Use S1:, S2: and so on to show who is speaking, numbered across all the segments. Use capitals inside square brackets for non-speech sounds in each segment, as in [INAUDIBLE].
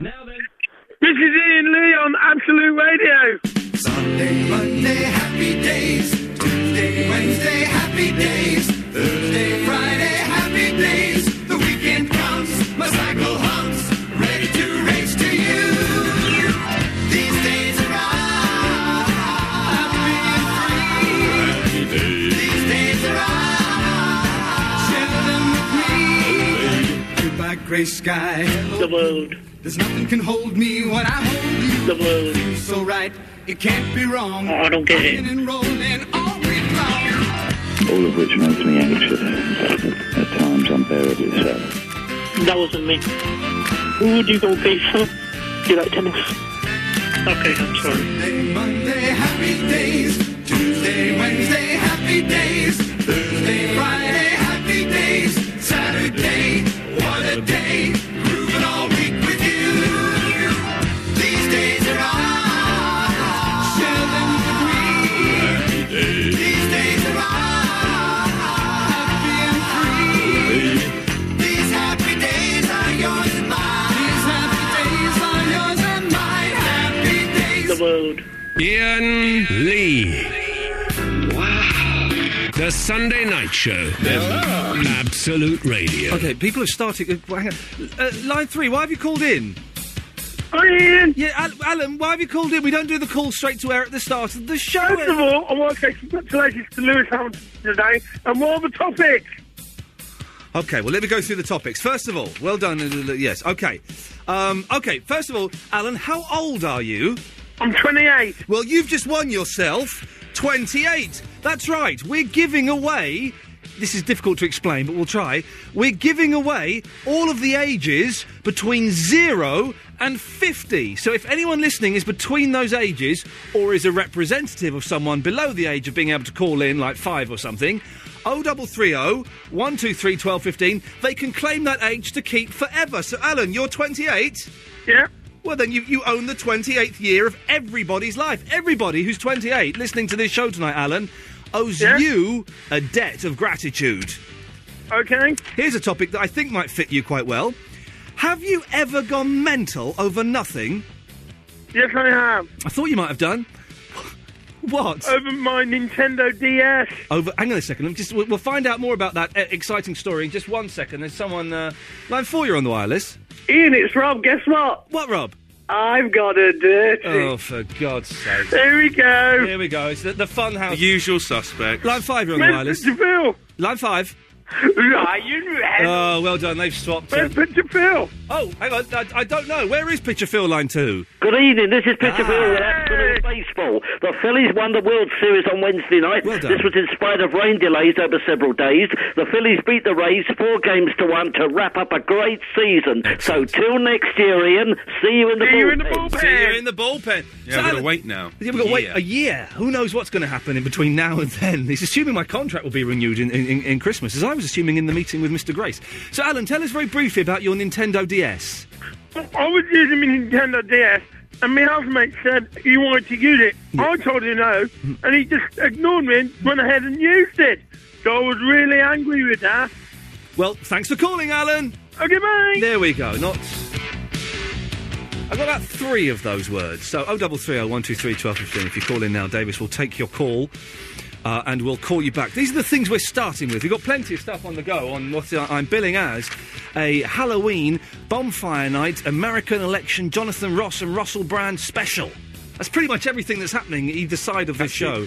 S1: Now then.
S2: This is Ian Lee on Absolute Radio.
S3: Sunday, Monday, happy days. Tuesday, Wednesday, happy days. Thursday, Friday, happy days. The weekend comes, my cycle hums, ready to race to you. These days are I. Happy days. These days are I. Share them with me. You by gray sky. The world. There's nothing can hold me when I hold you. The world. So right, it can't be wrong.
S4: Oh, I don't get it.
S3: Rocking and rolling all week long.
S5: all of which makes me anxious, at times unbearably so.
S4: That wasn't me. Who would you go be for? You like tennis? Okay, I'm sorry.
S3: Sunday, Monday, happy days. Tuesday, Wednesday, happy days. Thursday, Friday, happy days. Saturday, what a day. Grooving all week with you. These days are ours. Share them with me. These days are ours. Happy and free. These happy days are yours and mine. These happy days are yours and mine. Happy days.
S4: The world.
S6: Ian Lee. Wow. The Sunday Night Show. Absolute Radio.
S7: Okay, people have started. Uh, line three, why have you called in?
S2: Hi, Ian.
S7: Yeah, Al- Alan, why have you called in? We don't do the call straight to air at the start of the show.
S2: First of all, I want to say congratulations to Lewis Hamilton today. And what are the topics?
S7: Okay, well, let me go through the topics. First of all, well done. uh, uh, Yes, okay. Um, okay, first of all, Alan, how old are you?
S2: I'm 28.
S7: Well, you've just won yourself 28. That's right. We're giving away. This is difficult to explain, but we'll try. We're giving away all of the ages between 0 and 50. So if anyone listening is between those ages or is a representative of someone below the age of being able to call in, like 5 or something, 0330 123 1215. They can claim that age to keep forever. So, Alan, you're 28?
S2: Yeah.
S7: Well, then you, you own the 28th year of everybody's life. Everybody who's 28 listening to this show tonight, Alan, owes you a debt of gratitude.
S2: Okay.
S7: Here's a topic that I think might fit you quite well. Have you ever gone mental over nothing?
S2: Yes, I have.
S7: I thought you might have done. [LAUGHS] What?
S2: Over my Nintendo DS.
S7: Over. Hang on a second. I'm just. We'll we'll find out more about that uh, exciting story in just one second. There's someone. Uh, line four, you're on the wireless.
S2: Ian, it's Rob. Guess what?
S7: What, Rob?
S2: I've got a dirty.
S7: Oh, for God's sake!
S2: Here we go.
S7: Here we go. It's the, the fun house.
S8: Usual suspect.
S7: Line five, you're on the
S2: Mr.
S7: wireless.
S2: DeVille.
S7: Line five.
S2: Right, you
S7: Oh, well done. They've swapped. uh,
S2: Where's Picture Phil?
S7: Oh, hang on. I, I don't know. Where is Pitcher Phil line two?
S9: Good evening. This is Peter Bill with Absolute Baseball. The Phillies won the World Series on Wednesday night.
S7: Well done.
S9: this was in spite of rain delays over several days. The Phillies beat the Rays four games to one to wrap up a great season. So till next year, Ian. See you in the
S2: See
S9: ball.
S2: you in the bullpen.
S7: See you in the
S8: Yeah,
S7: bullpen. So
S8: we've got to
S7: Alan-
S8: wait now.
S7: Yeah, we've got to wait a year. Who knows what's going to happen in between now and then? It's assuming my contract will be renewed in, in, in- in Christmas, as I was assuming in the meeting with Mr. Grace. So, Alan, tell us very briefly about your Nintendo DS.
S2: I was using my Nintendo DS, and my housemate said he wanted to use it. I told him no, and he just ignored me and went ahead and used it. So I was really angry with that.
S7: Well, thanks for calling, Alan.
S2: Okay, bye.
S7: There we go. Not. I've got about three of those words. So 0330 123 1215. If you call in now, Davis will take your call uh, and we'll call you back. These are the things we're starting with. We've got plenty of stuff on the go on what I- I'm billing as a Halloween bonfire night, American election, Jonathan Ross and Russell Brand special. That's pretty much everything that's happening either side of the show.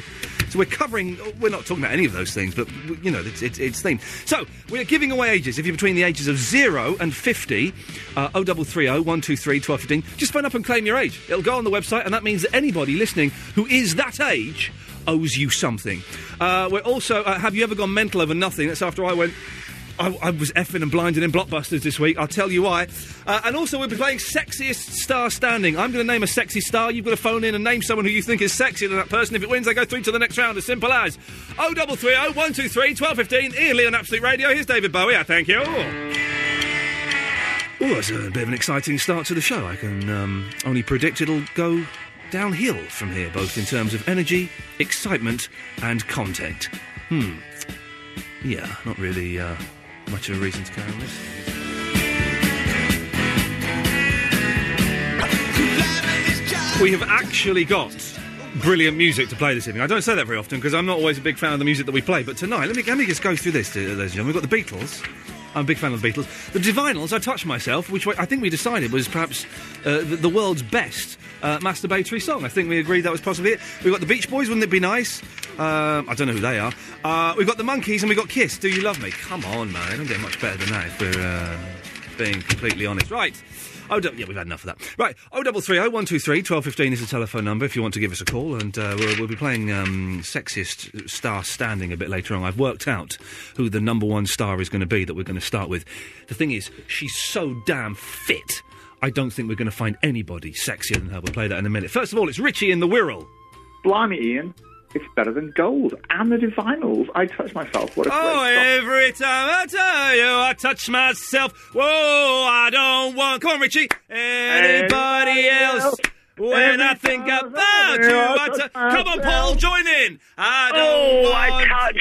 S7: So we're covering. We're not talking about any of those things, but w- you know, it's, it's, it's themed. So we're giving away ages. If you're between the ages of zero and fifty, uh, 0330 123 1215, just phone up and claim your age. It'll go on the website, and that means that anybody listening who is that age owes you something. Uh, we're also. Uh, have you ever gone mental over nothing? That's after I went. I, I was effing and blinded in blockbusters this week. I'll tell you why. Uh, and also, we'll be playing sexiest star standing. I'm going to name a sexy star. You've got to phone in and name someone who you think is sexier than that person. If it wins, they go through to the next round. As simple as 0330 123 1215. Ian Lee on Absolute Radio. Here's David Bowie. I thank you. Oh, that's a bit of an exciting start to the show. I can um, only predict it'll go downhill from here, both in terms of energy, excitement, and content. Hmm. Yeah, not really uh, much of a reason to carry on listening. is we have actually got brilliant music to play this evening. I don't say that very often because I'm not always a big fan of the music that we play, but tonight, let me, let me just go through this, uh, ladies and gentlemen. We've got the Beatles. I'm a big fan of the Beatles. The Divinals, I touched myself, which I think we decided was perhaps uh, the, the world's best uh, masturbatory song. I think we agreed that was possibly it. We've got the Beach Boys, wouldn't it be nice? Um, I don't know who they are. Uh, we've got the Monkeys and we've got Kiss, Do You Love Me? Come on, man. I don't get much better than that if we're uh, being completely honest. Right. Oh, do- yeah, we've had enough of that. Right, oh, 0330 123 1215 is the telephone number if you want to give us a call, and uh, we'll, we'll be playing um, Sexiest Star Standing a bit later on. I've worked out who the number one star is going to be that we're going to start with. The thing is, she's so damn fit, I don't think we're going to find anybody sexier than her. We'll play that in a minute. First of all, it's Richie in the Wirral.
S1: Blimey, Ian. It's better than gold. And the Divinals. I touched myself. What a great
S7: Oh, every time I tell you I touch myself, whoa, I don't want. Come on, Richie. Anybody
S3: Anybody
S7: else?
S3: else?
S7: When I think about you, I
S3: touch
S7: t- come on,
S3: myself.
S7: Paul, join in. I don't
S3: Oh, I
S7: want-
S3: touch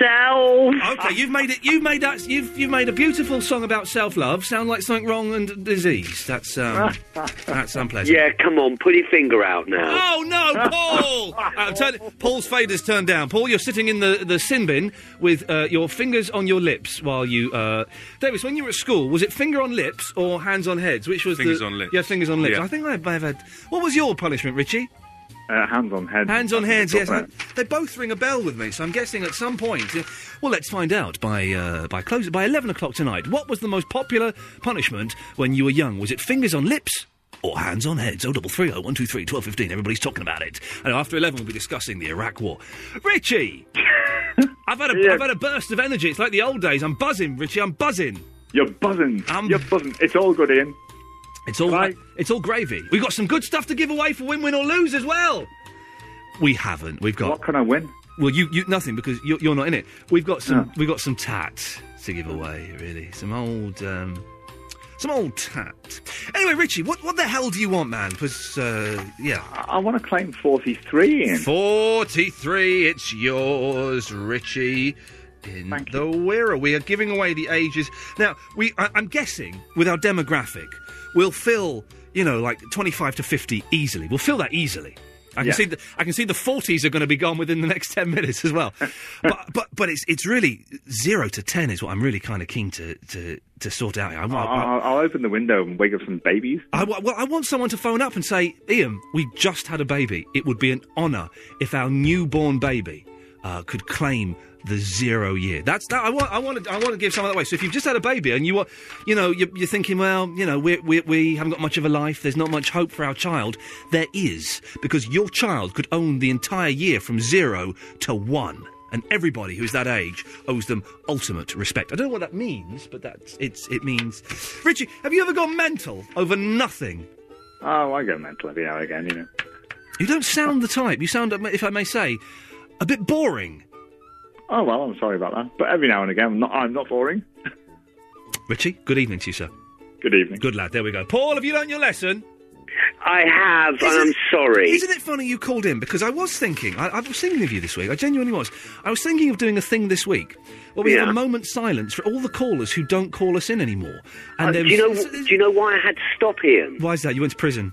S3: myself.
S7: Okay, you've made it. You've made that. You've you've made a beautiful song about self-love sound like something wrong and disease. That's [LAUGHS]
S1: Ah.
S7: um, that's unpleasant.
S9: Yeah, come on, put your finger out now.
S7: Oh no, Paul! [LAUGHS] Uh, turn, Paul's fader's turned down. Paul, you're sitting in the, the sin bin with uh, your fingers on your lips while you. Uh... Davis, when you were at school, was it finger on lips or hands on heads? Which was
S8: Fingers
S7: the...
S8: on lips.
S7: Yeah, fingers on lips.
S8: Yeah.
S7: I think I may have had. What was your punishment, Richie?
S1: Uh, hands on heads.
S7: Hands on heads. Yes,
S1: Got that.
S7: they both ring a bell with me. So I'm guessing at some point. uh, Well, let's find out by uh, by close by eleven o'clock tonight. What was the most popular punishment when you were young? Was it fingers on lips? Or hands on heads, oh double three oh one two three twelve fifteen. Everybody's talking about it. And after eleven, we'll be discussing the Iraq War.
S1: [LAUGHS]
S7: Richie, I've had a have had a burst of energy. It's like the old days. I'm buzzing, Richie. I'm buzzing.
S1: You're buzzing. You're buzzing. It's all good, Ian.
S7: It's all it's all gravy. We've got some good stuff to give away for win, win or lose as well. We haven't. We've got. What
S1: can I win?
S7: Well, you, you nothing because you're, you're not in it. We've got some. We've got some tat to give away. Really, some old. Um, some old tat. Anyway, Richie, what, what the hell do you want, man? Because uh, yeah,
S1: I want to claim 43, Ian.
S7: 43, it's yours, Richie. In the Wirral. We are giving away the ages. Now, we I, I'm guessing with our demographic, we'll fill, you know, like 25 to 50 easily. We'll fill that easily. I can
S10: Yeah.
S7: see the, I can see the 40s are going to be gone within the next 10 minutes as well. but but but it's it's really 0 to 10 is what I'm really kind of keen to, to to sort out. I, I,
S1: I'll, I'll, I'll open the window and wake up some babies.
S7: I, wa- well, I want someone to phone up and say, Ian, we just had a baby. It would be an honour if our newborn baby uh, could claim the zero year. That's that. I want. I want. To, I want to give someone that way. So if you've just had a baby and you want, you know, you're, you're thinking, well, you know, we we we haven't got much of a life. There's not much hope for our child. There is because your child could own the entire year from zero to one. And everybody who's that age owes them ultimate respect. I don't know what that means, but that's it's it means. Richie, have you ever gone mental over nothing?
S1: Oh, I go mental every now and again, you know.
S7: You don't sound the type. You sound, if I may say, a bit boring.
S1: Oh, well, I'm sorry about that. But every now and again, I'm not, I'm not boring.
S7: Richie, good evening to you, sir.
S1: Good evening.
S7: Good lad. There we go. Paul, have you learned your lesson?
S9: I have, and I'm sorry.
S7: Isn't it funny you called in? Because I was thinking, I, I was thinking of you this week. I genuinely was. I was thinking of doing a thing this week where we have
S9: Yeah.
S7: a moment's silence for all the callers who don't call us in anymore. And
S9: Uh,
S7: there
S9: do you know?
S7: was-
S9: Do you know why I had to stop Ian?
S7: [LAUGHS] Why is that? You went to prison.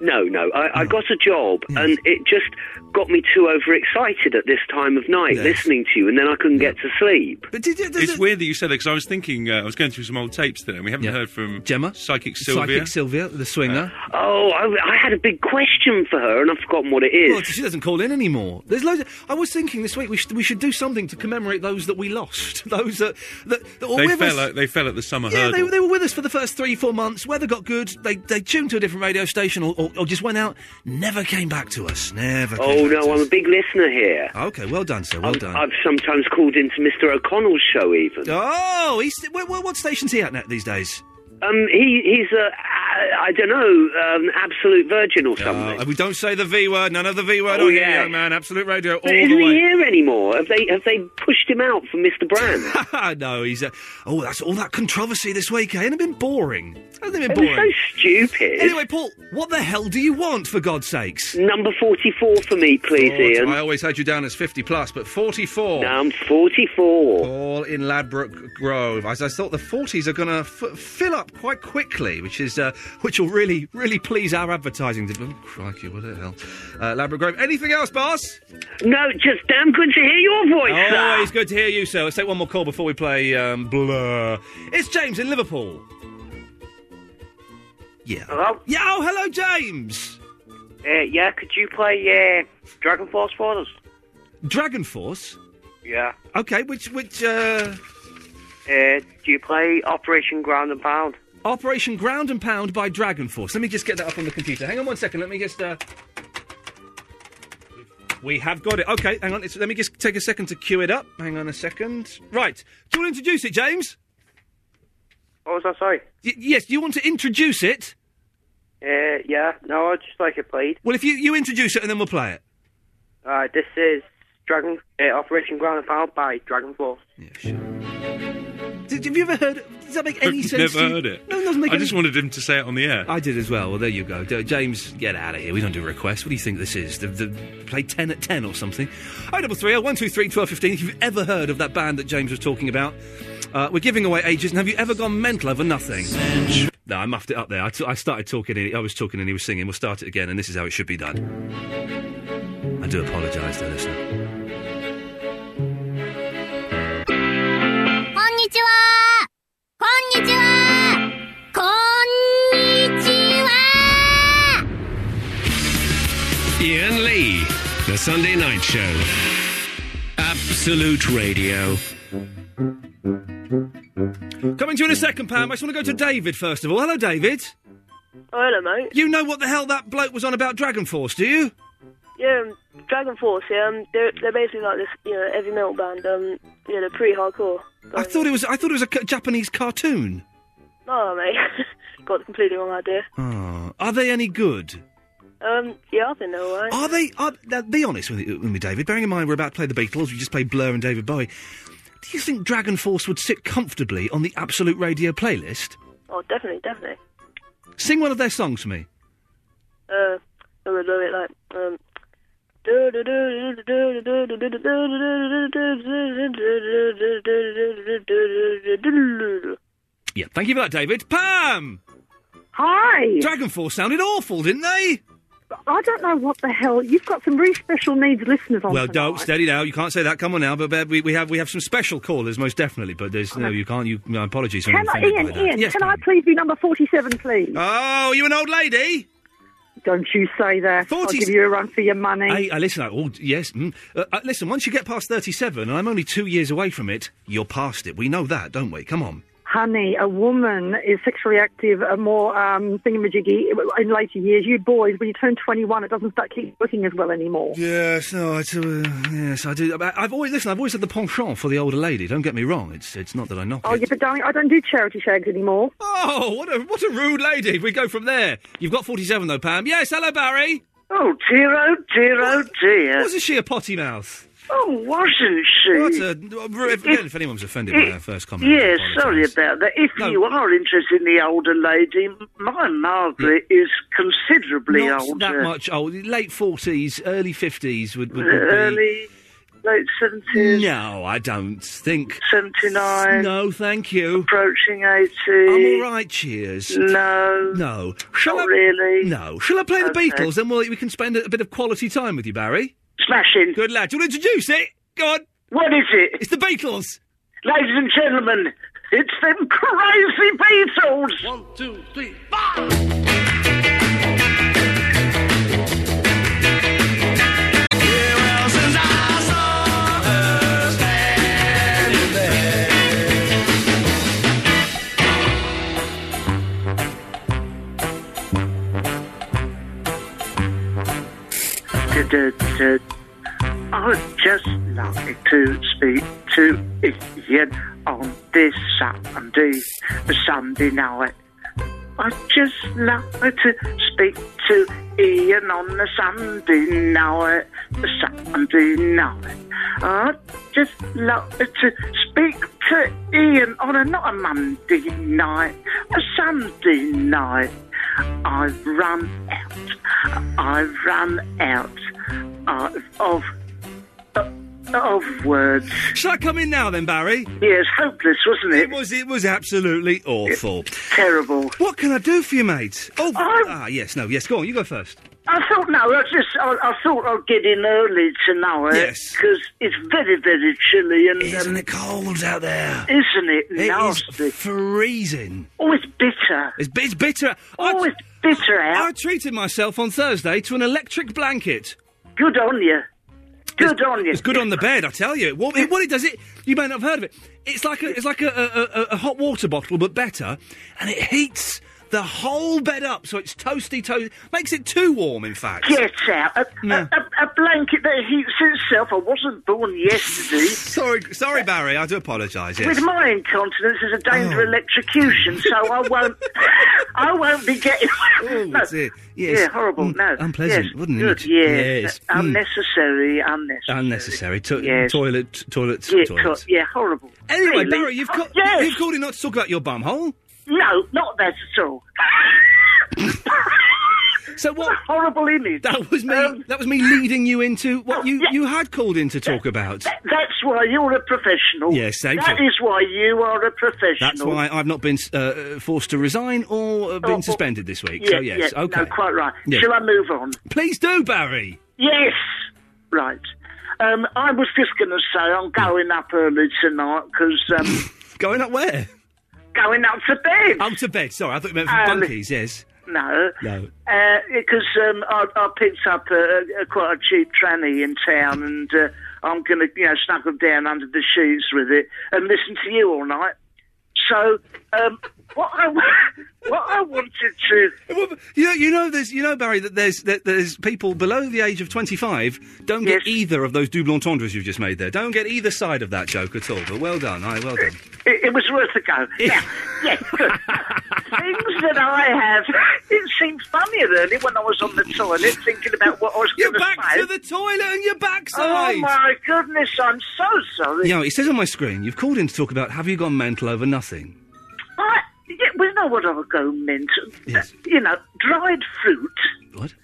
S9: No, no. I, I got a job, and it just got me too overexcited at this time of night
S8: Yes.
S9: listening to you, and then I couldn't get to sleep.
S7: But did you?
S8: It's weird that you said that because I was thinking uh, I was going through some old tapes today, and we haven't heard from Gemma, Psychic Sylvia. Uh,
S7: Psychic Sylvia, the swinger.
S9: Oh, I, I had a big question for her, and I've forgotten what it is.
S7: Well, she doesn't call in anymore. There's loads. Of, I was thinking this week we should, we should do something to commemorate those that we lost. [LAUGHS] Those that that, that were
S8: they
S7: with
S8: fell.
S7: us.
S8: At, they fell at the summer
S7: Yeah, they,
S8: hurdle.
S7: they were with us for the first three, four months. Weather got good. They they tuned to a different radio station or, or, or just went out. Never came back to us. Never.
S9: oh
S7: came back
S9: no,
S7: to
S9: I'm a
S7: us.
S9: big listener here.
S7: Okay, well done, sir. Well
S9: I've,
S7: done.
S9: I've sometimes called into Mr. O'Connell's show, even.
S7: Oh, he's wh wh- what station's he at now these days?
S9: Um, he, he's a, I- I don't know, um, absolute virgin or something.
S7: Uh, we don't say the V word. None of the V word
S9: Oh,
S7: on here,
S9: yes.
S7: young man. Absolute radio all
S9: But isn't
S7: the way.
S9: he here anymore? Have they have they pushed him out for Mr. Brand?
S7: no, he's. Uh, oh, that's all that controversy this week, eh? And it's been boring. Hasn't it
S9: It was
S7: been boring?
S9: so stupid.
S7: Anyway, Paul, what the hell do you want, for God's sakes?
S9: Number 44 for me, please,
S7: Forty-
S9: Ian.
S7: I always had you down as 50 plus, but 44.
S9: No, I'm 44.
S7: All in Ladbroke Grove. As I thought the 40s are going to f- fill up quite quickly, which is uh, which will really, really please our advertising. de- Oh, crikey, what the hell? Uh, Labrador Grove. Anything else, boss?
S4: No, just damn good to hear your voice,
S7: Oh.
S4: sir.
S7: Always good to hear you, sir. Let's take one more call before we play um, Blur. It's James in Liverpool. Yeah.
S10: Hello?
S7: Yeah, oh, hello, James!
S10: Uh, yeah, could you play uh, Dragon Force for us?
S7: Dragon Force.
S10: Yeah.
S7: Okay, which which uh,
S10: Uh, do you play Operation Ground and Pound?
S7: Operation Ground and Pound by Dragon Force. Let me just get that up on the computer. Hang on one second. Let me just. Uh... We have got it. Okay, hang on. It's, let me just take a second to queue it up. Hang on a second. Right. Do you want to introduce it, James?
S10: What was I sorry?
S7: Y- yes. Do you want to introduce it?
S10: Uh, yeah, no, I just like it played.
S7: Well, if you, you introduce it and then we'll play it.
S10: Uh, this is Dragon uh, Operation Ground and Pound by Dragon Force.
S7: [LAUGHS] Did, have you ever heard? Does that make
S8: [LAUGHS]
S7: any
S8: I've
S7: sense? to
S8: Never
S7: you?
S8: heard it.
S7: No, it doesn't make
S8: I
S7: any
S8: just wanted him to say it on the air.
S7: I did as well. Well, there you go. D- James, get out of here. We don't do requests. What do you think this is? The, the play 10 at 10 or something? Oh, double three, oh, one, two, three, 12, 15. If you've ever heard of that band that James was talking about, uh, we're giving away ages. And have you ever gone mental over nothing? No, I muffed it up there. I, t- I started talking. And he- I was talking and he was singing. We'll start it again, and this is how it should be done. I do apologise, dear listener.
S11: こんにちはこんにちはこんにちは
S6: Ian Lee, The Sunday Night Show. Absolute Radio.
S7: Coming to you in a second, Pam. I just want to go to David first of all. Hello, David.
S12: Oh, hello, mate.
S7: You know what the hell that bloke was on about Dragon Force, do you?
S12: Yeah, um, Dragon Force. Yeah, um, they're they're basically like this, you know, heavy metal band. Um, yeah, they're pretty hardcore.
S7: I thought it was. I thought it was a ca- Japanese cartoon.
S12: No, mate, [LAUGHS] got the completely wrong idea.
S7: Ah, are they any good?
S12: Um, yeah, I think they're alright.
S7: Are they? Are, now, be honest with, with me, David. Bearing in mind we're about to play the Beatles, we just played Blur and David Bowie. Do you think Dragon Force would sit comfortably on the Absolute Radio playlist?
S12: Oh, definitely, definitely.
S7: Sing one of their songs for me.
S12: Uh, I would love it like um.
S7: Yeah, thank you for that, David. Pam.
S13: Hi.
S7: Dragon Force sounded awful, didn't they?
S13: I don't know what the hell. You've got some really special needs listeners on.
S7: well,
S13: tonight.
S7: don't steady now. You can't say that. Come on now, but, but we, we have we have some special callers, most definitely. But there's no, you can't. You no, apologies. I'm
S13: Can I,
S7: offended by
S13: Ian,
S7: that.
S13: Ian,
S7: Yes,
S13: can I please be number 47, please?
S7: Oh, you an old lady?
S13: Don't you say that. I'll
S7: 40
S13: give you a run for your money.
S7: Hey, I listen. I, oh, yes. Mm, uh, uh, listen. Once you get past thirty-seven, and I'm only two years away from it, you're past it. We know that, don't we? Come on.
S13: Honey, a woman is sexually active, a more um, thingamajiggy in later years. You boys, when you turn 21, it doesn't start keep working as well anymore.
S7: Yes. No. I do. Uh, yes, I do. I, I've always listen. I've always had the penchant for the older lady. Don't get me wrong. It's it's not that I knock.
S13: Oh, yeah, but darling, I don't do charity shags anymore.
S7: Oh, what a what a rude lady. We go from there. You've got forty-seven though, Pam. Yes. Hello, Barry.
S14: Oh dear, oh dear, oh dear.
S7: Wasn't she a potty mouth?
S14: Oh, wasn't she?
S7: What a, if, again, if anyone's offended by
S14: It-
S7: our first comment.
S14: Yeah, sorry about that. If you are interested in the older lady, my Margaret is considerably
S7: Mm. Not
S14: older.
S7: that much old. Late forties, early fifties would, would, would be-
S14: Early, late 70s.
S7: No, I don't think.
S14: 79.
S7: No, thank you.
S14: Approaching 80.
S7: I'm all right, cheers.
S14: No.
S7: No. Shall
S14: Not
S7: I,
S14: really.
S7: No. Shall I play the
S14: Okay.
S7: Beatles? Then we'll, we can spend a, a bit of quality time with you, Barry.
S14: Smashing.
S7: Good lad. Do you want to introduce it? Go on.
S14: What is it?
S7: It's the Beatles.
S14: Ladies and gentlemen, it's them crazy Beatles.
S3: One, two, three.
S14: Du-du-du. I would just like to speak to Ian on this Sunday, Sunday night. I'd just like to speak to Ian on the Sunday night, the Sunday night. I'd just like to speak to Ian on a, not a Monday night, a Sunday night. I've run I've run out uh, of uh, of words.
S7: Shall I come in now then, Barry?
S14: Yes, hopeless, wasn't it?
S7: It was. It was absolutely awful.
S14: terrible.
S7: What can I do for you, mate? Oh, ah, yes, no, yes. Go on, you go first.
S14: I thought no, I just I, I thought I'd get in early tonight
S7: Yes.
S14: because it's very very chilly and isn't
S7: it cold out there?
S14: Isn't it
S7: It is
S14: nasty?
S7: freezing.
S14: Oh, it's bitter.
S7: It's, bi- it's bitter. Oh, it's
S14: bitter eh? out.
S7: I treated myself on Thursday to an electric blanket.
S14: Good on you. Good on you.
S7: It's good on the bed, I tell you. What it, what it does, it you may not have heard of it. It's like a, it's like a, a, a, a hot water bottle, but better, and it heats the whole bed up, so it's toasty, toasty. Makes it too warm, in fact.
S14: Get out. A, a, a, a blanket that heats itself. I wasn't born yesterday.
S7: sorry, sorry, Barry. I do apologise. [LAUGHS] Yes. Oh.
S14: With my incontinence, there's a danger of electrocution, so I won't. [LAUGHS] I won't be getting. [LAUGHS] no.
S7: Oh, That's it. Yes.
S14: Yeah, horrible.
S7: Mm,
S14: no,
S7: unpleasant,
S14: yes,
S7: wouldn't
S14: good,
S7: it?
S14: Yes,
S7: Yes.
S14: Uh,
S7: Mm.
S14: unnecessary, unnecessary.
S7: Unnecessary. To-
S14: Yes.
S7: Toilet, toilet,
S14: Yeah,
S7: toilet.
S14: co- yeah, horrible.
S7: Anyway,
S14: Really?
S7: Barry, you've,
S14: Oh,
S7: ca-
S14: yes.
S7: you've called in not to talk about your bumhole.
S14: No, not that at all.
S7: [LAUGHS] So what?
S14: horrible image. Um,
S7: That was me. that was me leading you into what you, you had called in to talk about.
S14: That's why you're a professional.
S7: Yes, thank
S14: That
S7: you.
S14: is why you are a professional.
S7: That's why I've not been uh, uh, forced to resign or uh, been
S14: Oh,
S7: suspended this week.
S14: Yeah,
S7: so yes,
S14: yeah,
S7: okay.
S14: No, quite right.
S7: Yeah.
S14: Shall I move on?
S7: Please do, Barry.
S14: Yes. Right. Um, I was just going to say I'm going up early tonight because um,
S7: [LAUGHS] Going up where?
S14: going up to bed.
S7: Up to bed. Sorry, I thought you meant for
S14: Um,
S7: bunkies. Yes.
S14: No,
S7: No.
S14: because um, I, I picked up a, a, quite a cheap tranny in town, and uh, I'm going to you know snuggle down under the sheets with it and listen to you all night. So um, [LAUGHS] what I what I wanted to
S7: You know, you know, there's, you know, Barry, that there's, that there's people below the age of 25 don't get either of those double entendres you've just made there. Don't get either side of that joke at all. But well done, I well done.
S14: It, it was worth a go. Now, yes, good. Things that I have, it seemed funnier early when I was on the toilet thinking about what I was going to say. You're back
S7: to the toilet and you're backside.
S14: Oh my goodness, I'm so sorry.
S7: You know, it says on my screen, you've called in to talk about have you gone mental over nothing?
S14: I, yeah, we know what I was going meant.
S7: Yes.
S14: You know, dried fruit.
S7: What?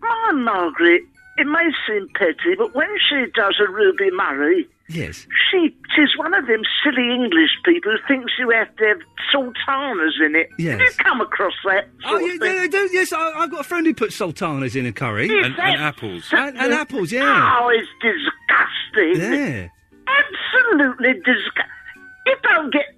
S14: My Margaret, it may seem petty, but when she does a Ruby Murray,
S7: Yes.
S14: she she's one of them silly English people who thinks you have to have sultanas in it.
S7: Yes.
S14: Have you come across that?
S7: Oh,
S14: sort of
S7: yeah,
S14: thing?
S7: yeah, I do. Yes, I, I've got a friend who puts sultanas in a curry
S14: Yes, And- and that-
S7: apples and, and apples. Yeah,
S14: Oh, it's disgusting.
S7: yeah.
S14: Absolutely disgusting. You don't get,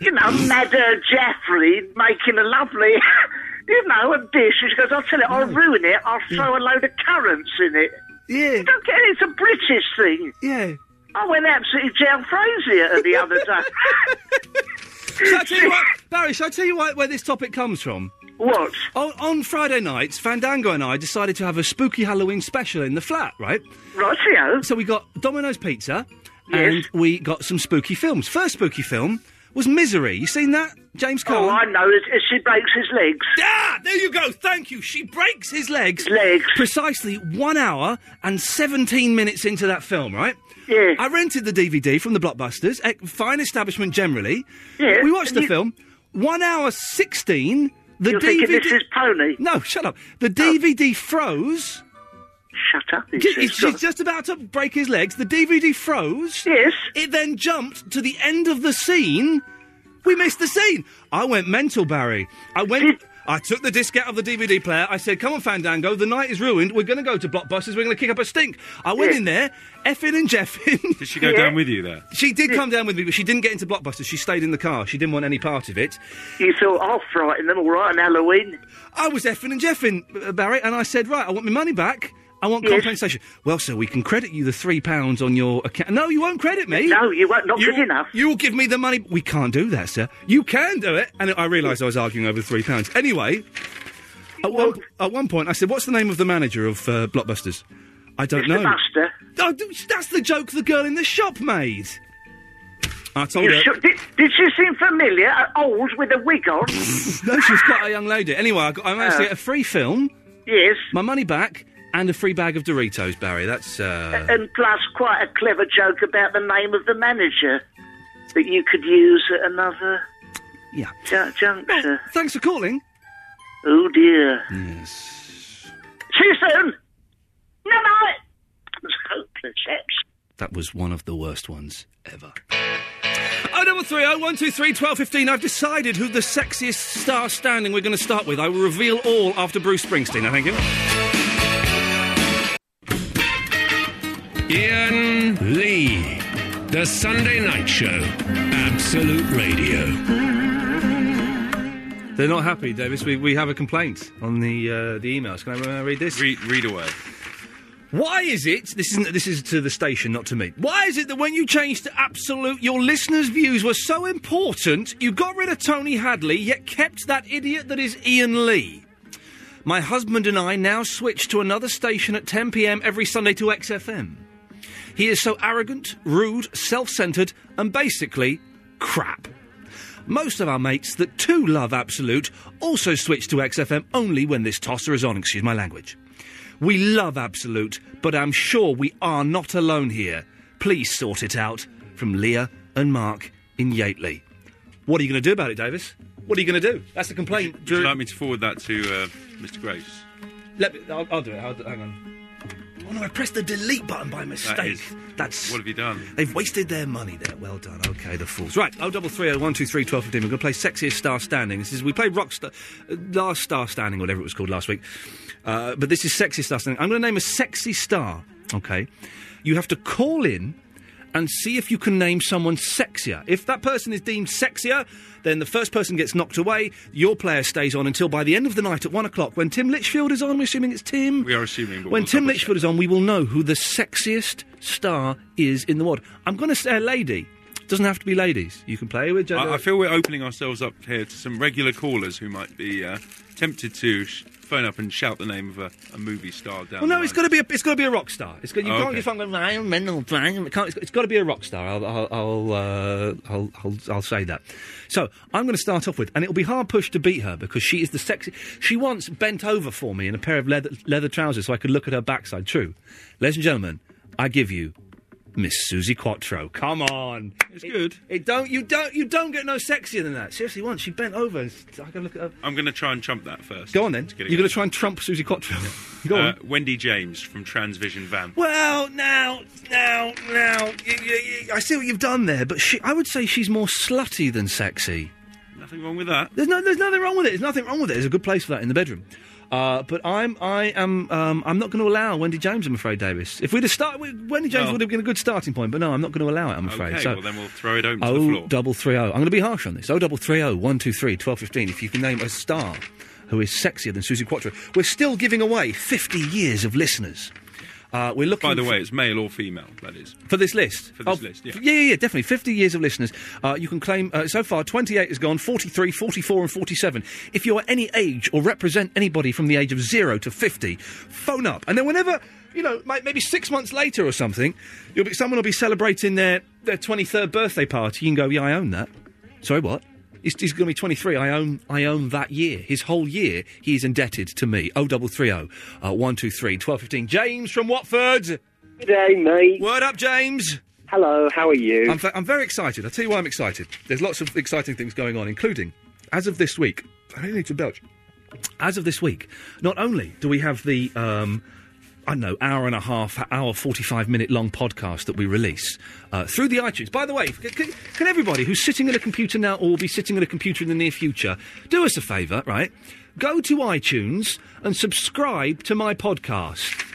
S14: you
S7: [LAUGHS]
S14: know, Madder Jeffrey making a lovely, [LAUGHS] you know, a dish. She goes, I'll tell you, I'll ruin it. I'll throw a load of currants in it.
S7: Yeah.
S14: You don't get it. It's a British thing.
S7: Yeah.
S14: I went absolutely jail crazy the other
S7: [LAUGHS]
S14: day.
S7: Shall I tell you what, Barry? Shall I tell you why, where this topic comes from?
S14: What?
S7: On, on Friday nights, Fandango and I decided to have a spooky Halloween special in the flat, right?
S14: Rightio.
S7: So we got Domino's Pizza, and we got some spooky films. First spooky film was Misery. You seen that, James Caan?
S14: Oh, I know. It's, it's she breaks his legs.
S7: Ah, there you go. Thank you. She breaks his legs.
S14: legs.
S7: Precisely one hour and 17 minutes into that film, right?
S14: Yeah.
S7: I rented the DVD from the Blockbusters, eh, fine establishment generally.
S14: Yeah,
S7: We watched
S14: and
S7: the
S14: you-
S7: film. One hour 16. The
S14: You're
S7: DVD.
S14: thinking this is Pony.
S7: No, shut up. The DVD froze.
S14: Shut up.
S7: Ju- He's ju- just about to break his legs. The DVD froze.
S14: Yes.
S7: It then jumped to the end of the scene. We missed the scene. I went mental, Barry. I went. I took the disc out of the DVD player. I said, "Come on, Fandango, the night is ruined. We're going to go to Blockbusters. We're going to kick up a stink." I went
S8: Yeah.
S7: in there, effing and jeffing.
S8: Did she go down with you there?
S7: She did come down with me, but she didn't get into Blockbusters. She stayed in the car. She didn't want any part of it.
S14: You thought, I'll frighten them all right on Halloween.
S7: I was effing and jeffing, B- Barry, and I said, right, I want my money back. I want
S14: Yes.
S7: compensation. Well, sir, we can credit you the three pounds on your account. No, you won't credit me.
S14: No, you won't. Not good enough.
S7: You will give me the money. We can't do that, sir. You can do it. And I realised I was arguing over the three pounds. Anyway, at one, at one point I said, what's the name of the manager of uh, Blockbusters? I don't know.
S14: Buster.
S7: Oh, d- that's the joke the girl in the shop made. I told
S14: You
S7: her.
S14: should- did, did she seem familiar? Uh, Old with a wig
S7: [LAUGHS]
S14: on?
S7: No, she was quite a young lady. Anyway, I, got, I managed to
S14: Oh.
S7: get a free film.
S14: Yes.
S7: My money back and a free bag of Doritos, Barry. That's uh,
S14: and plus, quite a clever joke about the name of the manager that you could use at another
S7: yeah.
S14: ju- juncture.
S7: thanks for calling.
S14: Oh dear.
S7: Yes.
S14: See you soon. No, no. It's hopeless.
S7: That was one of the worst ones ever. Oh, double three, oh, one, two, three, twelve, fifteen. I've decided who the sexiest star standing we're going to start with. I will reveal all after Bruce Springsteen. I thank you.
S6: Ian Lee. The Sunday Night Show. Absolute Radio.
S7: They're not happy, Davis. We, we have a complaint on the uh, the emails. Can I uh, read this? Read, read away. Why is it? This isn't. This is to the station, not to me. Why is it that when you changed to absolute, your listeners' views were so important? You got rid of Tony Hadley, yet kept that idiot that is Ian Lee. My husband and I now switch to another station at 10 p.m. every Sunday to XFM. He is so arrogant, rude, self centered, and basically crap. Most of our mates that too love Absolute also switch to XFM only when this tosser is on, excuse my language. We love Absolute, but I'm sure we are not alone here. Please sort it out. From Leah and Mark in Yateley. What are you going to do about it, Davis? What are you going to do? That's the complaint.
S8: Would you like me to forward that to uh, Mr. Graves?
S7: Let me, I'll, I'll do it. I'll, do- hang on. Oh no, I pressed the delete button by mistake.
S8: is-
S7: That's
S8: What have you done?
S7: They've wasted their money there. Well done. Okay, the fools. Right. Oh, double three, oh, one, two, three, twelve, fifteen. We're going to play sexiest star standing. This is we played rock star, uh, last star standing, whatever it was called last week. Uh, but this is sexiest star standing. I'm going to name a sexy star. Okay, you have to call in and see if you can name someone sexier. If that person is deemed sexier, then the first person gets knocked away. Your player stays on until by the end of the night at one o'clock when Tim Litchfield is on. We're assuming it's Tim.
S8: We are assuming. But
S7: When
S8: we'll
S7: Tim
S8: double-
S7: Litchfield is on, we will know who the sexiest star is in the world. I'm going to say a lady. Doesn't have to be ladies. You can play with.
S8: I, I feel we're opening ourselves up here to some regular callers who might be uh, tempted to sh- phone up and shout the name of a, a movie star down.
S7: well, no,
S8: the
S7: it's got to be a it's got to be a rock star. It's got, you
S8: Oh,
S7: can't
S8: okay.
S7: if I'm going Ryan Reynolds, Ryan. It can't, it's, got- it's got to be a rock star. I'll I'll I'll, uh, I'll I'll I'll say that. So I'm going to start off with, and it'll be hard pushed to beat her because she is the sexy. She once bent over for me in a pair of leather leather trousers so I could look at her backside. True, ladies and gentlemen, I give you Miss Susie Quattro. Come on. It's good. It don't you don't you don't get no sexier than that. Seriously, once she bent over, and s- I can look at her.
S8: I'm going to try and trump that first.
S7: Go on then.
S8: To get
S7: You're
S8: it
S7: going to try and trump Susie Quattro. Go on.
S8: Uh, Wendy James from Transvision Vamp.
S7: Well, now, now, now, y- y- y- I see what you've done there, but she, I would say she's more slutty than sexy.
S8: Nothing wrong with that.
S7: There's no, there's nothing wrong with it. There's nothing wrong with it. There's a good place for that in the bedroom. Uh, but I'm, I am, um, I'm not going to allow Wendy James. I'm afraid, Davis. If we'd have started, Wendy James
S8: Well-
S7: would have been a good starting point. But no, I'm not going to allow it. I'm afraid.
S8: Okay,
S7: so,
S8: well then we'll throw it open to the
S7: Oh,
S8: floor.
S7: double three oh. I'm going to be harsh on this. Oh, double three oh, one two three, twelve fifteen. If you can name a star who is sexier than Susie Quattro, we're still giving away fifty years of listeners. Uh, we're looking.
S8: By the
S7: for-
S8: way, it's male or female. That is.
S7: for this list.
S8: For this list, yeah.
S7: f- yeah, yeah, yeah, definitely. 50 years of listeners. Uh, you can claim, uh, so far, 28 is gone, 43, 44, and 47. If you're any age or represent anybody from the age of 0 to 50, phone up. And then whenever, you know, may- maybe six months later or something, you'll be, someone will be celebrating their, their 23rd birthday party. You can go, yeah, I own that. Sorry, what? He's, he's going to be 23. I own, I own that year. His whole year, he's indebted to me. Oh, 0330 uh, 123 1215. James from Watford.
S15: Good day, mate.
S7: Word up, James.
S15: Hello, how are you?
S7: I'm, fa- I'm very excited. I'll tell you why I'm excited. There's lots of exciting things going on, including, as of this week, I really need to belch. As of this week, not only do we have the, um, I don't know, hour and a half, hour, 45 minute long podcast that we release uh, through the iTunes. By the way, c- c- can everybody who's sitting at a computer now or will be sitting at a computer in the near future do us a favour, right? Go to iTunes and subscribe to my podcast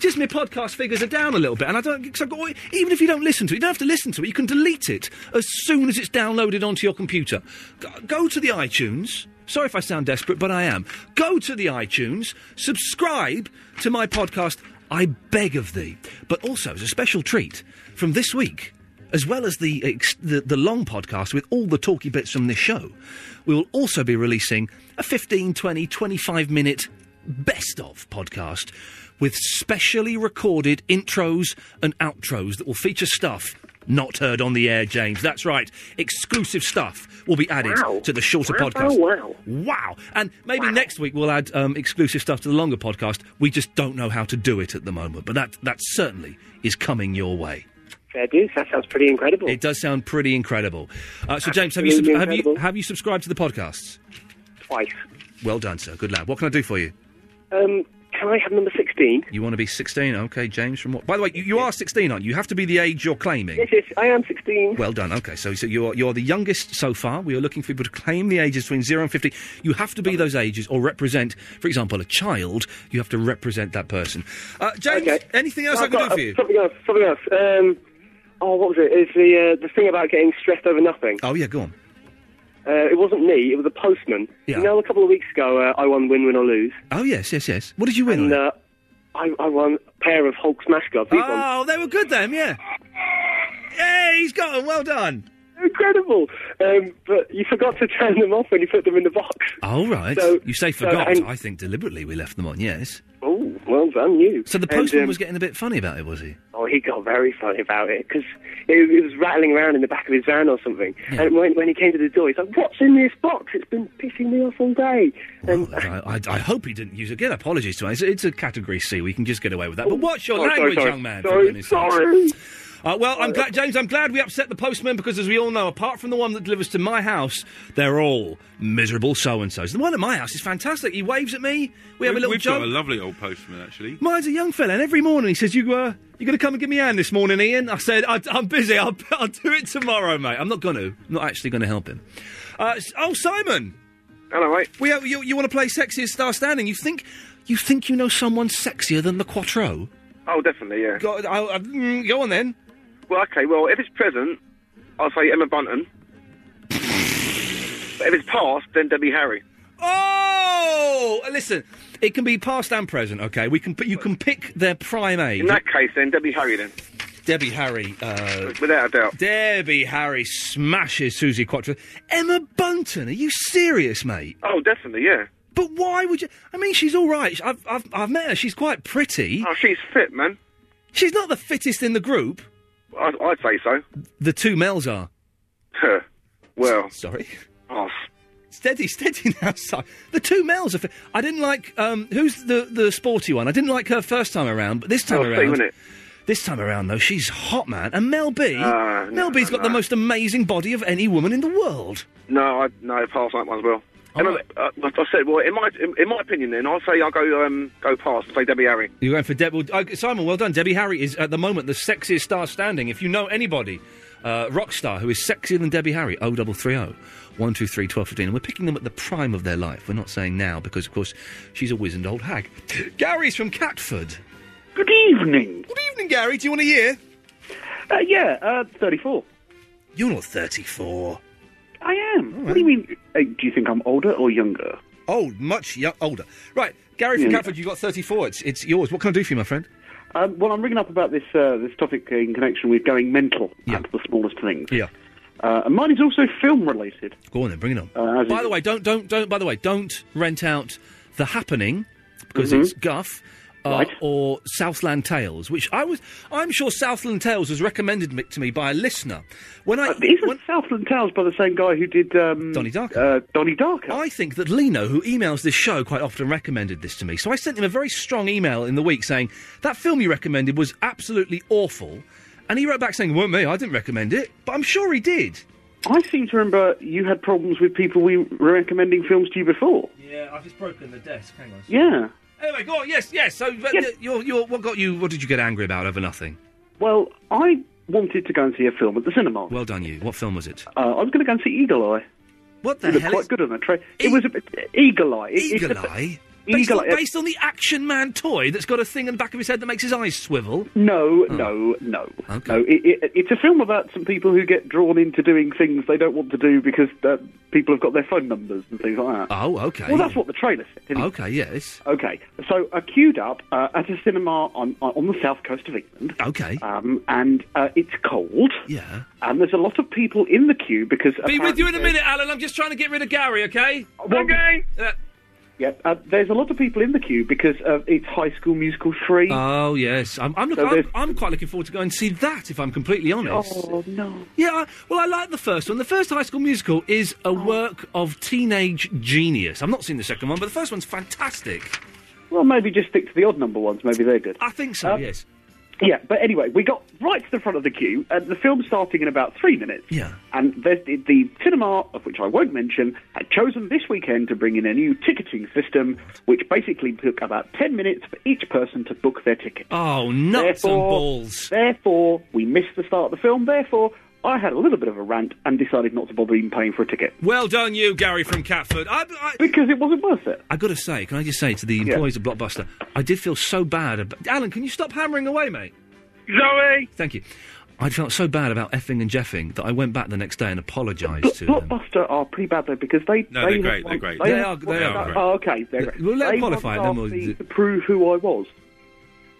S7: just my podcast figures are down a little bit, and I don't. Cause I've got, even if you don't listen to it, you don't have to listen to it. You can delete it as soon as it's downloaded onto your computer. Go, go to the iTunes. Sorry if I sound desperate, but I am. Go to the iTunes. Subscribe to my podcast. I beg of thee. But also, as a special treat from this week, as well as the, ex- the the long podcast with all the talky bits from this show, we will also be releasing a 15, 20, 25 minute best of podcast with specially recorded intros and outros that will feature stuff not heard on the air, James. That's right. Exclusive stuff will be added
S15: Wow.
S7: to the shorter
S15: Wow,
S7: podcast.
S15: wow.
S7: Wow. And maybe next week we'll add um, exclusive stuff to the longer podcast. We just don't know how to do it at the moment, but that, that certainly is coming your way.
S15: Fair dues. That sounds pretty incredible.
S7: It does sound pretty incredible. Uh, so, James, have you, sub-
S15: Absolutely
S7: have you
S15: incredible.
S7: have you subscribed to the podcasts?
S15: Twice.
S7: Well done, sir. Good lad. What can I do for you?
S15: Um, Can I have number 16?
S7: You want to be 16? Okay, James from what? By the way, you, you are 16, aren't you? You have to be the age you're claiming.
S15: Yes, yes, I am 16.
S7: Well done. Okay, so, so you're, you're the youngest so far. We are looking for people to claim the ages between 0 and 50. You have to be those ages or represent, for example, a child. You have to represent that person. Uh, James, anything else
S15: No,
S7: I can
S15: I've
S7: do
S15: got,
S7: for you?
S15: uh, Something else, something else. Um, oh, what was it? It's the, uh, the thing about getting stressed over nothing.
S7: Oh, yeah, go on.
S15: Uh, it wasn't me, it was a postman.
S7: Yeah.
S15: You know, a couple of weeks ago, uh, I won Win, Win or Lose.
S7: Oh, yes, yes, yes. What did you win?
S15: And uh, I, I won a pair of Hulk Smash Gloves. These ones.
S7: Oh, they were good then, yeah. Hey, he's got them. Well done.
S15: Incredible. Um, but you forgot to turn them off when you put them in the box.
S7: All right.
S15: So-
S7: you say
S15: so
S7: forgot.
S15: I'm-
S7: I think deliberately we left them on, yes.
S15: Oh, well done, you.
S7: So the
S15: And,
S7: postman
S15: um,
S7: was getting a bit funny about it, was he?
S15: Oh, he got very funny about it because it, it was rattling around in the back of his van or something. And when, when he came to the door, he's like, "What's in this box? It's been pissing me off all day."
S16: Oh,
S15: And
S7: I, I, I hope he didn't use it. Again, apologies to him. It's, it's a category C. We can just get away with that. But what's your
S15: sorry, sorry,
S7: language,
S15: sorry.
S7: young man?
S15: Sorry,
S7: sorry. Uh, well, I'm glad, James. I'm glad we upset the postman because, as we all know, apart from the one that delivers to my house, they're all miserable so and so's. The one at my house is fantastic. He waves at me. We have a little
S8: We've
S7: joke.
S8: got a lovely old postman, actually.
S7: Mine's a young fella, and every morning he says, "You uh, you going to come and give me a hand this morning, Ian?" I said, I, "I'm busy. I'll, I'll do it tomorrow, mate. I'm not going to. Not actually going to help him." Uh, s- oh, Simon.
S15: Hello, mate.
S7: We have, you you want to play sexiest star standing? You think you think you know someone sexier than the Quattro?
S16: Oh, definitely, yeah.
S7: Go, I'll, I'll- mm, go on then.
S16: Well, okay, well, if it's present, I'll say Emma Bunton. but if it's past, then Debbie Harry.
S7: Oh, listen. It can be past and present. Okay, we can. But you can pick their prime age.
S16: In that case, then Debbie Harry, then.
S7: Debbie Harry. Uh,
S16: Without a doubt.
S7: Debbie Harry smashes Susie Quattro. Emma Bunton, are you serious, mate?
S16: Oh, definitely, yeah.
S7: But why would you? I mean, she's all right. Sh- I've, I've, I've met her. She's quite pretty.
S16: Oh, she's fit, man.
S7: She's not the fittest in the group.
S16: I'd, I'd say so. [LAUGHS]
S7: The two Mels are.
S16: Huh. well.
S7: Sorry.
S16: Oh,
S7: Steady, steady now. Sorry. The two Mels are. Fi- I didn't like. Um, who's the the sporty one? I didn't like her first time around, but this time
S16: Oh, Steve,
S7: around.
S16: innit?
S7: This time around, though, she's hot, man. And Mel B.
S16: Ah, no,
S7: Mel B's got the
S16: no.
S7: most amazing body of any woman in the world.
S16: no, I, no, past that one as well. Emma, uh, I said, well, in my in, in my opinion, then I'll say I'll go um, go past and say Debbie Harry.
S7: You're going for Deb. Well, uh, Simon, well done. Debbie Harry is at the moment the sexiest star standing. If you know anybody, uh, rock star who is sexier than Debbie Harry, 0330 123 1215. And we're picking them at the prime of their life. We're not saying now because, of course, she's a wizened old hag. Gary's from Catford.
S17: Good evening.
S7: Good evening, Gary. Do you want to hear?
S17: Uh, yeah, uh, 34.
S7: You're not 34.
S17: I am. What do you mean? Uh, do you think I'm older or younger?
S7: Old, Oh, much yo- older. Right, Gary from
S17: Yeah.
S7: Catford, you've got 34. It's, it's yours. What can I do for you, my friend?
S17: Um, well, I'm ringing up about this uh, this topic in connection with going mental at the smallest things.
S7: Yeah.
S17: Uh, and mine is also film related.
S7: Go on then, bring it on.
S17: Uh, as
S7: By
S17: in-
S7: the way, don't don't don't. By the way, don't rent out the Happening because
S17: Mhm.
S7: it's guff. Uh, Or Southland Tales, which I was, I'm sure Southland Tales was recommended me- to me by a listener. When I
S17: Isn't Southland Tales by the same guy who did um,
S7: Donnie Darko.
S17: Uh, Donnie Darko.
S7: I think that Lino, who emails this show, quite often recommended this to me. So I sent him a very strong email in the week saying that film you recommended was absolutely awful, and he wrote back saying, "Weren't me? I didn't recommend it, but I'm sure he did."
S17: I seem to remember you had problems with people we were recommending films to you before.
S7: Yeah, I've just broken the desk. Hang on.
S17: Yeah.
S7: Anyway, go on. Yes, yes. So, but, uh, you're, you're, what got you? What did you get angry about over nothing?
S17: Well, I wanted to go and see a film at the cinema.
S7: Well done, you. What film was it?
S17: Uh, I was going to go and see Eagle Eye.
S7: What
S17: the it looked
S7: hell E-
S17: Quite good on the train. It was a bit, Eagle Eye. It- it's a-
S7: Eagle Eye. Based,
S17: Eagle
S7: on,
S17: Eye.
S7: based on the Action Man toy that's got a thing on the back of his head that makes his eyes swivel.
S17: No, no, no, no. It, it, it's a film about some people who get drawn into doing things they don't want to do because uh, people have got their phone numbers and things like that.
S7: Oh, okay.
S17: Well, that's what the trailer said. Didn't it?
S7: Okay, yes.
S17: Okay, so I queued up uh, at a cinema on uh, on the south coast of England.
S7: Okay.
S17: Um, and uh, it's cold.
S7: Yeah.
S17: And there's a lot of people in the queue because.
S7: Be with you in a
S17: apparently-
S7: minute, Alan. I'm just trying to get rid of Gary, okay?
S17: Okay.
S7: Uh,
S17: Yeah, uh, there's a lot of people in the queue because uh, it's High School Musical 3.
S7: Oh, yes. I'm, I'm, look,
S17: So
S7: I'm,
S17: there's-
S7: I'm quite looking forward to going and see that, if I'm completely honest.
S17: Oh, no.
S7: Yeah, I- well, I like the first one. The first High School Musical is
S17: Oh.
S7: a work of teenage genius. I've not seen the second one, but the first one's fantastic.
S17: Well, maybe just stick to the odd number ones. Maybe they're good.
S7: I think so,
S17: Um,
S7: yes.
S17: Yeah, but anyway, we got right to the front of the queue, and the film's starting in about three minutes.
S7: Yeah.
S17: And the, the, the cinema, of which I won't mention, had chosen this weekend to bring in a new ticketing system, which basically took about 10 minutes for each person to book their ticket.
S7: Oh, nuts and
S17: Therefore-
S7: balls.
S17: Therefore, we missed the start of the film. Therefore, I had a little bit of a rant and decided not to bother even paying for a ticket.
S7: Well done, you, Gary from Catford. I, I,
S17: because it wasn't worth it.
S7: I've got to say, can I just say to the employees of Blockbuster, I did feel so bad about. Alan, can you stop hammering away, mate?
S2: Zoe!
S7: Thank you. I felt so bad about effing and jeffing that I went back the next day and apologised to them.
S17: Blockbuster are pretty bad though because they
S7: No,
S17: they
S7: they're great,
S17: have
S7: they're
S17: won-
S7: great.
S17: They,
S7: They
S17: have
S7: are-
S17: won-
S7: they are
S17: Oh, okay, they're great.
S7: Well, let
S17: they
S7: them qualify,
S17: once
S7: then
S17: asked
S7: we'll-
S17: me to prove who I was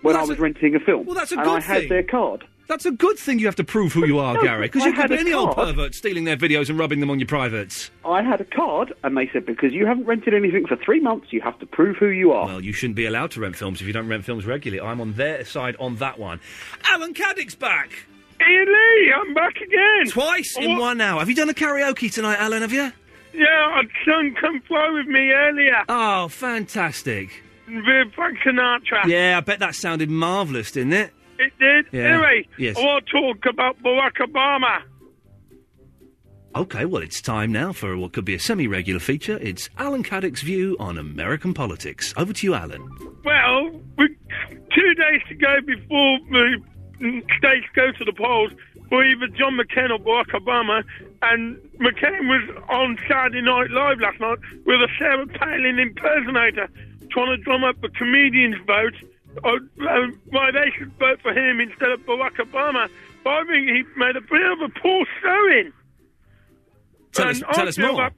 S17: when I was renting a film.
S7: Well, that's a
S17: and
S7: good
S17: I had
S7: thing.
S17: their card.
S7: That's a good thing you have to prove who you are,
S17: No,
S7: Gary, because
S17: I
S7: you could
S17: had
S7: be
S17: a
S7: any old
S17: card.
S7: pervert stealing their videos and rubbing them on your privates.
S17: I had a card, and they said because you haven't rented anything for three months, you have to prove who you are.
S7: Well, you shouldn't be allowed to rent films if you don't rent films regularly. I'm on their side on that one. Alan Caddick's back.
S2: Ian Lee, I'm back again.
S7: Twice in
S2: What?
S7: one hour. Have you done a karaoke tonight, Alan? Have you?
S2: Yeah, I'd sung Come Fly With Me earlier.
S7: Oh, fantastic.
S2: With Frank Sinatra.
S7: Yeah, I bet that sounded marvellous, didn't it?
S2: It did.
S7: Yeah.
S2: Anyway,
S7: Yes.
S2: I want to talk about Barack Obama.
S7: Okay, well, it's time now for what could be a semi regular feature. It's Alan Caddick's view on American politics. Over to you, Alan.
S2: Well, we, two days to go before the states go to the polls for either John McCain or Barack Obama. And McCain was on Saturday Night Live last night with a Sarah Palin impersonator trying to drum up a comedian's vote. Uh, uh, why they should vote for him instead of Barack Obama. But I think he made a bit of a poor showing.
S7: Tell us-
S2: And I
S7: tell us
S2: feel
S7: more.
S2: that-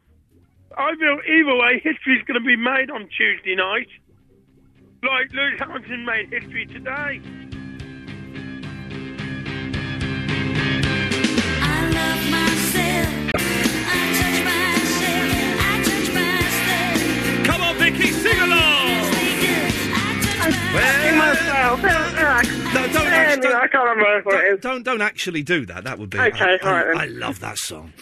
S2: I feel either way, history's going to be made on Tuesday night. Like Lewis Hamilton made history today.
S7: Come on, Vicky, sing along!
S3: Well,
S14: uh,
S7: myself. No, don't, act- don't, I can't
S2: remember
S7: what it is. Don't, don't actually do that. That would be.
S3: Okay,
S7: I,
S3: all right then.
S7: I, I love that song.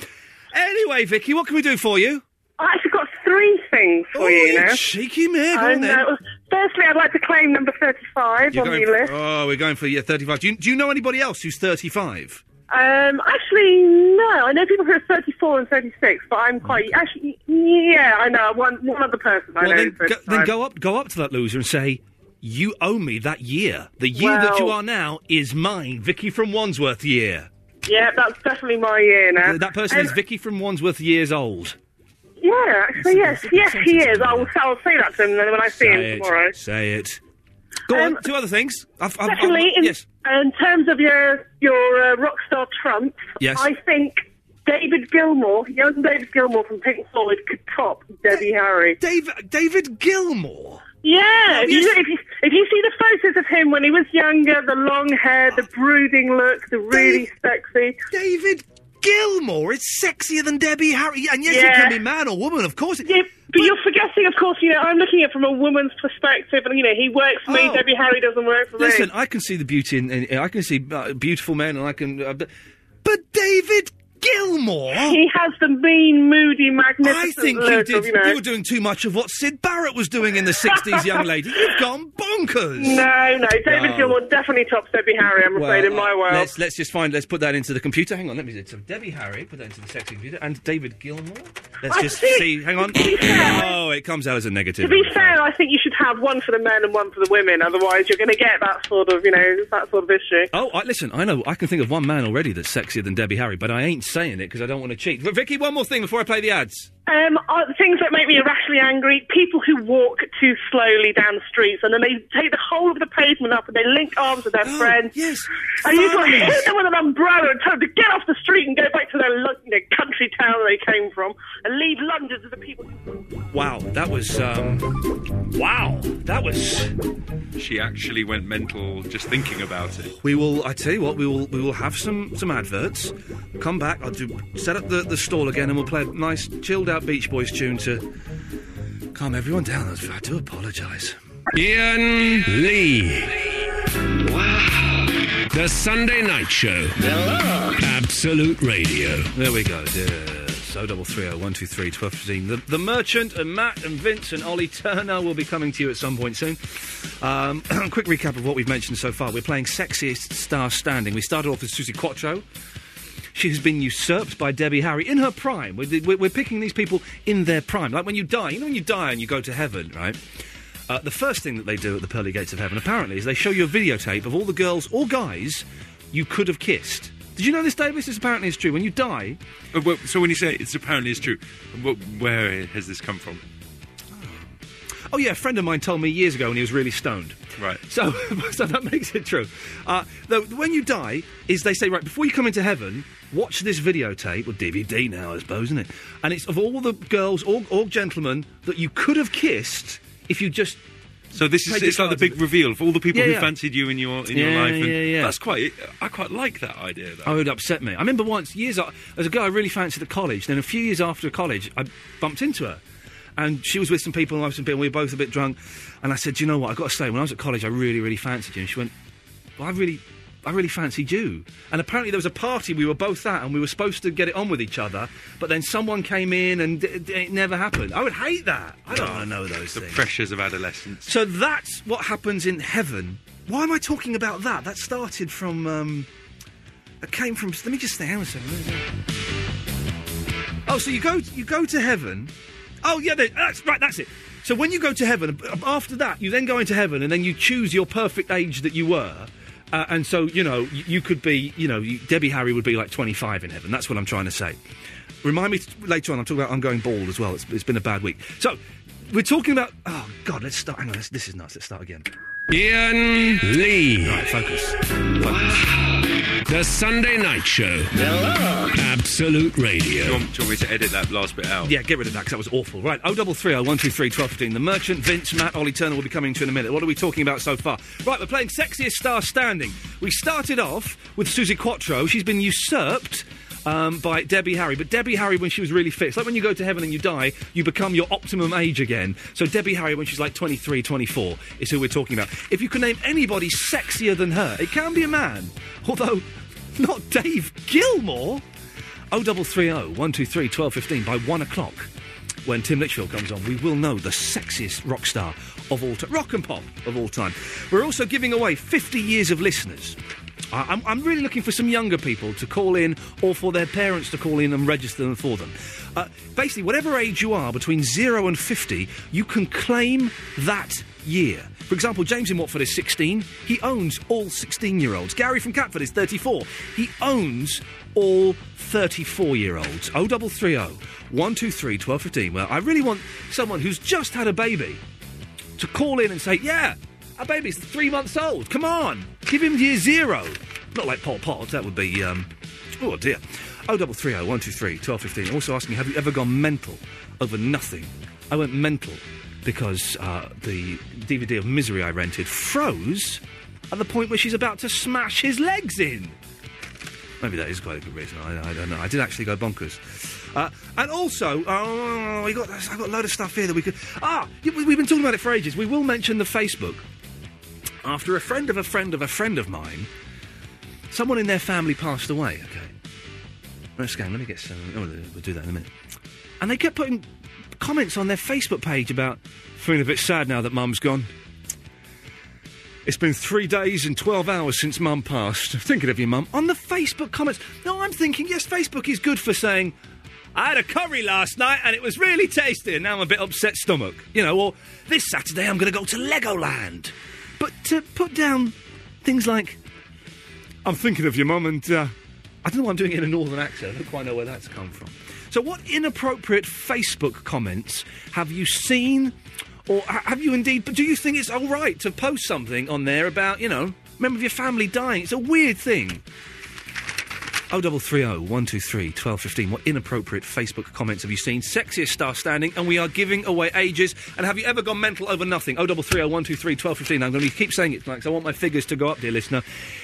S7: Anyway, Vicky, what can we do for you?
S14: I actually got three things for
S7: Oh,
S14: you
S7: you
S14: now.
S7: Cheeky man,
S14: I
S7: on then.
S14: know. Firstly, I'd like to claim number 35
S7: You're
S14: on
S7: going
S14: your
S7: for-
S14: list.
S7: oh, we're going for yeah, 35. Do you, do you know anybody else who's 35?
S14: Um, actually, no. I know people who are 34 and 36, but I'm quite. Actually, yeah, I know. One, one other person I
S7: Mm. well,
S14: know.
S7: then,
S14: who's
S7: go, then
S14: 35.
S7: go up, go up to that loser and say, "You owe me that year. The year that you
S14: Well-
S7: are now is mine, Vicky from Wandsworth year."
S14: Yeah, that's definitely my year now.
S7: That person
S14: Um,
S7: is Vicky from Wandsworth years old.
S14: Yeah, actually, yes. Yes, he is. I'll, I'll say that to him then when I see
S7: say
S14: him
S7: it.
S14: tomorrow.
S7: Say it. Go on. Two other things. I've, I've, I've-
S14: Secondly, in,
S7: yes.
S14: in terms of your your uh, rock star Trump,
S7: Yes.
S14: I think David Gilmour, young David Gilmour from Pink Floyd, could top Debbie Harry.
S7: David David Gilmour.
S14: Yeah,
S7: Well,
S14: if, you,
S7: yes.
S14: if, you, if you see the photos of him when he was younger, the long hair, the brooding look, the really sexy.
S7: David Gilmore is sexier than Debbie Harry. And yes,
S14: Yeah.
S7: it can be man or woman, of course.
S14: Yeah, but you're forgetting, of course, you know, I'm looking at it from a woman's perspective, and, you know, he works for me,
S7: Oh.
S14: Debbie Harry doesn't work for
S7: Listen,
S14: me.
S7: I can see the beauty in, in I can see uh, beautiful men, and I can. Uh, but, but David Gilmore.
S14: He has the mean, moody,
S7: I
S14: magnificent
S7: think you
S14: look
S7: did.
S14: of, you know...
S7: were doing too much of what Sid Barrett was doing in the '60s, young lady. You've gone bonkers.
S14: [LAUGHS] No, no, David
S7: No.
S14: Gilmour definitely tops Debbie Harry, I'm
S7: Well,
S14: afraid, in my
S7: uh,
S14: world.
S7: Let's, let's just find. Let's put that into the computer. Hang on. Let me do it. So Debbie Harry. Put that into the sexy computer. And David Gilmore. Let's
S14: I
S7: just
S14: see-
S7: see. Hang on. Oh, it comes out as a negative.
S14: To be fair, I think you should have one for the men and one for the women. Otherwise, you're going to get that sort of, you know, that sort of issue.
S7: Oh, I, listen, I know. I can think of one man already that's sexier than Debbie Harry, but I ain't saying it because I don't want to cheat. But Vicky, one more thing before I play the ads.
S14: Um, uh, things that make me irrationally angry: people who walk too slowly down the streets, and then they take the whole of the pavement up, and they link arms with their friends.
S7: Oh, Yes,
S14: and you've got to
S3: families.
S14: hit them with an umbrella and tell them to get off the street and go back to their lo- you know, country town they came from, and leave London to the people.
S7: Wow, that was. Um, wow, that was.
S8: She actually went mental just thinking about it.
S7: We will. I tell you what. We will. We will have some some adverts. Come back. I'll do set up the, the stall again, and we'll play a nice chilled out Beach Boys tune to calm everyone down. I do apologise.
S6: Ian Lee. The Sunday Night Show. Absolute Radio.
S7: There we go. Yes. 03301231215. The, the Merchant and Matt and Vince and Ollie Turner will be coming to you at some point soon. Um, [CLEARS THROAT] quick recap of what we've mentioned so far. We're playing Sexiest Star Standing. We started off with Susie Quattro. She has been usurped by Debbie Harry in her prime. We're, we're, we're picking these people in their prime. Like when you die, you know when you die and you go to heaven, right? Uh, the first thing that they do at the pearly gates of heaven, apparently, is they show you a videotape of all the girls or guys you could have kissed. Did you know this, Davis? This apparently is true. When you die,
S8: Uh, well, so when you say it's apparently it's true, wh- where has this come from?
S7: Oh yeah, a friend of mine told me years ago when he was really stoned.
S8: Right.
S7: So, [LAUGHS] so that makes it true. Uh, though, when you die, is they say right before you come into heaven, watch this videotape or DVD now, I suppose, isn't it? And it's of all the girls or, or gentlemen that you could have kissed if you just.
S8: So this is
S7: Take
S8: it's like the
S7: advantage
S8: big reveal of all the people
S7: Yeah,
S8: who
S7: yeah.
S8: fancied you in your in
S7: Yeah,
S8: your life. And
S7: yeah, yeah.
S8: That's quite. I quite like that idea. Though.
S7: Oh, it would upset me. I remember once, years a- as a girl, I really fancied at college. Then a few years after college, I bumped into her. And she was with some people, and I was with some people, and we were both a bit drunk. And I said, "Do you know what? I've got to say, when I was at college, I really, really fancied you. And she went, well, I really, I really fancied you. And apparently there was a party, we were both at, and we were supposed to get it on with each other. But then someone came in, and d- d- it never happened. I would hate that. I don't want to know those
S8: the
S7: things.
S8: pressures of adolescence.
S7: So that's what happens in heaven. Why am I talking about that? That started from. Um, that came from. Let me just think. Hang on a second. Oh, so you go you go to heaven. Oh yeah, there- that's right. That's it. So when you go to heaven, b- after that, you then go into heaven, and then you choose your perfect age that you were. Uh, and so you know you, you could be you know you, Debbie Harry would be like 25 in heaven. That's what I'm trying to say. Remind me t- later on. I'm talking about I'm going bald as well. It's, it's been a bad week. So we're talking about. Oh God, let's start. Hang on, this, this is nice. Let's start again.
S6: Ian Lee.
S7: Right, focus.
S6: The Sunday Night Show. Absolute Radio.
S8: Do you, want, do you want me to edit that last bit out?
S7: Yeah, get rid of that because that was awful. Right, 0330 123 1215. The Merchant, Vince, Matt, Ollie Turner will be coming to you in a minute. What are we talking about so far? Right, we're playing Sexiest Star Standing. We started off with Susie Quattro. She's been usurped um, by Debbie Harry. But Debbie Harry, when she was really fit, it's like when you go to heaven and you die, you become your optimum age again. So Debbie Harry, when she's like 23, 24, is who we're talking about. If you can name anybody sexier than her, it can be a man. Although, [LAUGHS] not Dave Gilmore. 0330 123 1215 by 1 o'clock. When Tim Litchfield comes on, we will know the sexiest rock star of all time, rock and pop of all time. We're also giving away 50 years of listeners. I- I'm, I'm really looking for some younger people to call in or for their parents to call in and register them for them. Uh, basically, whatever age you are, between 0 and 50, you can claim that year. For example, James in Watford is 16. He owns all 16 year olds. Gary from Catford is 34. He owns all Oh, 34 year olds. 0330 123 1215. Well, I really want someone who's just had a baby to call in and say, yeah, our baby's three months old. Come on, give him year zero. Not like Paul Potts, that would be, um, oh dear. 0330 123 1215. Also asking, have you ever gone mental over nothing? I went mental because uh, the DVD of Misery I rented froze at the point where she's about to smash his legs in. Maybe that is quite a good reason. I, I don't know. I did actually go bonkers. Uh, and also, oh, we got, I've got a load of stuff here that we could. Ah, yeah, we, we've been talking about it for ages. We will mention the Facebook. After a friend of a friend of a friend of mine, someone in their family passed away. Okay. Let's go. Let me get some. Oh, we'll do that in a minute. And they kept putting comments on their Facebook page about feeling a bit sad now that mum's gone. It's been three days and 12 hours since mum passed. Thinking of you, mum. On the Facebook comments. No, I'm thinking, yes, Facebook is good for saying, I had a curry last night and it was really tasty and now I'm a bit upset stomach. You know, or this Saturday I'm going to go to Legoland. But to put down things like, I'm thinking of your mum and uh, I don't know why I'm doing it in a northern accent. I don't quite know where that's come from. So, what inappropriate Facebook comments have you seen, or ha- have you indeed? But do you think it's all right to post something on there about you know, member of your family dying? It's a weird thing. Oh double three oh one two three twelve fifteen. What inappropriate Facebook comments have you seen? Sexiest star standing, and we are giving away ages. And have you ever gone mental over nothing? Oh double three oh one two three twelve fifteen. I'm going to keep saying it tonight 'cause I want my figures to go up, dear listener.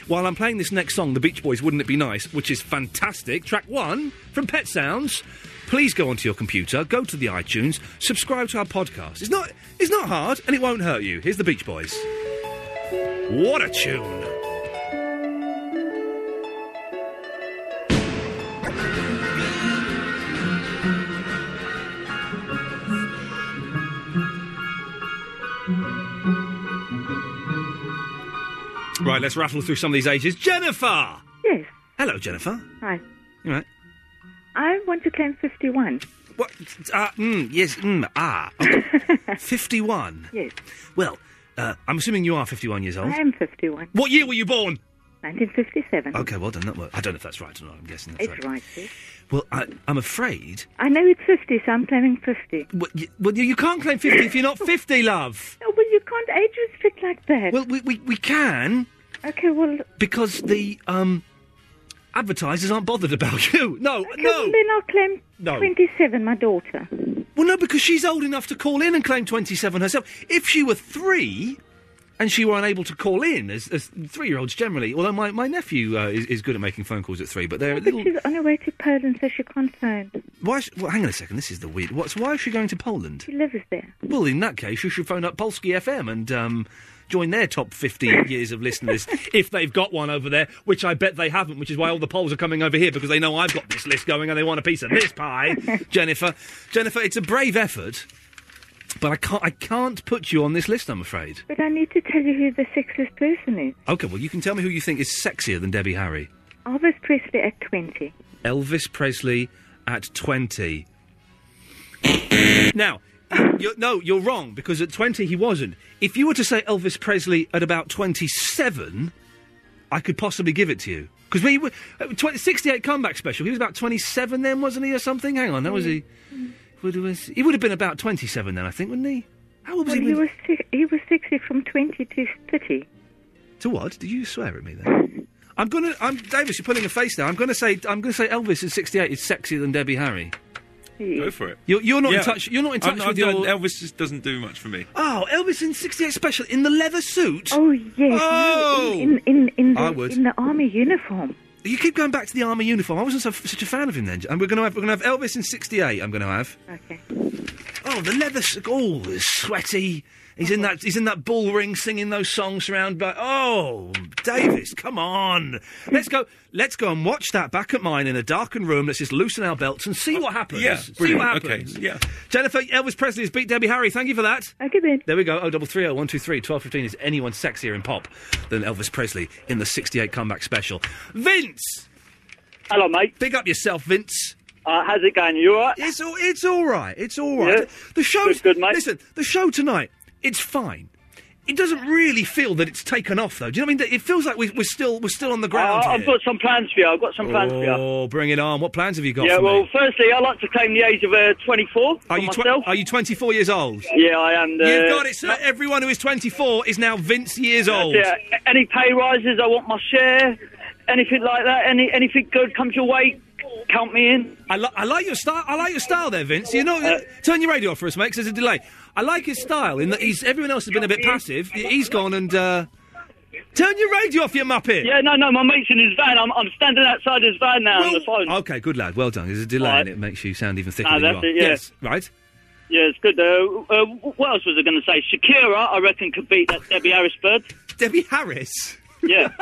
S7: While I'm playing this next song, The Beach Boys, "Wouldn't It Be Nice," which is fantastic. Track one from Pet Sounds. Please go onto your computer, go to the iTunes, subscribe to our podcast. It's not it's not hard, and it won't hurt you. Here's The Beach Boys. What a tune!
S3: Thank
S7: Right, let's rattle through some of these ages. Jennifer!
S18: Yes.
S7: Hello, Jennifer.
S18: Hi.
S7: You all right?
S18: I want to claim 51.
S7: What? Uh, mm, yes, mm, ah.
S18: [LAUGHS]
S7: okay. 51.
S18: Yes.
S7: Well, uh, I'm assuming you are 51 years old.
S18: I am 51.
S7: What year were you born?
S18: 1957.
S7: Okay, well done. That worked. I don't know if that's right or not. I'm guessing that's
S18: It's right. yes.
S7: Well, I, I'm afraid.
S18: I know it's 50, so I'm claiming 50.
S7: Well, you, well, you- you can't claim 50 if you're not 50, love.
S18: Oh, well, you can't age restrict like that.
S7: Well, we, we, we can.
S18: Okay, well,
S7: Because the um, advertisers aren't bothered about [LAUGHS] you. No,
S18: okay,
S7: no.
S18: well, then I'll claim
S7: No.
S18: 27, my daughter.
S7: Well, no, because she's old enough to call in and claim 27 herself. If she were three and she were unable to call in, as, as three year olds generally, although my, my nephew uh, is, is good at making phone calls at three, but they're a
S18: But
S7: little.
S18: she's on her way to Poland, so she can't phone.
S7: Why is, well, hang on a second, this is the weird. What's, why is she going to Poland?
S18: She lives there.
S7: Well, in that case, you should phone up Polsky FM and um, join their top 50 years of listeners, if they've got one over there, which I bet they haven't, which is why all the polls are coming over here, because they know I've got this list going and they want a piece of this pie, Jennifer. Jennifer, it's a brave effort, but I can't, I can't put you on this list, I'm afraid.
S18: But I need to tell you who the sexiest person is.
S7: Okay, well, you can tell me who you think is sexier than Debbie Harry.
S18: Elvis Presley at 20.
S7: Elvis Presley at 20. now, you're, no, you're wrong, because at 20 he wasn't. If you were to say Elvis Presley at about 27, I could possibly give it to you. Because we were. Uh, 20, 68 comeback special, he was about 27 then, wasn't he, or something? Hang on, that was he. Would, was, he would have been about 27 then, I think, wouldn't he? How old was
S18: well,
S7: he
S18: he,
S7: when-
S18: was si- he was 60 from 20 to 30.
S7: To what? Did you swear at me then? I'm gonna. I'm Davis. You're pulling a face now. I'm gonna say. I'm gonna say Elvis at 68 is sexier than Debbie Harry.
S8: Go for it.
S7: You're- you're not in touch- you're not in touch
S8: I'm,
S7: with
S8: I don't-
S7: your-
S8: Elvis just doesn't do much for me.
S7: Oh, Elvis in 68 special in the leather suit.
S18: Oh, yes.
S7: Oh!
S18: In, in, in, in, the,
S7: I would.
S18: in the army uniform.
S7: You keep going back to the army uniform. I wasn't so, such a fan of him then. And we're going to have we're going to have Elvis in '68. I'm going to have.
S18: Okay.
S7: Oh, the leather. s- Oh, the sweaty. He's in that. He's in that bull ring singing those songs around. But oh, Davis, come on. Let's go. Let's go and watch that back at mine in a darkened room. Let's just loosen our belts and see what happens.
S8: yeah,
S7: see
S8: brilliant.
S7: what
S8: Okay,
S7: happens.
S8: yeah.
S7: Jennifer Elvis Presley has beat Debbie Harry. Thank you for that.
S18: Okay then.
S7: There we go. Oh, double three oh one two three twelve fifteen. Is anyone sexier in pop than Elvis Presley in the '68 comeback special? Vince.
S19: Hello, mate.
S7: Big up yourself, Vince.
S19: Uh, how's it going? You all right?
S7: It's all, it's all right. It's all right.
S19: Yeah.
S7: The show's good, mate. Listen, the show tonight, it's fine. It doesn't really feel that it's taken off, though. Do you know what I mean? It feels like we, we're still we're still on the ground.
S19: Uh, I've
S7: here.
S19: got some plans for you. I've got some plans for you.
S7: Oh, bring it on! What plans have you got?
S19: yeah,
S7: for
S19: well,
S7: me?
S19: firstly, I like to claim the age of uh, 24
S7: are
S19: for
S7: you
S19: myself.
S7: are you 24 years old?
S19: Yeah, I am. Uh,
S7: You've got it, sir. Everyone who is 24 is now Vince years old.
S19: Yeah, a- any pay rises, I want my share. Anything like that, any anything good comes your way, count me in.
S7: I, li- I like your style. I like your style there, Vince. You know, uh, turn your radio off for us, mate. 'cause there's a delay. I like his style in that he's everyone else has been a bit passive. He's gone and uh, turn your radio off, you muppet.
S19: Yeah, no, no, my mate's in his van. I'm, I'm standing outside his van now on the phone.
S7: Okay, good lad. Well done. There's a delay, and it makes you sound even thicker
S19: Ah,
S7: than
S19: that's
S7: you are.
S19: it, yeah.
S7: Yes, right.
S19: Yeah, it's good. Uh, uh, what else was I going to say? Shakira, I reckon, could beat that Debbie Harris bird.
S7: Debbie Harris?
S19: Yeah.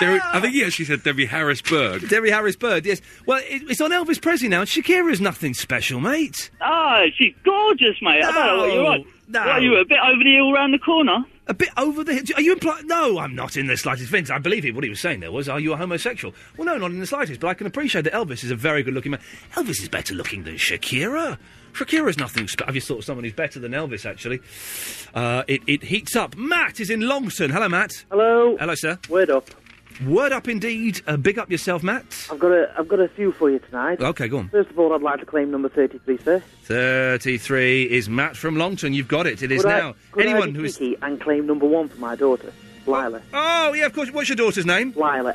S8: Derek, I think he actually said Debbie Harris Berg.
S7: Derry Harris Bird. Yes. Well, it, it's on Elvis Presley now. and Shakira's nothing special, mate.
S19: Ah, she's gorgeous, mate. I don't know what
S7: No,
S19: you're on.
S7: no.
S19: What are you, a bit over the hill round the corner?
S7: A bit over the hill? Are you implying? No, I'm not in the slightest. Vince, I believe he, what he was saying there was, are you a homosexual? Well, no, not in the slightest, but I can appreciate that Elvis is a very good looking man. Elvis is better looking than Shakira. Shakira's nothing special. Have you thought of someone who's better than Elvis, actually? Uh, it, it heats up. Matt is in Longton. Hello, Matt.
S20: Hello.
S7: Hello, sir.
S20: Word up.
S7: Word up indeed. Uh, big up yourself, Matt.
S20: I've got a, I've got a few for you tonight.
S7: Okay, go on.
S20: First of all, I'd like to claim number 33, sir.
S7: 33 is Matt from Longton. You've got it. It is
S20: Could I-
S7: now.
S20: could I
S7: Anyone
S20: be
S7: who is.
S20: cheeky and claim number one for my daughter, Lila.
S7: Oh, yeah, of course. What's your daughter's name?
S20: Lila,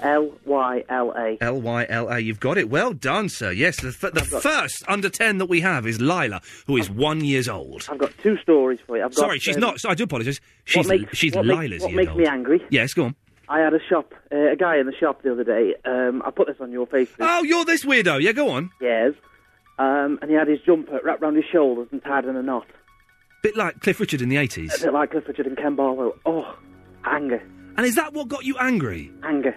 S20: L-Y-L-A.
S7: L Y L A. You've got it. Well done, sir. Yes, the, f- the
S20: I've got-
S7: first under ten that we have is Lila, who is one years old.
S20: I've got two stories for you. I've got,
S7: Sorry, she's
S20: um,
S7: not. so- I do apologise. She's
S20: what makes,
S7: she's
S20: what
S7: Lila's
S20: makes, What
S7: year
S20: makes
S7: old.
S20: me angry,
S7: Yes, go on.
S20: I had a shop, uh, a guy in the shop the other day. Um, I put this on your Facebook.
S7: Oh, you're this weirdo. Yeah, go on.
S20: Yes. Um, and he had his jumper wrapped round his shoulders and tied in a knot.
S7: Bit like Cliff Richard in the eighties.
S20: A bit like Cliff Richard and Ken Barlow. Oh, anger.
S7: And is that what got you angry?
S20: Anger.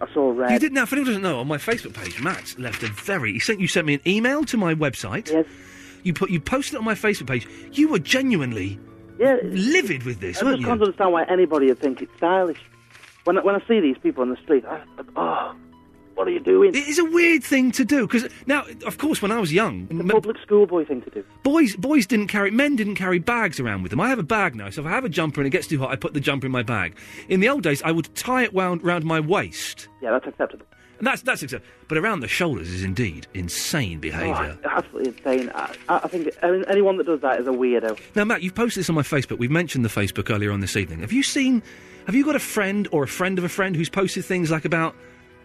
S20: I saw red.
S7: You did now. For anyone who doesn't know, on my Facebook page, Matt left a very. He sent you sent me an email to my website.
S20: Yes.
S7: You put you posted it on my Facebook page. You were genuinely
S20: Yeah.
S7: livid with
S20: I
S7: this,
S20: just
S7: weren't
S20: can't
S7: you?
S20: understand why anybody would think it's stylish. When I, when I see these people on the street, I, oh, what are you doing?
S7: It is a weird thing to do because now, of course, when I was young, the public
S20: schoolboy thing to do.
S7: Boys, boys didn't carry, men didn't carry bags around with them. I have a bag now, so if I have a jumper and it gets too hot, I put the jumper in my bag. In the old days, I would tie it wound round my waist.
S20: Yeah, that's acceptable.
S7: And that's that's acceptable. But around the shoulders is indeed insane behaviour.
S20: Oh, absolutely insane. I, I I think I mean, anyone that does that is a weirdo.
S7: Now, Matt, you've posted this on my Facebook. We've mentioned the Facebook earlier on this evening. Have you seen? Have you got a friend or a friend of a friend who's posted things like about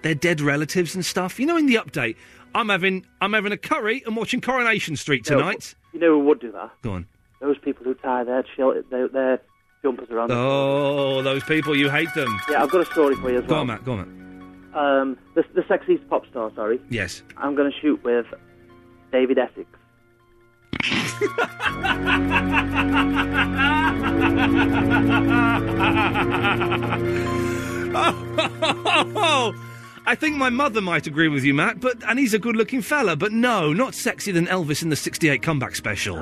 S7: their dead relatives and stuff? You know, in the update, I'm having I'm having a curry and watching Coronation Street
S20: You know,
S7: tonight.
S20: You know who would do that?
S7: Go on.
S20: Those people who tie their, shel- their, their jumpers around. their
S7: Oh, those people, you hate them.
S20: Yeah, I've got a story for you as
S7: Go
S20: well.
S7: on, Matt. Go on, Matt.
S20: Um, the, the sexiest pop star, sorry.
S7: Yes. [LAUGHS]
S20: I'm going to shoot with David Essex.
S7: I think my mother might agree with you, Matt. But and he's a good-looking fella. But no, not sexier than Elvis in the '68 comeback special.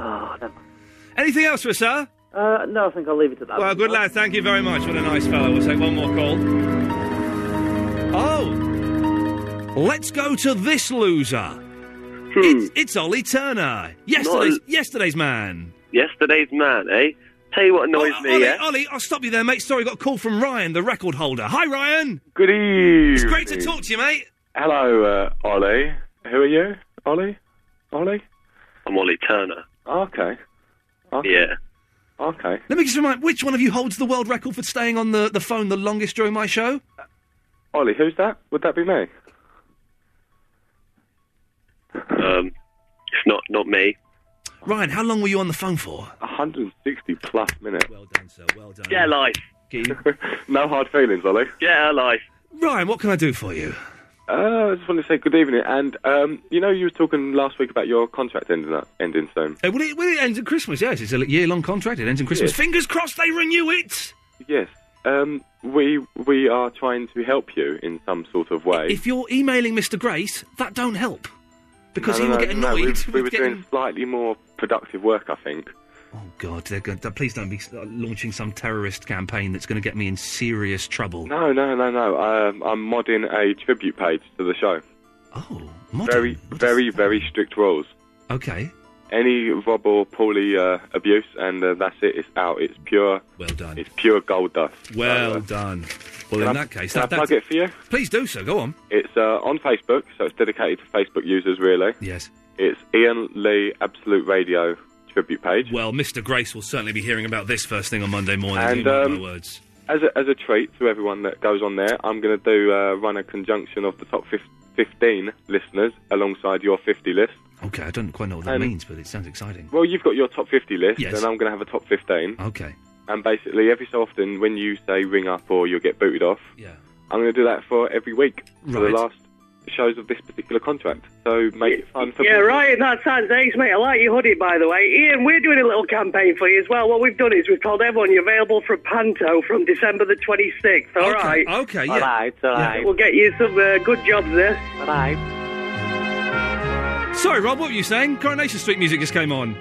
S7: Anything else for us, sir?
S20: Uh, no, I think I'll leave it at that.
S7: Well, good lad. Thank you very much. What a nice fellow. We'll take one more call. Oh, let's go to this loser.
S21: Hmm.
S7: It's, it's Ollie Turner. Yesterday's
S5: Not
S7: yesterday's man. Oh,
S5: Yesterday's man, eh? Tell you what annoys me,
S7: Ollie,
S5: yeah?
S7: Ollie, I'll stop you there, mate. Sorry, got a call from Ryan, the record holder. Hi, Ryan.
S21: Good evening.
S7: It's great to talk to you, mate.
S21: Hello, uh, Ollie. Who are you? Ollie? Ollie? Ah,
S5: I'm Ollie Turner.
S21: Okay.
S5: Yeah.
S21: Okay.
S7: Let me just remind which one of you holds the world record for staying on the, the phone the longest during my show?
S21: Ollie, who's that? Would that be me? [LAUGHS]
S5: Um, it's not, not me.
S7: Ryan, how long were you on the phone for?
S21: 160 plus minutes.
S7: Well done, sir. Well done.
S5: Get a life.
S21: [LAUGHS] no hard feelings, Ollie.
S5: Get a life.
S7: Ryan, what can I do for you?
S21: Uh, I just wanted to say good evening. And, um, you know, you were talking last week about your contract ending, up, ending soon.
S7: Uh, well, it, well, it ends at Christmas, yes. It's a year long contract. It ends in Christmas.
S21: Yes.
S7: Fingers crossed they renew it.
S21: Yes. Um, we we are trying to help you in some sort of way.
S7: If you're emailing Mr. Grace, that don't help. Because
S21: No,
S7: he will
S21: no,
S7: get
S21: no,
S7: annoyed.
S21: we, we
S7: with
S21: were
S7: getting-
S21: doing slightly more productive work, I think.
S7: Oh, God, they're going to, please don't be uh, launching some terrorist campaign that's going to get me in serious trouble.
S21: No, no, no, no. Um, I'm modding a tribute page to the show. Oh, modding. Very, very, very strict rules.
S7: Okay.
S21: Any Rob or Paulie uh, abuse, and uh, that's it. It's out. It's pure.
S7: Well done.
S21: It's pure gold dust.
S7: Well done.
S21: can
S7: Well, in
S21: I-
S7: that case,
S21: can
S7: that,
S21: I
S7: that-
S21: plug it for you?
S7: Please do so. Go on.
S21: It's uh, on Facebook, so it's dedicated to Facebook users, really.
S7: Yes.
S21: It's Ian Lee Absolute Radio tribute page.
S7: Well, Mr. Grace will certainly be hearing about this first thing on Monday morning.
S21: And,
S7: you mark my
S21: um,
S7: words.
S21: As a, as a treat to everyone that goes on there, I'm going to do uh, run a conjunction of the top fif- 15 listeners alongside your 50 list.
S7: Okay, I don't quite know what that
S21: and-
S7: means, but it sounds exciting.
S21: Well, you've got your top 50 list,
S7: Yes.
S21: and I'm going to have a top 15.
S7: Okay.
S21: And basically, every so often, when you say ring up or you'll get booted off,
S7: Yeah.
S21: I'm going to do that for every week for
S7: Right.
S21: the last shows of this particular contract. So make it fun for
S22: Yeah,
S21: people.
S22: right. That sounds ace, mate. I like your hoodie, by the way. Ian, we're doing a little campaign for you as well. What we've done is we've told everyone you're available for a panto from December the 26th. All right.
S7: [LAUGHS] Okay, yeah.
S22: All
S7: right, all right.
S22: We'll get you some uh, good jobs there. All right.
S7: Sorry, Rob, what were you saying? Coronation Street music just came on.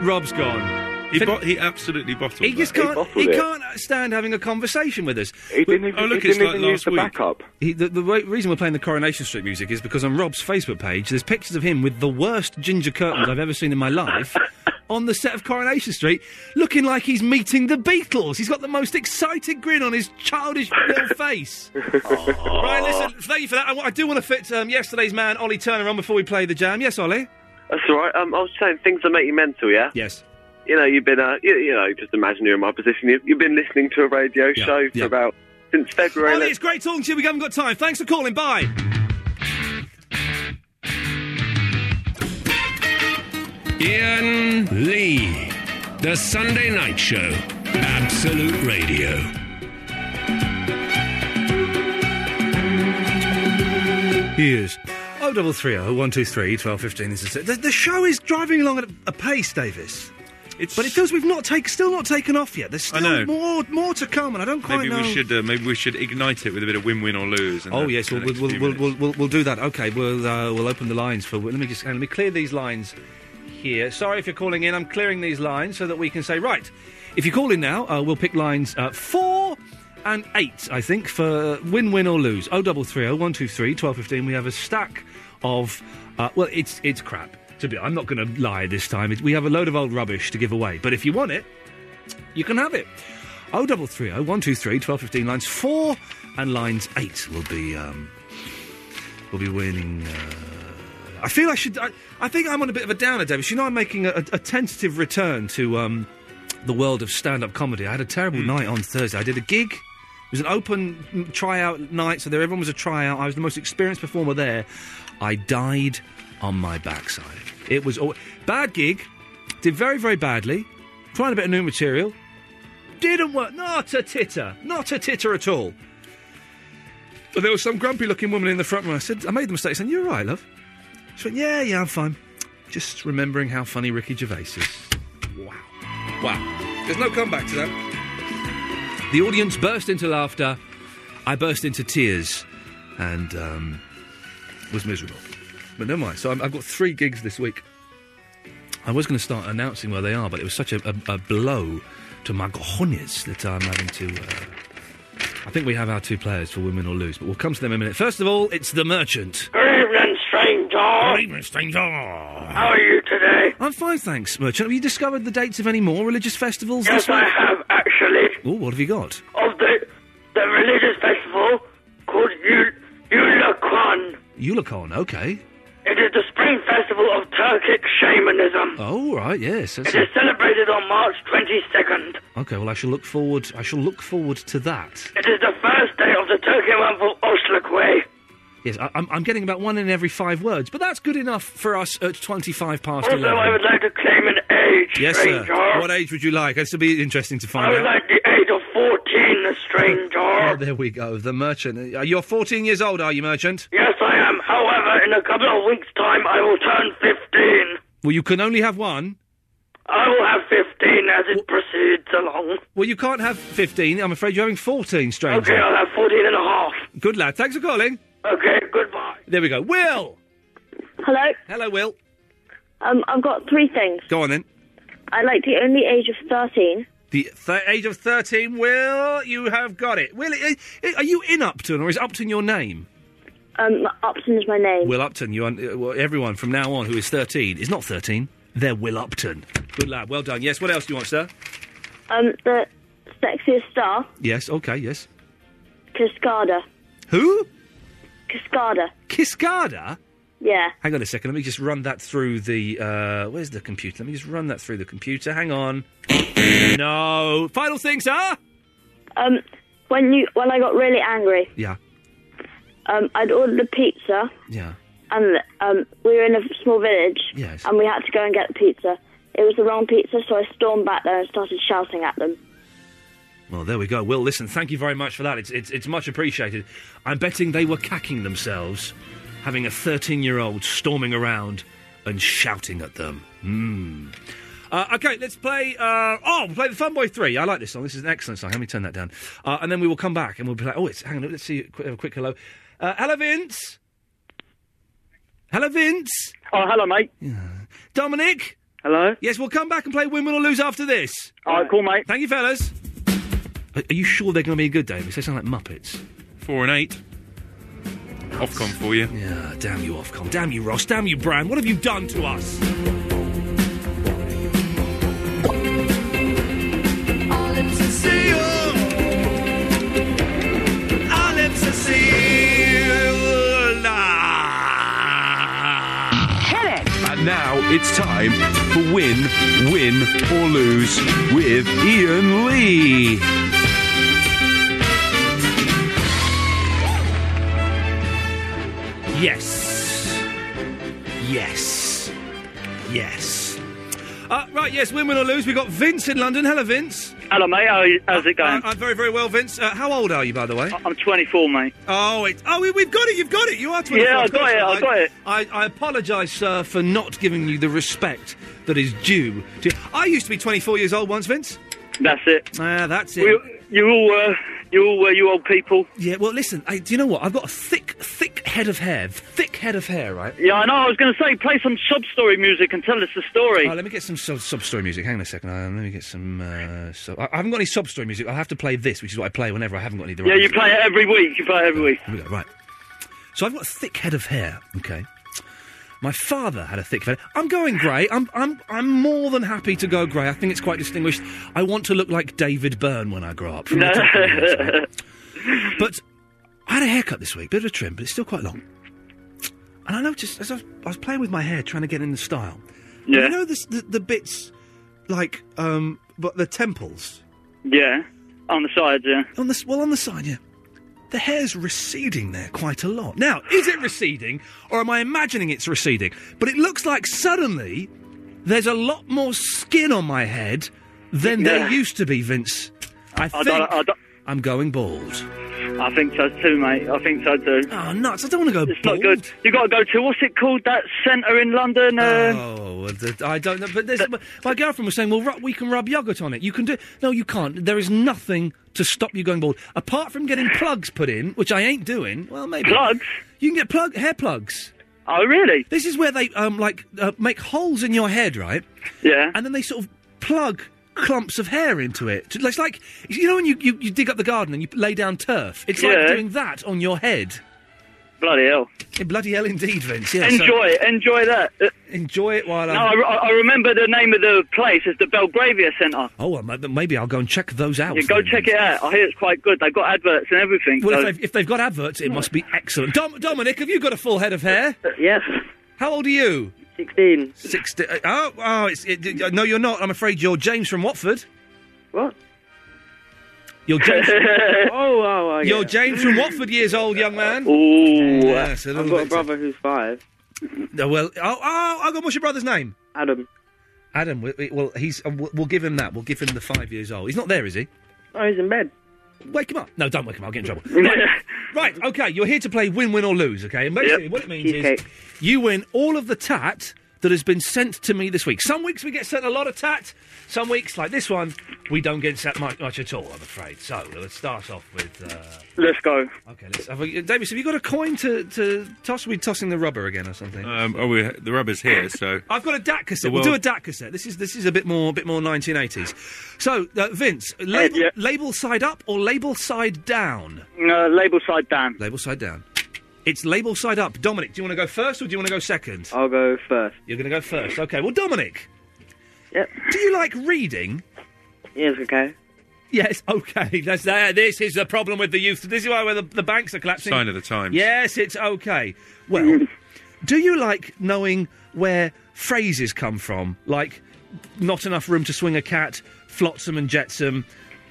S7: Rob's gone.
S8: He, bo- he absolutely bottled
S7: He just
S8: that.
S7: can't. He, can't stand having a conversation with us.
S8: He didn't even- Oh, look, he it's didn't like even use last the week. backup.
S7: He, the, the re- reason we're playing the Coronation Street music is because on Rob's Facebook page, there's pictures of him with the worst ginger curtains I've ever seen in
S8: [LAUGHS]
S7: my life on the set of Coronation Street, looking like he's meeting the Beatles. He's got the most excited grin on his childish
S8: [LAUGHS]
S7: little face. Right, listen. Thank you for that. I, wa- I do want to fit um, yesterday's man Ollie Turner on before we play the jam. Yes, Ollie.
S5: That's all right. Um, I was saying things that make you mental, yeah?
S7: Yes.
S5: You know, you've been, uh, you, you know, just imagine you're in my position. You've, you've been listening to a radio show for about since February.
S7: Ollie, it's great talking to you. We haven't got time. Thanks for calling. Bye.
S6: Ian Lee. The Sunday Night Show. Absolute Radio.
S7: Yes.
S8: Oh,
S7: 0330 123 1215. This is it. The, the show is driving along at a, a pace, Davis. but it feels we've not take, still not taken off yet. There's
S8: I know.
S7: still more more to come, and I don't quite
S8: Maybe
S7: know.
S8: we should uh, maybe we should ignite it with a bit of win win or lose. in
S7: Oh
S8: the-
S7: yes,
S8: in the
S7: we'll, we'll,
S8: next
S7: we'll,
S8: few
S7: we'll,
S8: minutes.
S7: we'll, we'll do that. Okay, we'll uh, we'll open the lines for. Let me just hang on, let me clear these lines here. Sorry if you're calling in. I'm clearing these lines so that we can say, right, if you call in now, uh, we'll pick lines uh, four and eight, I think, for win, win or lose. Oh, 0330 123 1215. We have a stack of, uh, well, it's, it's crap. To be, I'm not going to lie this time. It, we have a load of old rubbish to give away. But if you want it, you can have it. Oh, 0330 123 1215. Lines four and lines eight will be, um, will be winning. Uh, I feel I should. I, I think I'm on a bit of a downer, Davis. You know, I'm making a, a tentative return to um, the world of stand-up comedy. I had a terrible night on Thursday. I did a gig. It was an open mm, tryout night, so there everyone was a tryout. I was the most experienced performer there. I died on my backside. It was aw- bad gig. Did very very badly. Trying a bit of new material. Didn't work. Not a titter. Not a titter at all. But there was some grumpy looking woman in the front row. I said, I made the mistake. I said, You're right, love. She went, Yeah, yeah, I'm fine. Just remembering how funny Ricky Gervais is. Wow. Wow. There's no comeback to that. The audience burst into laughter. I burst into tears and um, was miserable. But never mind. So I'm, I've got three gigs this week. I was going to start announcing where they are, but it was such a, a, a blow to my cojones that I'm having to. Uh, I think we have our two players for Women or Lose, but we'll come to them in a minute. First of all, it's The Merchant.
S3: Good evening, stranger.
S7: Good evening, stranger.
S3: How are you today?
S7: I'm fine, thanks, Merchant. Have you discovered the dates of any more religious festivals
S3: Yes,
S7: this week?
S3: I have, actually.
S7: Oh, what have you got?
S3: Of the, the religious festival called Ul- Ulakon.
S7: Ulicon, okay.
S3: It is the spring festival of Turkic shamanism.
S7: Oh, right, yes. That's
S3: It is celebrated on March 22nd.
S7: Okay, well, I shall look forward. I shall look forward to that.
S3: It is the first day of the Turkic month of Oslakwe.
S7: Yes, I, I'm, I'm getting about one in every five words, but that's good enough for us at 25 past
S3: Also,
S7: 11.
S3: I would like to claim an age,
S7: yes,
S3: stranger.
S7: sir. What age would you like? This will be interesting to
S3: I
S7: find
S3: would
S7: out.
S3: like the age of 14, stranger.
S7: Oh, [LAUGHS] there we go. The merchant. Uh, You're 14 years old, are you, merchant?
S3: Yes, I am. However, in a couple of weeks' time, I will turn 15.
S7: Well, you can only have one.
S3: I will have 15 as it proceeds along.
S7: Well, you can't have 15. I'm afraid you're having 14, stranger.
S3: Okay, I'll have 14 and a half.
S7: Good lad. Thanks for calling.
S3: Okay, goodbye.
S7: There we go. Will!
S1: Hello.
S7: Hello, Will.
S1: Um, I've got three things.
S7: Go on then.
S1: I like the only age of thirteen.
S7: The th- age of 13, Will, you have got it. Will, i- i- are you in Upton or is Upton your name?
S1: Um, Upton is my name.
S7: Will Upton, you un- uh, well, everyone from now on who is 13 is not 13, they're Will Upton. Good lad, well done. Yes, what else do you want, sir?
S1: Um, the sexiest star,
S7: Yes, okay, yes.
S1: Cascada.
S7: Who?
S1: Cascada.
S7: Cascada?
S1: Yeah.
S7: Hang on a second, let me just run that through the. Uh, where's the computer? Let me just run that through the computer. Hang on. [COUGHS] no. Final things are?
S1: Um, when you when I got really angry,
S7: Yeah,
S1: um, I'd ordered a pizza,
S7: yeah.
S1: and um, we were in a small village,
S7: Yes.
S1: and we had to go and get the pizza. It was the wrong pizza, so I stormed back there and started shouting at them.
S7: Well, there we go. Will, listen, thank you very much for that. It's, it's, it's much appreciated. I'm betting they were cacking themselves, having a 13 year old storming around and shouting at them. Hmm. Uh, okay, let's play. Uh, oh, we'll play the Fun Boy 3. I like this song. This is an excellent song. Let me turn that down. Uh, and then we will come back and we'll be like, oh, it's. Hang on, let's see. Quick, have a quick hello. Uh, hello, Vince. Hello, Vince.
S4: Oh, hello, mate.
S7: Dominic.
S4: Hello.
S7: Yes, we'll come back and play Win, Win or Lose after this.
S4: All right, cool, mate.
S7: Thank you, fellas. Are, are you sure they're going to be good, Davis? They sound like Muppets.
S8: Four and eight. Ofcom for you.
S7: Yeah, damn you, Ofcom. Damn you, Ross. Damn you, Bran. What have you done to us?
S3: Our lips are sealed. Our lips are sealed. Hit it.
S9: And now it's time for Win, Win or Lose with Ian Lee.
S7: Yes. Yes.
S3: [LAUGHS]
S7: Yes. Uh, right, yes, win, win or lose. We've got Vince in London. Hello, Vince.
S4: Hello, mate. How are you, how's it going?
S7: Uh, I'm very, very well, Vince. Uh, how old are you, by the way?
S4: I'm 24, mate.
S7: Oh, it, oh, we, we've got it. You've got it. You are 24.
S4: Yeah, I got it, I got it.
S7: I, I apologise, sir, for not giving you the respect that is due. To, I used to be 24 years old once, Vince.
S4: That's it.
S7: Ah, that's it.
S4: You, you all were. You all were. You old people.
S7: Yeah, well, listen, I, do you know what? I've got a thick, thick head of hair, thick head of hair, right?
S19: Yeah, I know. I was going to say, play some sub-story music and tell us the story.
S7: Oh, let me get some sub story music. Hang on a second. Uh, let me get some. Uh, sub- I, I haven't got any sub story music. I'll have to play this, which is what I play whenever I haven't got any.
S19: yeah, you play it every week. You play it every week.
S7: Here we go. Right. So I've got a thick head of hair. Okay. My father had a thick head. I'm going grey. I'm, I'm, I'm more than happy to go grey. I think it's quite distinguished. I want to look like David Byrne when I grow up. from the top of my head. but I had a haircut this week, bit of a trim, but it's still quite long. And I noticed as I was, I was playing with my hair, trying to get in the style.
S3: Yeah.
S7: You know this, the, the bits like um, but the temples.
S19: Yeah, on the sides. Yeah.
S7: [LAUGHS] On the s- well, on the side, yeah. The hair's receding there quite a lot. Now, is it receding, or am I imagining it's receding? But it looks like suddenly there's a lot more skin on my head than
S19: Yeah.
S7: there used to be, Vince. I
S19: don't-
S7: think
S19: I
S7: I'm going bald.
S19: I think so too, mate. I think so too.
S7: Oh, nuts! I don't want to go.
S19: It's not good. You got to go to what's it called? That centre in London. Uh,
S7: Oh, the- I don't know. But there's, my girlfriend was saying, well, ru- we can rub yogurt on it. You can do. No, you can't. There is nothing to stop you going bald apart from getting plugs put in, which I ain't doing. Well, maybe
S19: Plugs?
S7: You can get plug hair plugs.
S19: Oh, really?
S7: This is where they um like uh, make holes in your head, right?
S19: Yeah.
S7: And then they sort of plug clumps of hair into it. It's like you know when you, you, you dig up the garden and you lay down turf. It's like
S19: Yeah.
S7: doing that on your head.
S19: Bloody hell.
S7: bloody hell indeed, Vince. Yeah, so-
S19: enjoy it. Enjoy that.
S7: Enjoy it while
S19: No, I,
S7: I'm-
S19: re- I remember the name of the place. It's the Belgravia Centre.
S7: Oh, well, ma- maybe I'll go and check those out.
S19: Yeah, go
S7: then.
S19: check it out. I hear it's quite good. They've got adverts and everything.
S7: Well,
S19: so-
S7: if they've, if they've got adverts, it must be excellent. Dom- Dominic, have you got a full head of hair?
S19: Uh,
S10: Yes.
S7: How old are you?
S10: 16.
S7: 16. uh, Oh, oh it's, it, it- no, you're not. I'm afraid you're James from Watford.
S10: What?
S19: [LAUGHS]
S7: You're James.
S10: oh, wow, wow,
S7: You're
S10: yeah.
S7: James from Watford, years old, young man.
S10: Oh,
S7: Yes, a
S10: I've
S7: little
S10: got a
S7: bit-
S10: brother who's five.
S7: No, well, oh, oh, oh, God, what's your brother's name?
S10: Adam.
S7: Adam. we- we- Well, he's. uh, We'll we'll give him that. We'll give him the five years old. He's not there, is he?
S10: Oh, he's in bed.
S7: Wake him up. No, don't wake him up. I'll get
S10: [LAUGHS]
S7: in trouble. Right, right, okay. You're here to play win, win, or lose, okay? And basically, what it means
S10: Cheesecake.
S7: is you win all of the tat that has been sent to me this week. Some weeks we get sent a lot of tat. Some weeks, like this one, we don't get sent much, much at all, I'm afraid. So, let's start off with. Uh...
S19: Let's go.
S7: Okay, let's. Have a, Davis, have you got a coin to, to toss? Are we tossing the rubber again or something?
S8: Um, oh, we the rubber's here, so.
S7: [LAUGHS] I've got a DAC
S8: The
S7: cassette. We'll do a
S8: world-
S7: DAC cassette. This is this is a bit more bit more 1980s. So, uh, Vince, label, label side up or label side down?
S19: No, label side down.
S7: Label side down. It's label side up. Dominic, do you want to go first or do you want to go second?
S10: I'll go first.
S7: You're going to go first. Okay. Well, Dominic. Yep. Do you like reading?
S10: Yes, okay.
S7: Yes. Okay. That's uh, This is the problem with the youth. This is why where the, the banks are collapsing.
S8: Sign of the times.
S7: Yes, it's okay. Well, do you like knowing where phrases come from? Like, not enough room to swing a cat, flotsam and jetsam,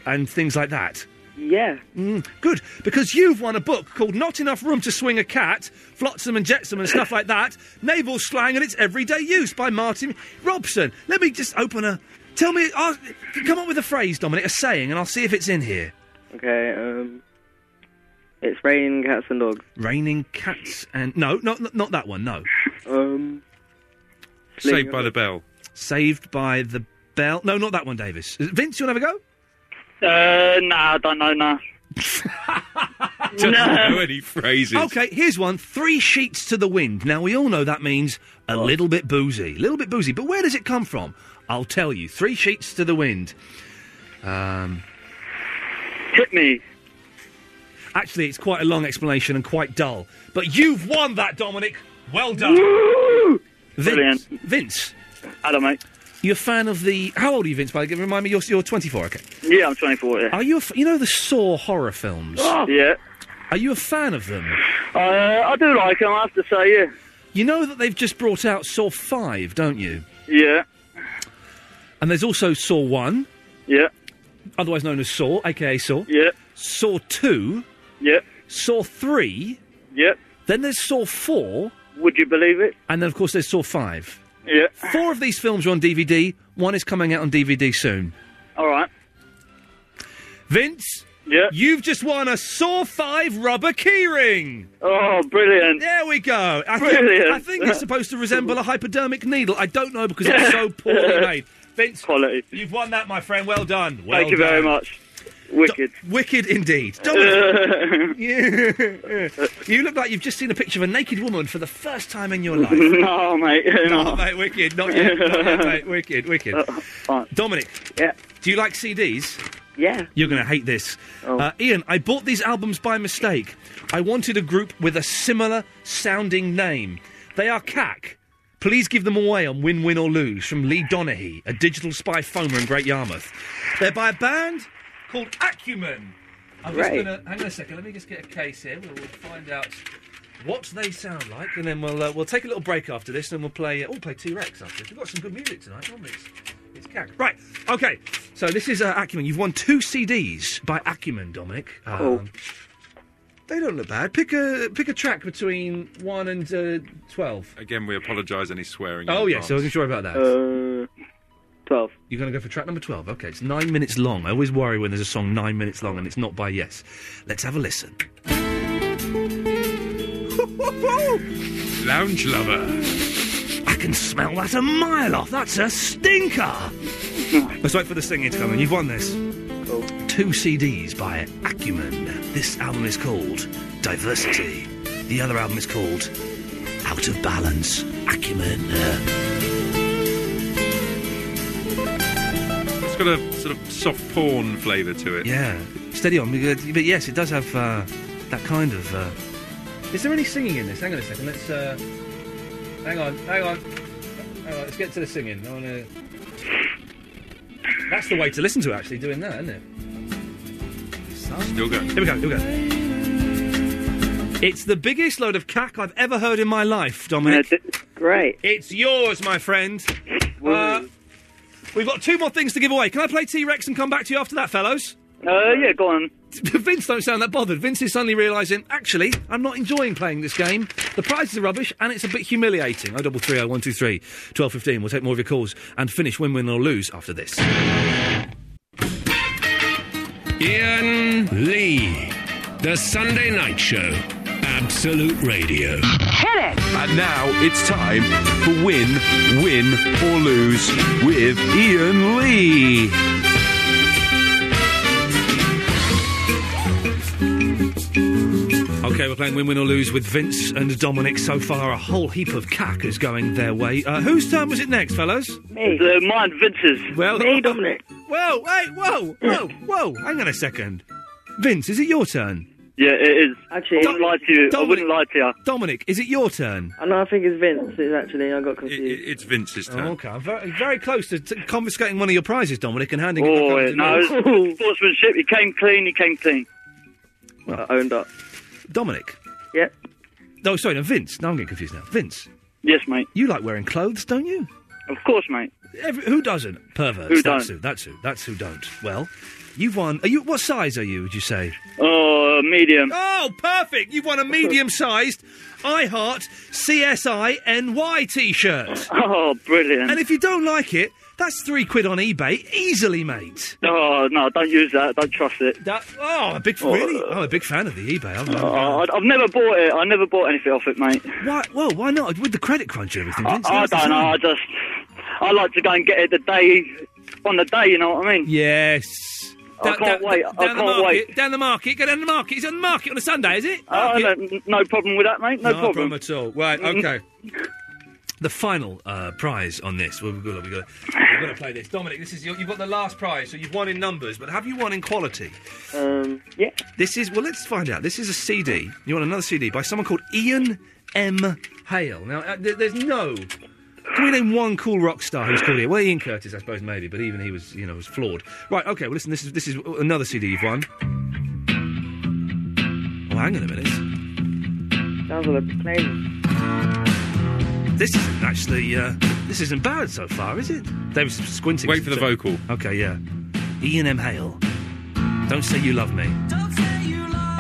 S7: and things like that?
S10: Yeah.
S7: Mm, good, because you've won a book called Not Enough Room to Swing a Cat, Flotsam and Jetsam and stuff like that, Naval Slang and Its Everyday Use by Martin Robson. Let me just open a. Tell me, ask, come up with a phrase, Dominic, a saying, and I'll see if it's in here.
S10: Okay, um. It's raining cats and dogs.
S7: Raining cats and no, not not that one. No.
S10: Um.
S8: Saved by the bell.
S7: Saved by the Bell. No, not that one, Davis. Vince, you'll
S10: [LAUGHS]
S7: never go.
S19: Uh, nah, I don't know, nah.
S8: Doesn't
S19: No.
S8: know any phrases.
S7: Okay, here's one. Three sheets to the wind. Now we all know that means a little bit boozy, a little bit boozy. But where does it come from? I'll tell you. Three sheets to the wind. Um,
S19: Hit me.
S7: Actually, it's quite a long explanation and quite dull. But you've won that, Dominic. Well done. Vince, Vince.
S19: Hello, mate.
S7: You're a fan of the. How old are you, Vince? By the way? remind me, you're, you're 24. Okay.
S19: Yeah, I'm 24. Yeah.
S7: Are you? A f- you know the Saw horror films.
S19: Yeah.
S7: Are you a fan of them?
S19: Uh, I do like them, I have to say, yeah.
S7: You know that they've just brought out Saw Five, don't you?
S19: Yeah.
S7: And there's also Saw One,
S19: Yeah.
S7: otherwise known as Saw, aka Saw.
S19: Yeah.
S7: Saw Two.
S19: Yeah.
S7: Saw Three.
S19: Yeah.
S7: Then there's Saw Four,
S19: Would you believe it?
S7: and then of course there's Saw Five.
S19: Yeah.
S7: Four of these films are on DVD. One is coming out on DVD soon.
S19: All right.
S7: Vince.
S19: Yeah.
S7: You've just won a Saw 5 rubber keyring.
S19: Oh, brilliant.
S7: There we go. I Think,
S19: Brilliant.
S7: I think it's supposed to resemble a hypodermic needle. I don't know because
S19: [LAUGHS]
S7: it's so poorly made. Vince,
S19: quality.
S7: You've won that, my friend. Well done. Well
S19: Thank you very
S7: done.
S19: much. Uh,
S7: Wicked. wicked indeed.
S19: [LAUGHS]
S7: Dominic, you, [LAUGHS] you look like you've just seen a picture of a naked woman for the first time in your
S19: [LAUGHS]
S7: life.
S4: No, mate,
S7: [LAUGHS] No,
S4: no.
S7: mate, wicked. Not yet, not yet, mate. Wicked, wicked. Dominic.
S20: Yeah.
S7: Do you like CDs?
S20: Yeah. Oh.
S7: You're going to hate this. Uh, Ian, I bought these albums by mistake. I wanted a group with a similar sounding name. They are CAC. Please give them away on Win Win or Lose from Lee Donaghy, a digital spy phoner in Great Yarmouth. They're by a band called Acumen. I'm just
S3: Right.
S7: going to hang on a second. Let me just get a case here. We'll, we'll find out what they sound like, and then we'll uh, we'll take a little break after this, and we'll play. Uh, we'll play T Rex after this. We've got some good music tonight, haven't we? It's, it's cack. Right. Okay. So this is uh, Acumen. You've won two CDs by Acumen, Dominic. Um,
S3: Cool.
S7: They don't look bad. Pick a pick a track between one and uh, twelve.
S8: Again, we apologise any swearing. in
S7: Oh yes, I
S8: advance.
S7: wasn't sure about that.
S20: twelve.
S7: You're going to go for track number twelve. Okay, it's nine minutes long. I always worry when there's a song nine minutes long and it's not by Yes. Let's have a listen.
S8: Lounge lover.
S7: I can smell that a mile off. That's a stinker. Let's wait for the singing to come in. You've won this. Two CDs by Acumen. This album is called Diversity. The other album is called Out of Balance. Acumen.
S8: It's got a sort of soft porn flavour to it.
S7: Yeah. Steady on. we good. But yes, it does have uh, that kind of. Uh... Is there any singing in this? Hang on a second. Let's. Uh... Hang on. Hang on. Hang on. Let's get to the singing. I want to. That's the way to listen to it, actually, doing that, isn't it?
S8: Still going.
S7: Here we go, here we go. It's the biggest load of cack I've ever heard in my life, Dominic.
S20: great.
S7: It's yours, my friend. Uh, we've got two more things to give away. Can I play T Rex and come back to you after that, fellows?
S4: Uh, yeah, go on.
S7: [LAUGHS] Vince don't sound that bothered. Vince is suddenly realising, actually, I'm not enjoying playing this game. The prizes are rubbish and it's a bit humiliating. Oh, 0330 123 1215. We'll take more of your calls and finish win win or lose after this.
S6: Ian Lee. The Sunday Night Show. Absolute Radio. Hit it!
S9: And now it's time for Win, Win or Lose with Ian Lee.
S7: Okay, we're playing Win Win or Lose with Vince and Dominic. So far, a whole heap of cack is going their way. Uh, whose turn was it next, fellas?
S4: Me. It's, uh, mine, Vince's.
S7: Well,
S4: Me, Dominic.
S7: [LAUGHS] Whoa, hey, whoa, whoa, whoa! Hang on a second. Vince, is it your turn?
S4: Yeah, it is. Actually, I wouldn't lie to you. I wouldn't lie to you.
S7: Dominic, is it your turn?
S20: And I think it's Vince. It's actually I got confused.
S8: It's Vince's
S7: turn. okay, I'm very, very close to, to confiscating one of your prizes, Dominic, and handing it
S4: Oh,
S7: back over
S4: yeah,
S7: to
S4: no, [LAUGHS]
S7: me.
S4: it's good sportsmanship. He came clean. He came clean.
S7: Well, I owned up. Dominic.
S4: Yeah.
S7: No, sorry, no, Vince. No, I'm getting confused now. Vince.
S4: Yes, mate.
S7: You like wearing clothes, don't you?
S4: Of course, mate.
S7: Every, who doesn't? Perverts.
S4: Who
S7: that's
S4: don't?
S7: who. That's who. That's who don't. Well, you've won. Are you? What size are you? Would you say?
S4: Oh, medium.
S7: Oh, perfect! You've won a medium-sized I Heart CSINY T-shirt.
S4: [LAUGHS] Oh, brilliant!
S7: And if you don't like it, that's three quid on eBay easily, mate.
S4: Oh no, don't use that. Don't trust it.
S7: That, oh, a big
S11: uh,
S7: really?
S4: uh,
S7: I'm a big fan of the eBay. I'm, I'm-
S4: Oh, I- I've never bought it. I never bought anything off it, mate.
S7: why, whoa, why not? With the credit crunch and everything,
S4: I,
S7: Vince,
S4: I
S7: now's the
S4: don't know.
S7: time.
S4: I just I like to go and get it the day on the day. You know what I mean?
S7: Yes.
S4: I can't wait. I
S7: down the
S4: can't
S7: market,
S4: wait.
S7: Down the market. Go down the market. It's on the market on a Sunday, is it?
S4: Oh, no, no problem Mm-hmm. with that, mate. No, problem.
S7: at all. Right, okay. The final uh, prize on this. We've got, we've, got, we've got to play this. Dominic, this is your, you've got the last prize, so you've won in numbers, but have you won in quality?
S20: Um, yeah.
S7: This is well. Let's find out. This is a CD. You want another CD by someone called Ian M. Hale. Now, uh, there, there's no. Can we name one cool rock star who's called Ian? Well, Ian Curtis, I suppose, maybe, but even he was, you know, was flawed. Right. Okay. Well, listen. This is this is another CD you've won. Oh, hang on a minute.
S20: Sounds like a plane.
S7: This isn't actually. Uh, this isn't bad so far, is it? They were squinting.
S8: Wait for the vocal.
S7: Okay. Yeah. Ian M. Hale. Don't say you love me.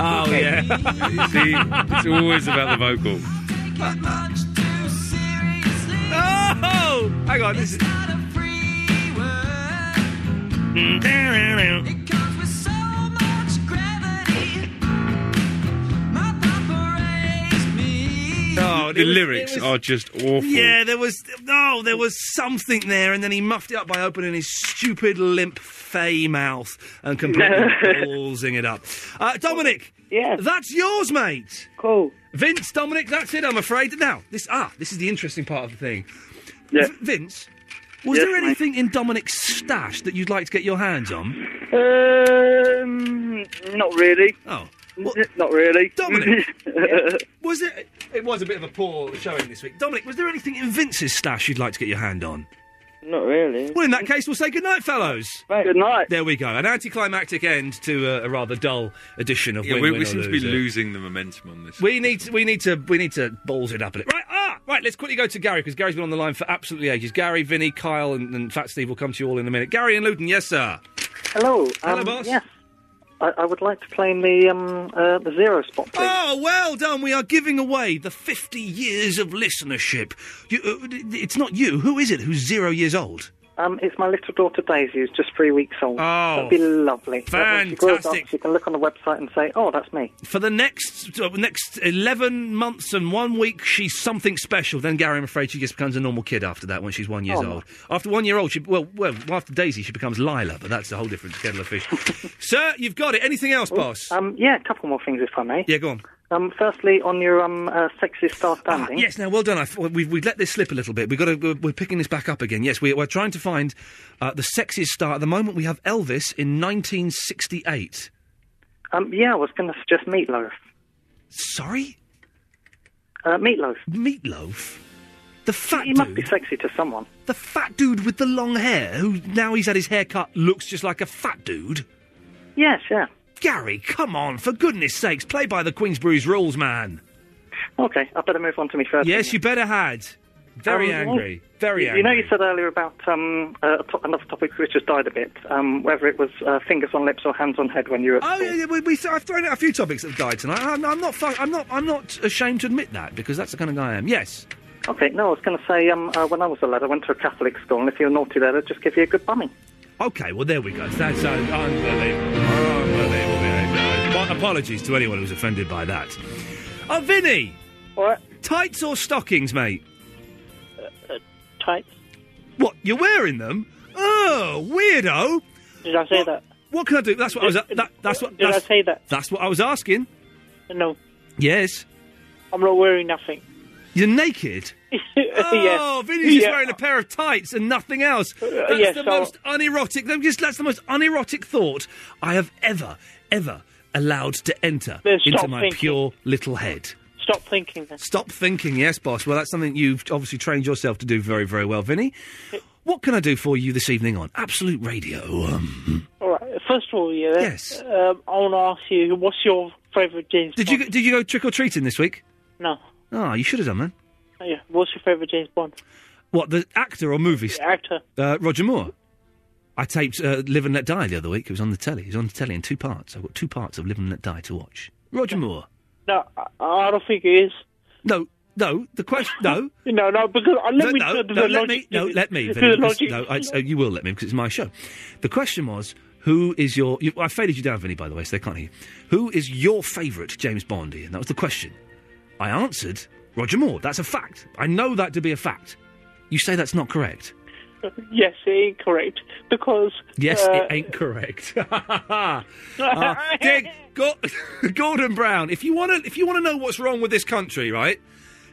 S7: Oh yeah.
S8: [LAUGHS] See, it's always about the vocal.
S7: Oh! Hang on, this is. Oh,
S8: the
S7: it was-
S8: lyrics
S7: it was-
S8: are just awful.
S7: Yeah, there was no, there was something there, and then he muffed it up by opening his stupid limp fey mouth and
S8: [LAUGHS]
S7: completely [LAUGHS] ballsing it up. Uh, Dominic, yeah, that's yours, mate. Cool. Vince, Dominic, that's it. I'm afraid. Now this ah, this is the interesting part of the thing. Yeah. Vince, was
S3: Yes,
S7: there
S3: mate.
S7: anything in Dominic's stash that you'd like to get your hands on?
S19: Um, not really.
S7: Oh.
S19: Not really.
S12: [LAUGHS]
S7: Dominic, yeah, was it? It was a bit of a poor showing this week. Dominic, was there anything in Vince's stash you'd like to get your hand on?
S20: Not really.
S7: Well, in that case, we'll say goodnight, fellows.
S20: Good night.
S7: There we go. An anticlimactic end to uh, a, a rather dull edition of
S8: Yeah,
S7: Win,
S8: we,
S7: Win
S8: we
S7: or
S8: seem to be
S7: Lose It.
S8: losing the momentum on this.
S7: We need to, we need to we need to balls it up a little. Right, ah, right. Let's quickly go to Gary because Gary's been on the line for absolutely ages. Gary, Vinny, Kyle, and, and Fat Steve will come to you all in a minute. Gary and Luton, yes, sir.
S11: Hello.
S7: Hello,
S11: um,
S7: boss.
S11: Yes. I, I would like to claim the um, uh, the zero spot.
S7: Oh, well done. We are giving away the 50 years of listenership. You, uh, d- d- it's not you. Who is it who's zero years old?
S11: Um, it's my little daughter Daisy, who's just three weeks old.
S7: Oh,
S11: That'd be lovely. That when she grows up,
S7: fantastic.
S11: she can look on the website and say, "Oh, that's me."
S7: For the next uh, next 11 months and one week, she's something special. Then, Gary, I'm afraid she just becomes a normal kid after that when she's one years
S11: Oh, no.
S7: old. After one year old, she, well, well, after Daisy, she becomes Lila, but that's a whole different kettle
S11: [LAUGHS]
S7: of fish. Sir, you've got it. Anything else, boss?
S11: Um, yeah, a couple more things, if I may.
S7: Yeah, go on.
S11: Um, firstly, on your um, uh, sexiest
S7: Ah,
S11: star standing.
S7: Yes, now well done. I, we've, we've let this slip a little bit. We've got to, we're, we're picking this back up again. Yes, we, we're trying to find uh, the sexiest star. At the moment, we have Elvis in 1968.
S11: Um, yeah, I was going to suggest meatloaf.
S7: Sorry.
S11: Uh, meatloaf.
S7: Meatloaf. The fat
S11: he must be sexy to someone.
S7: The fat dude with the long hair, who now he's had his hair cut, looks just like a fat dude.
S11: Yes, yeah.
S7: Gary, come on, for goodness sakes, play by the Queensbury's rules, man.
S11: Okay, I better move on to me first.
S7: Yes, you better had. Very
S11: Um,
S7: angry. Very
S11: you,
S7: angry.
S11: You know, you said earlier about um, uh, a to- another topic which has died a bit, um, whether it was uh, fingers on lips or hands on head when you were.
S7: Oh, yeah, yeah, we, we, I've thrown out a few topics that have died tonight. I'm, I'm not. fu- I'm not. I'm not ashamed to admit that because that's the kind of guy I am. Yes.
S11: Okay, no, I was going to say um, uh, when I was a lad, I went to a Catholic school, and if you're naughty there, they'd just give you a good bumming.
S7: Okay. Well, there we go. That's un- unbelievable. Unbelievable behaviour. But apologies to anyone who's offended by that. Oh, Vinny.
S11: What?
S7: Tights or stockings, mate?
S12: Uh, tights.
S7: What? You're wearing them? Oh, weirdo.
S12: Did I say that?
S7: What can I do? That's what I was. a- That, that's what.
S12: Did I
S7: that's-
S12: say that?
S7: That's what I was asking.
S12: No,
S7: Yes.
S12: I'm not wearing nothing.
S7: You're naked. Oh,
S12: Yes.
S7: Vinny's just
S12: [LAUGHS] [LAUGHS] Yeah.
S7: wearing a pair of tights and nothing else. That's
S12: yes,
S7: the
S12: so-
S7: most unerotic. That's just- that's the most unerotic thought I have ever, ever allowed to enter
S12: Then stop
S7: into my
S12: thinking.
S7: pure little head.
S12: Stop thinking that.
S7: Stop thinking, yes, boss. Well, that's something you've obviously trained yourself to do very, very well, Vinny. What can I do for you this evening on Absolute Radio? Um,
S12: All right. First of all, yeah.
S7: Yes.
S12: Um, I want to ask you, what's your favourite James?
S7: did you go- did you go trick or treating this week?
S12: No.
S7: Ah, you should have done, man.
S12: Yeah. What's your favourite James Bond
S7: What the actor or movie? star?
S12: actor?
S7: Uh, Roger Moore. I taped uh, Live and Let Die the other week. It was on the telly. It was on the telly in two parts. I've got two parts of Live and Let Die to watch. Roger Moore.
S12: No, I, I don't think it is.
S7: No, no. The question, no.
S12: [LAUGHS] no, no, because I let
S7: no,
S12: me
S7: no,
S12: do the
S7: no, let
S12: logic-
S7: me, no, let
S12: [LAUGHS]
S7: me.
S12: do
S7: Vinny,
S12: the
S7: because-
S12: logic.
S7: no, I, oh, you will let me because it's my show. The question was, who is your? You, I faded you down, Vinny, by the way, so they can't hear. You. Who is your favourite James Bondy? And that was the question. I answered Roger Moore. That's a fact. I know that to be a fact. You say that's not correct.
S12: Uh, Yes, incorrect. Because
S7: Yes,
S12: uh,
S7: it ain't correct. [LAUGHS] Uh, Dick, Go- [LAUGHS] Gordon Brown. If you want to, if you want to know what's wrong with this country, right?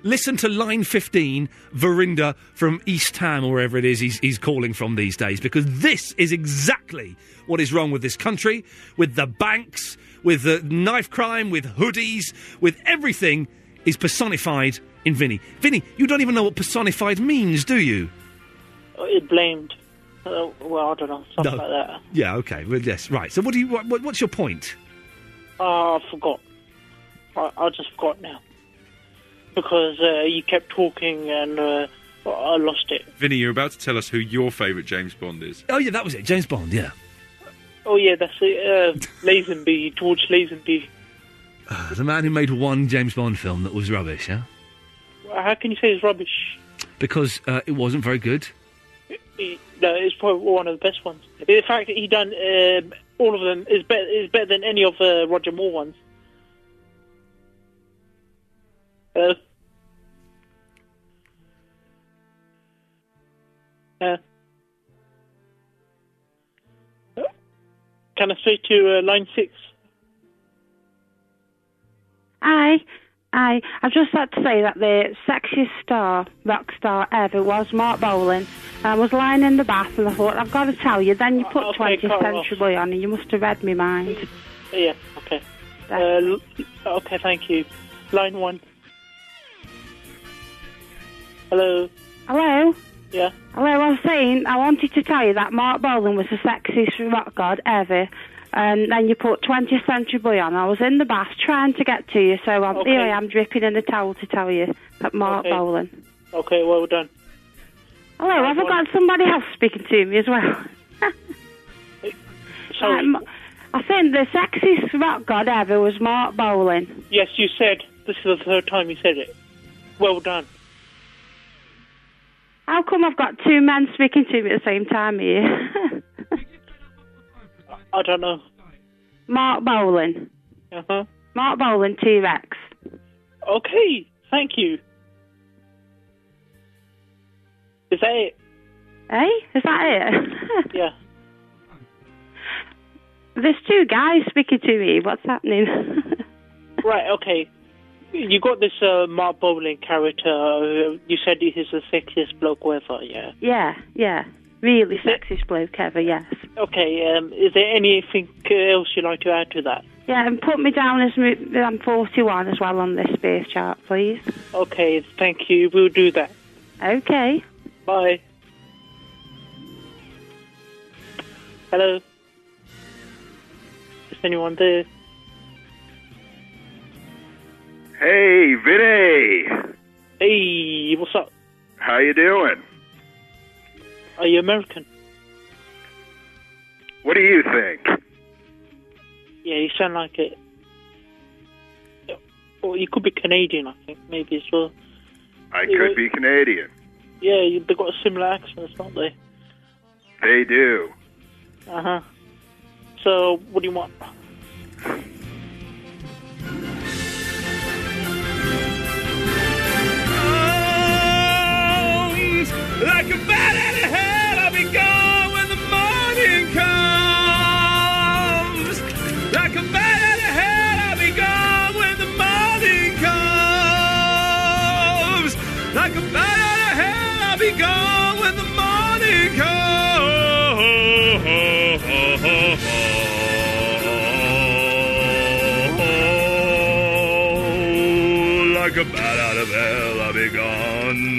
S7: Listen to line fifteen, Verinder from East Ham or wherever it is he's, he's calling from these days, because this is exactly what is wrong with this country, with the banks, with the knife crime, with hoodies, with everything is personified in Vinny. Vinny, you don't even know what personified means, do you?
S12: it blamed. Uh, well, I don't know something
S7: No.
S12: like that.
S7: Yeah. Okay. Well, yes. Right. So, what do you? What, what- what's your point?
S12: Oh, I forgot. I, I just forgot now because uh, you kept talking and uh, I- I lost it.
S8: Vinny, you're about to tell us who your favourite James Bond is.
S7: Oh yeah, that was it. James Bond. Yeah.
S12: Oh yeah, that's it. Uh, Lazenby, George Lazenby.
S7: Uh, The man who made one James Bond film that was rubbish, yeah?
S12: How can you say it's rubbish?
S7: Because uh, it wasn't very good.
S12: He- No, it's probably one of the best ones. The fact that he done um, all of them is better is better than any of uh, Roger Moore ones. Uh, Uh, can I speak to uh, line six?
S13: Aye, aye. I'd just like to say that the sexiest star, rock star ever was Mark Bolan. I was lying in the bath and I thought, I've got to tell you. Then you put
S12: Okay,
S13: 20th
S12: cut her
S13: Century Boy on and you must have read my mind.
S12: Yeah. Okay. Uh, l- okay. Thank you. Line one. Hello.
S13: Hello?
S12: Yeah.
S13: Hello, I was saying, I wanted to tell you that Mark Bolan was the sexiest rock god ever. And then you put 20th Century Boy on. I was in the bath trying to get to you, so I'm,
S12: Okay.
S13: here I am dripping in a towel to tell you that Mark
S12: Okay.
S13: Bolan.
S12: Okay. Well done.
S13: Hello, have I got somebody else speaking to me as well?
S12: Sorry.
S13: Um, I think the sexiest rock god ever was Mark Bolan.
S12: Yes, you said. This is the third time you said it. Well done.
S13: How come I've got two men speaking to me at the same time here? [LAUGHS]
S12: I don't know.
S13: Mark Bolan.
S12: Uh huh.
S13: Mark Bolan, T Rex.
S12: Okay. Thank you. Is that it?
S13: Eh? Is that it? [LAUGHS]
S12: yeah.
S13: There's two guys speaking to me. What's happening? [LAUGHS]
S12: Right, okay. You got this uh, Mark Bowling character. uh, You said he's the sexiest bloke ever, yeah.
S13: yeah, yeah. Really sexiest bloke ever, yes.
S12: Okay, um, is there anything else you'd like to add to that?
S13: Yeah, and put me down as m- I'm 41 as well on this space chart, please.
S12: Okay, thank you. We'll do that.
S13: Okay.
S12: Bye. Hello? Is anyone there?
S14: Hey, Vinny.
S12: Hey, what's up?
S14: How you doing?
S12: Are you American?
S14: What do you think?
S12: Yeah, you sound like it. Or you could be Canadian, I think, maybe as well.
S14: I could be Canadian.
S12: Yeah, you, they've got a similar accents, don't they?
S14: They do.
S12: Uh huh. So, what do you want?
S3: Like a bat out of hell, I'll be gone when the morning comes. Like a bat out of hell, I'll be gone when the morning comes. Like a bat out of hell, I'll be gone when the morning comes. Like a bat out of hell, I'll be gone.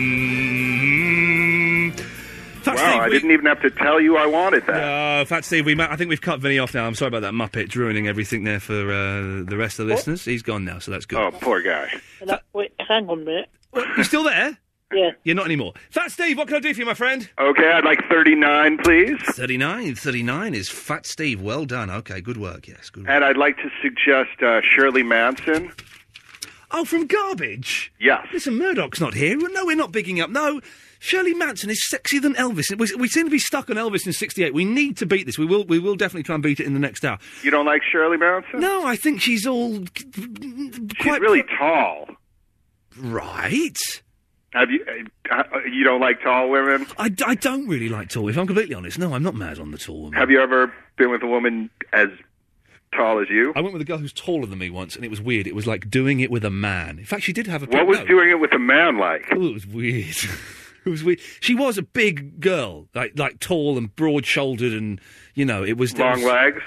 S14: wow, I didn't even have to tell you I wanted that.
S7: No, Fat Steve, we ma- I think we've cut Vinny off now. I'm sorry about that Muppet. It's ruining everything there for uh, the rest of the listeners. He's gone now, so that's good.
S14: Oh, poor guy.
S12: That- wait, hang on a minute.
S7: You still there?
S12: Yeah.
S7: You're not anymore. Fat Steve, what can I do for you, my friend?
S14: Okay, I'd like 39, please.
S7: 39. 39 is Fat Steve. Well done. Okay, good work, yes. Good.
S14: And I'd like to suggest uh, Shirley Manson.
S7: Oh, from Garbage?
S14: Yes.
S7: Listen, Murdoch's not here. No, we're not bigging up. No, Shirley Manson is sexier than Elvis. We, we seem to be stuck on Elvis in 68. We need to beat this. We will, we will definitely try and beat it in the next hour.
S14: You don't like Shirley Manson?
S7: No, I think she's all
S14: She's really tall.
S7: Right.
S14: Have you? Uh, you don't like tall women?
S7: I, I don't really like tall. If I'm completely honest, no, I'm not mad on the tall woman.
S14: Have you ever been with a woman as tall as you?
S7: I went with a girl who's taller than me once, and it was weird. It was like doing it with a man. In fact, she did have a.
S14: What was
S7: no.
S14: doing it with a man like?
S7: Oh, it was weird. [LAUGHS] it was weird. She was a big girl, like like tall and broad shouldered, and you know, it was it
S14: Long
S7: was-
S14: legs?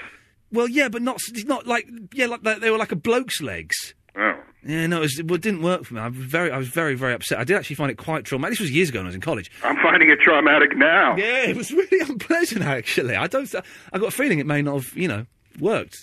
S7: Well, yeah, but not s- not like yeah, like they they were like a bloke's legs.
S14: Oh.
S7: Yeah, no, it, was, well, it didn't work for me. I was very, I was very, very upset. I did actually find it quite traumatic. This was years ago when I was in college.
S14: I'm finding it traumatic now.
S7: Yeah, it was really [LAUGHS] unpleasant. Actually, I don't. I got a feeling it may not have, you know, worked.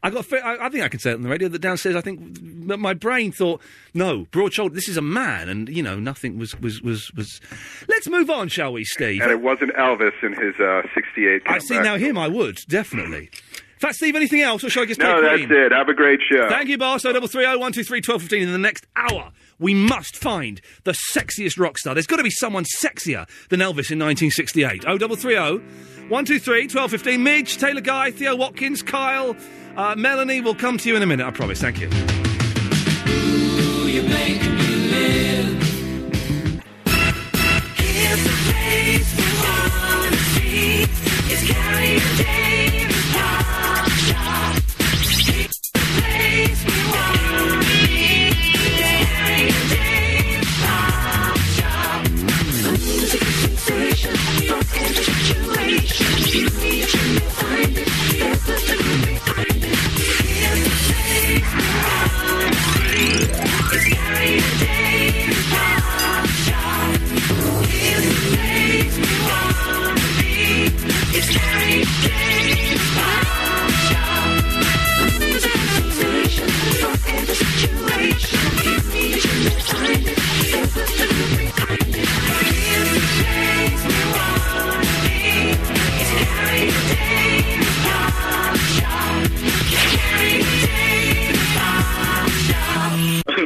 S7: I got. a fe- I, I think I can say it on the radio that downstairs. I think m- my brain thought, no, broad shoulder. This is a man, and you know, nothing was was was was. Let's move on, shall we, Steve?
S14: And it wasn't Elvis in his uh, 68.
S7: I see
S14: comeback.
S7: now him. I would definitely. In fact, Steve, anything else, or shall I just
S14: No,
S7: take
S14: that's
S7: Queen?
S14: it. Have a great show.
S7: Thank you, Barso. Double three oh one two three twelve fifteen. In the next hour, we must find the sexiest rock star. There's got to be someone sexier than Elvis in 1968. Oh, double three oh one two three twelve fifteen. Midge, Taylor Guy, Theo Watkins, Kyle, uh, Melanie. will come to you in a minute. I promise. Thank you.
S3: Here's the
S15: [LAUGHS]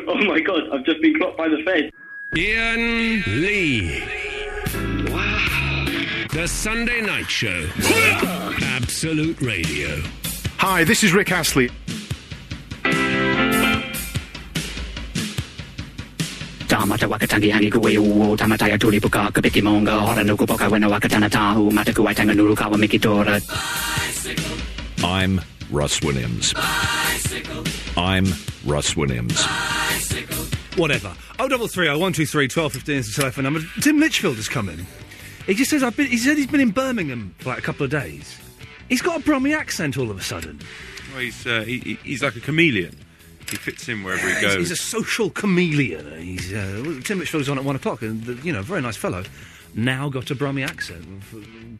S15: oh my god, I've just been caught by the Fed.
S6: Ian Lee. The Sunday Night Show. Absolute Radio.
S16: Hi, this is Rick Astley.
S17: Tamata wakatangi hangi kuwe uo Tamata ya tulipuka kapiki monga Hora nuku poka wena wakatana tahu Mataku waitanga nuru kawa mikitora
S23: I'm Russ Williams. I'm Russ Williams.
S7: Whatever. Oh, 0330 123 1215 is the telephone number. Tim Litchfield has come in. He just says, I've been, he said he's been in Birmingham for like a couple of days. He's got a Brummy accent all of a sudden.
S8: Well, he's, uh, he, he- he's like a chameleon. He fits in wherever he
S7: He's,
S8: goes.
S7: he's a social chameleon. He's, uh, well, Tim Litchfield's on at one o'clock, and, the, you know, very nice fellow. Now got a Brummy accent.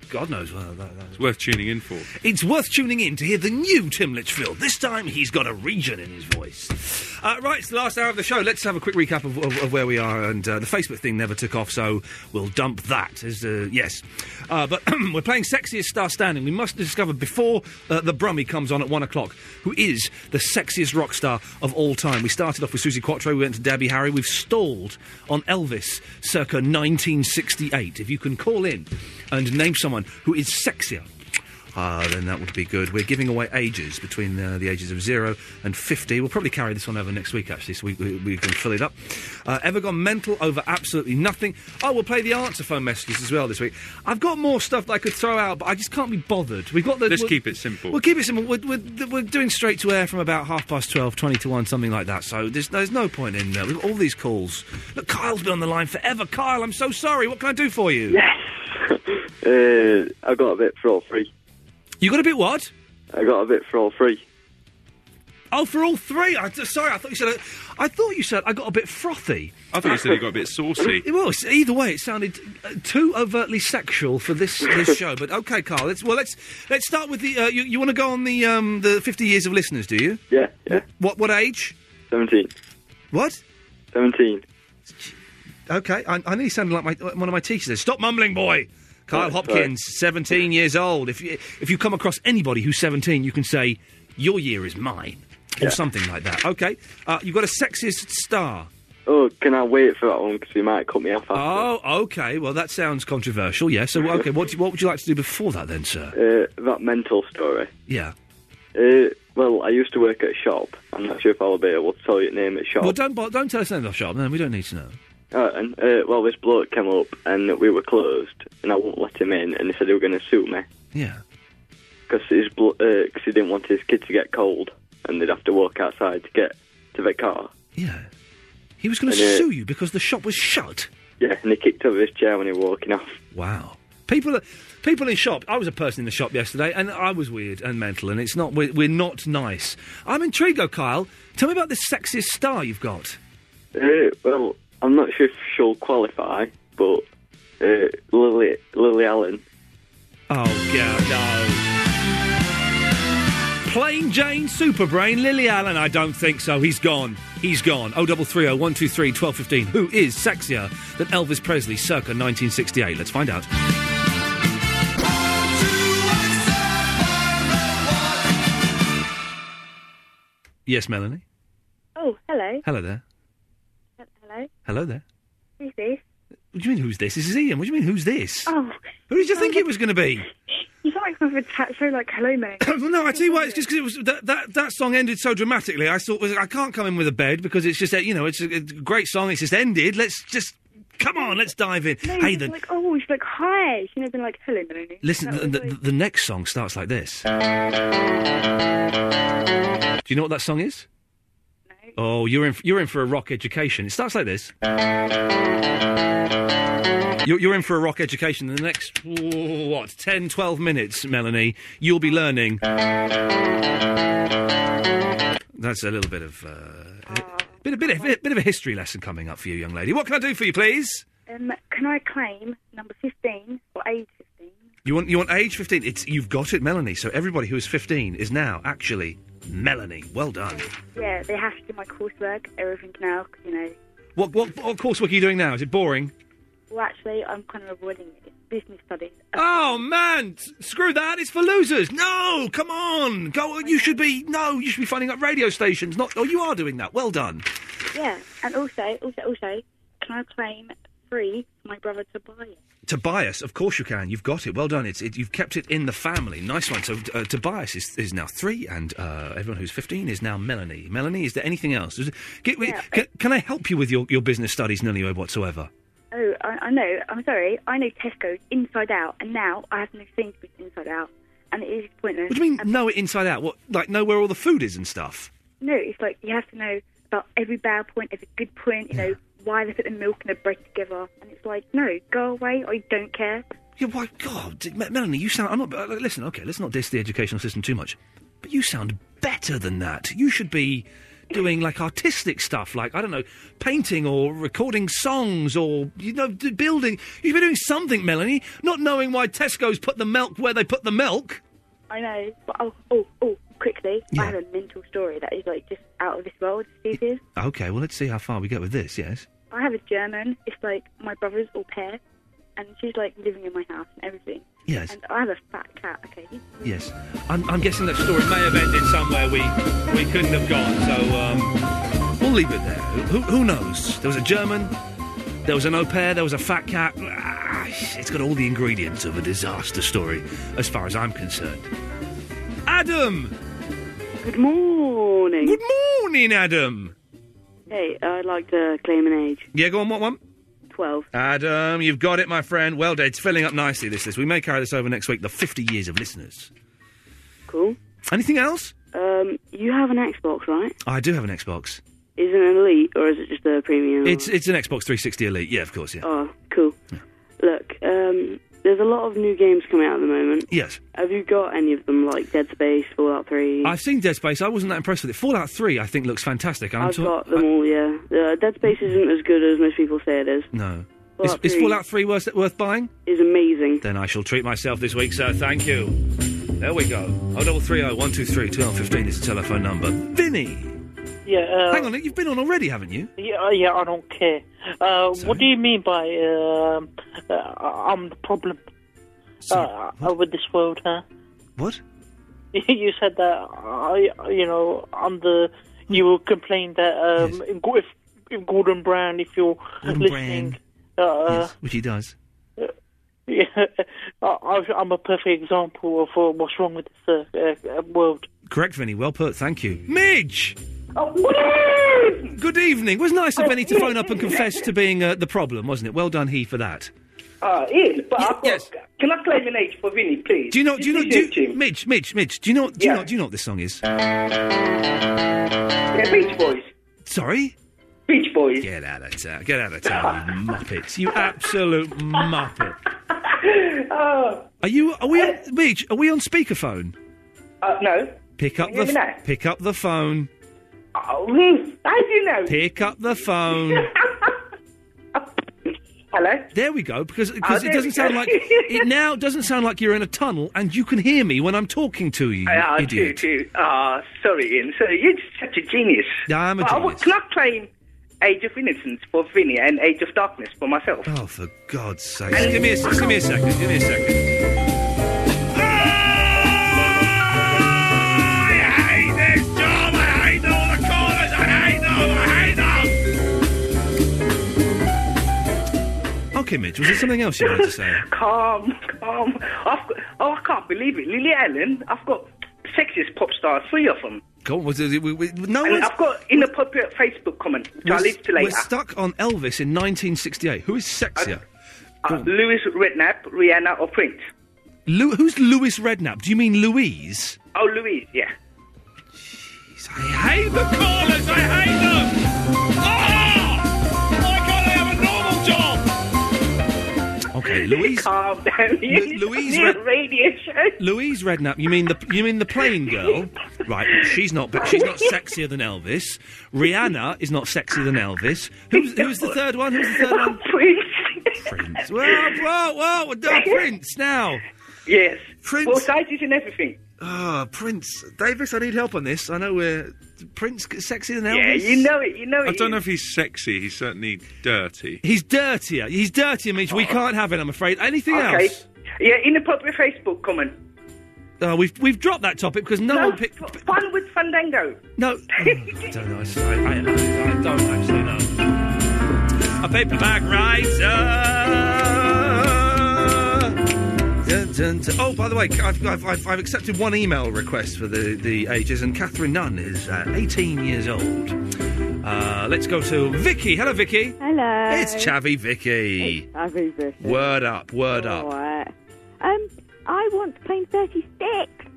S7: God knows well, that, that
S8: It's worth tuning in for.
S7: It's worth tuning in to hear the new Tim Litchfield. This time he's got a region in his voice. Uh, right, it's the last hour of the show. Let's have a quick recap of, of, of where we are. And uh, the Facebook thing never took off, so we'll dump that. Is, uh, yes. Uh, but [CLEARS THROAT] we're playing Sexiest Star Standing. We must discover before uh, the Brummy comes on at one o'clock who is the sexiest rock star of all time. We started off with Susie Quattro, we went to Debbie Harry. We've stalled on Elvis circa 1968. If you can call in and name someone who is sexier uh, then that would be good. We're giving away ages between uh, the ages of zero and 50. We'll probably carry this one over next week, actually, so we, we, we can fill it up. Uh, ever gone mental over absolutely nothing? Oh, we'll play the answer phone messages as well this week. I've got more stuff that I could throw out, but I just can't be bothered. We've got the.
S8: Let's
S7: we'll-
S8: keep it simple.
S7: We'll keep it simple. We're, we're, we're doing straight to air from about half past 12, 20 to 1, something like that. So there's, there's no point in uh, with all these calls. Look, Kyle's been on the line forever. Kyle, I'm so sorry. What can I do for you? Yes.
S24: Uh, I got a bit for all three.
S7: You got a bit what?
S24: I got a bit for all three.
S7: Oh, for all three? I, sorry, I thought you said. I thought you said I got a bit frothy.
S8: I thought you said he got a bit
S7: [LAUGHS]
S8: saucy.
S7: It was either way. It sounded uh, too overtly sexual for this
S8: [LAUGHS]
S7: this show. But okay, Carl. Let's well let's let's start with the. Uh, you you want to go on the um, the fifty years of listeners? Do you?
S24: Yeah, yeah.
S7: What what age?
S24: Seventeen.
S7: What?
S24: Seventeen.
S7: Okay, I, I nearly sounded like my, one of my teachers. said, Stop mumbling, boy. Kyle
S24: Oh,
S7: Hopkins, seventeen years old. If you if you come across anybody who's seventeen, you can say your year is mine or something like that. Okay, uh, you've got a sexiest star.
S24: Oh, can I wait for that one? Because you might cut me off. after.
S7: Oh, okay. Well, that sounds controversial. Yeah. So, okay, what do- what would you like to do before that then, sir?
S24: Uh, that mental story.
S7: Yeah.
S24: Uh, well, I used to work at a shop. I'm not sure if I'll be able to tell you the name of the shop.
S7: Well, don't bo- don't tell us anything off sharp. Then we don't need to know.
S24: Uh, and, uh, well, this bloke came up and we were closed, and I wouldn't let him in, and he said he were going to sue me
S7: Yeah.
S24: because blo- uh 'cause he didn't want his kid to get cold, and they'd have to walk outside to get to their car.
S7: He was going to
S24: And, uh,
S7: sue you because the shop was shut.
S24: Yeah, and he kicked over his chair when he was walking off.
S7: Wow. People, are- people in shop. I was a person in the shop yesterday, and I was weird and mental, and it's not. We're, we're not nice. I'm intrigued, though, Kyle. Tell me about this sexiest star you've got.
S24: Uh, well, I'm not sure if she'll qualify, but uh, Lily Lily Allen.
S7: Oh God, no. Plain Jane Superbrain, Lily Allen. I don't think so. He's gone. He's gone. Oh double three oh one two three twelve fifteen. Who is sexier than Elvis Presley, circa nineteen sixty eight? Let's find out. Yes, Melanie.
S25: Oh, hello.
S7: Hello there.
S25: Hello.
S7: Hello there.
S25: Who's this?
S7: What do you mean? Who's this? This is Ian. What do you mean? Who's this?
S25: Oh,
S7: Who did you think it was going to be?
S25: you sound like some sort of ta- show like Hello Mate.
S7: well, [CLEARS THROAT] no, I tell you what, it's just because it was that, that that song ended so dramatically. uh, I thought was I can't come in with a bed because it's just that you know it's a, a great song. It's just ended. Let's just Come on, let's dive in.
S25: No,
S7: hey,
S25: she's
S7: the,
S25: like, oh, she's like, hi. She's never been like, hello, Melanie.
S7: listen,
S25: That was
S7: the, the,
S25: really-
S7: the next song starts like this. Do you know what that song is? Oh, you're in, you're in for a rock education. It starts like this. You're, you're in for a rock education in the next, oh, what, 10, 12 minutes, Melanie. You'll be learning. That's a little bit of, uh, bit, a bit, of, bit of a history lesson coming up for you, young lady. What can I do for you, please?
S25: Um, can I claim number 15 or age?
S7: You want you want age fifteen? It's you've got it, Melanie. So everybody who is fifteen is now actually Melanie. Well done.
S25: Yeah, they have to do my coursework, everything now, 'cause, you know.
S7: What what, what coursework are you doing now? Is it boring?
S25: Well, actually, I'm kind of avoiding it. It's business studies.
S7: Oh man, s- screw that! It's for losers. No, come on, go. You should be no. You should be finding out radio stations. Not. Oh, you are doing that. Well done.
S25: Yeah, and also, also, also, can I claim three for my brother to buy it?
S7: Tobias, of course you can. You've got it. Well done. It's it, you've kept it in the family. Nice one. So uh, Tobias is, is now three, and uh, everyone who's fifteen is now Melanie. Melanie, is there anything else? Is it- get- can, can I help you with your, your business studies in any way whatsoever?
S25: Oh, I, I know. I'm sorry. I know Tesco's inside out, and now I have no Sainsbury's inside out, and it is pointless.
S7: What do you mean know it inside out? What like know where all the food is and stuff?
S25: No, it's like you have to know about every bad point, every good point. You know why they put the milk and the bread together, and it's like, no, go away. I don't care.
S7: Yeah, why, God, d- Me- Melanie, you sound. I'm not. uh, Listen, okay, let's not diss the educational system too much, but you sound better than that. You should be doing like artistic stuff, like I don't know, painting or recording songs or you know, d- building. You should be doing something, Melanie. Not knowing why Tesco's put the milk where they put the milk.
S25: I know, but oh, oh, oh, quickly, I have a mental story that is like just out of this world. Stupid.
S7: Okay, well, let's see how far we get with this. Yes.
S25: I have a German. It's like my brother's au pair, and she's like living in my house and everything.
S7: Yes.
S25: And I have a fat cat. Okay.
S7: Yes. I'm, I'm guessing that story may have ended somewhere we, we couldn't have gone, so um, we'll leave it there. Who, who knows? There was a German, there was an au pair, there was a fat cat. Ah, it's got all the ingredients of a disaster story, as far as I'm concerned. Adam!
S2: Good morning.
S7: Good morning, Adam!
S2: Hey, I'd like to claim an age.
S7: Yeah, go on, what one?
S2: 12.
S7: Adam, you've got it, my friend. Well done. It's filling up nicely, this list. We may carry this over next week, the 50 years of listeners.
S2: Cool.
S7: Anything else?
S2: Um, you have an Xbox, right?
S7: I do have an Xbox.
S2: Is it an Elite or is it just a premium?
S7: It's, it's an Xbox 360 Elite. Yeah, of course, yeah.
S2: Oh, cool. Look, um, there's a lot of new games coming out at the moment.
S7: Yes.
S2: Have you got any of them, like Dead Space, Fallout 3?
S7: I've seen Dead Space. I wasn't that impressed with it. Fallout Three, I think, looks fantastic. And I'm
S2: I've
S7: ta-
S2: got them all, yeah. Uh, Dead Space isn't as good as most people say it is.
S7: No. Mm.
S2: Fallout
S7: Is, is
S2: 3
S7: Fallout Three worth worth buying?
S2: Is amazing.
S7: Then I shall treat myself this week, sir. Thank you. There we go. Oh double three oh one two three twelve fifteen is the telephone number. Vinny,
S12: Yeah. Uh,
S7: hang on, you've been on already, haven't you?
S12: Yeah, uh, yeah, I don't care. Uh, what do you mean by um uh, I'm the problem uh, uh, with this world, huh?
S7: What?
S12: [LAUGHS] you said that I, you know, I'm the.
S7: Hmm.
S12: You complained that um, if, if Gordon Brown, if you're
S7: Gordon
S12: listening, uh,
S7: Which he does.
S12: [LAUGHS] yeah, I, I- I'm a perfect example of uh, what's wrong with this uh, uh, world.
S7: Correct, Vinny. Well put. Thank you. Midge.
S12: Oh,
S7: Good evening. It was nice of Vinny to phone up and confess to being uh, the problem, wasn't it? Well done, he, for that.
S5: Uh, Ian, but I've got, can I claim an age for Vinny, please?
S7: Do you know? Do you know? Do
S5: Appreciate
S7: you, Midge, Midge, Midge. Do you know? Do you know? Do you know what this song is?
S5: Yeah, Beach Boys.
S7: Sorry?
S5: Beach Boys.
S7: Get out of town. Get out of town,
S5: [LAUGHS]
S7: you muppets. You absolute muppet.
S5: Oh,
S7: Are you, are we, on, Midge, are we on speakerphone?
S5: uh, no.
S7: Pick up
S5: Can you
S7: the,
S5: hear me now?
S7: f- pick up the phone.
S5: Oh, hmm, how do you know?
S7: Pick up the phone.
S5: [LAUGHS] Hello? Oh,
S7: There we go, because because it
S5: there we
S7: doesn't sound
S5: go.
S7: like, it now doesn't sound like you're in a tunnel and you can hear me when I'm talking to you, you
S5: Ah, uh,
S7: idiot.
S5: too, too. Ah, sorry, Ian. So you're just such a genius.
S7: I'm a
S5: But I would-
S7: genius.
S5: Can I claim Age of Innocence for Vinny and Age of Darkness for myself?
S7: Oh, for God's sake. Just give me a, just give me a second, give me a second. Okay, Midge, was there something else you wanted to say?
S5: Calm, oh, calm. I've got, oh, I can't believe it. Lily Allen, I've got sexiest pop star, three of them.
S7: Go on. was it- we- we- No
S5: and
S7: one's.
S5: I've got inappropriate Facebook comment, which
S7: we're
S5: I'll
S7: s-
S5: leave to later.
S7: We're stuck on Elvis in 1968. Who is sexier?
S5: Uh, Louis Redknapp, Rihanna, or Prince?
S7: Lou- who's Louis Redknapp? Do you mean Louise?
S5: Oh, Louis, yeah.
S7: Hey, the callers! I hate them! Ah!
S5: [LAUGHS]
S7: Okay, Louise.
S5: Calm down. You
S7: Louise
S5: need a
S7: Red-
S5: radio show.
S7: Louise Redknapp. You mean the you mean
S5: [LAUGHS]
S7: the plain girl, right? She's not, but she's not sexier than Elvis. Rihanna is not sexier than Elvis. Who's who's the third one? Who's the third one?
S5: Prince.
S7: Prince. Well, well, well, Oh, we're done, Prince now.
S5: Yes.
S7: Prince.
S5: Well, sizes and everything.
S7: Ah, Prince. Davis, I need help on this. I know we're Prince sexier than
S5: Yeah,
S7: Elvis.
S5: you know it. You know it.
S8: I don't know if he's sexy. He's certainly dirty. Oh.
S7: He's dirtier. He's dirtier, Mitch. We can't have it. I'm afraid. Anything
S5: Okay.
S7: else?
S5: Yeah, inappropriate Facebook comment.
S7: Oh, we've we've dropped that topic because no, one picked.
S5: F- fun with Fandango. [LAUGHS]
S7: No. I don't know. I, just- I, I, I, I don't actually know. A paperback writer. Dun, dun, dun. Oh, by the way, I've, I've, I've, I've accepted one email request for the, the ages, and Catherine Nunn is uh, 18 years old. Uh, let's go to Vicky. Hello, Vicky.
S1: Hello.
S7: It's Chavy Vicky.
S1: It's Chavy Vicky.
S7: Word up, word
S1: All
S7: up.
S1: right. Um, I want to claim 36.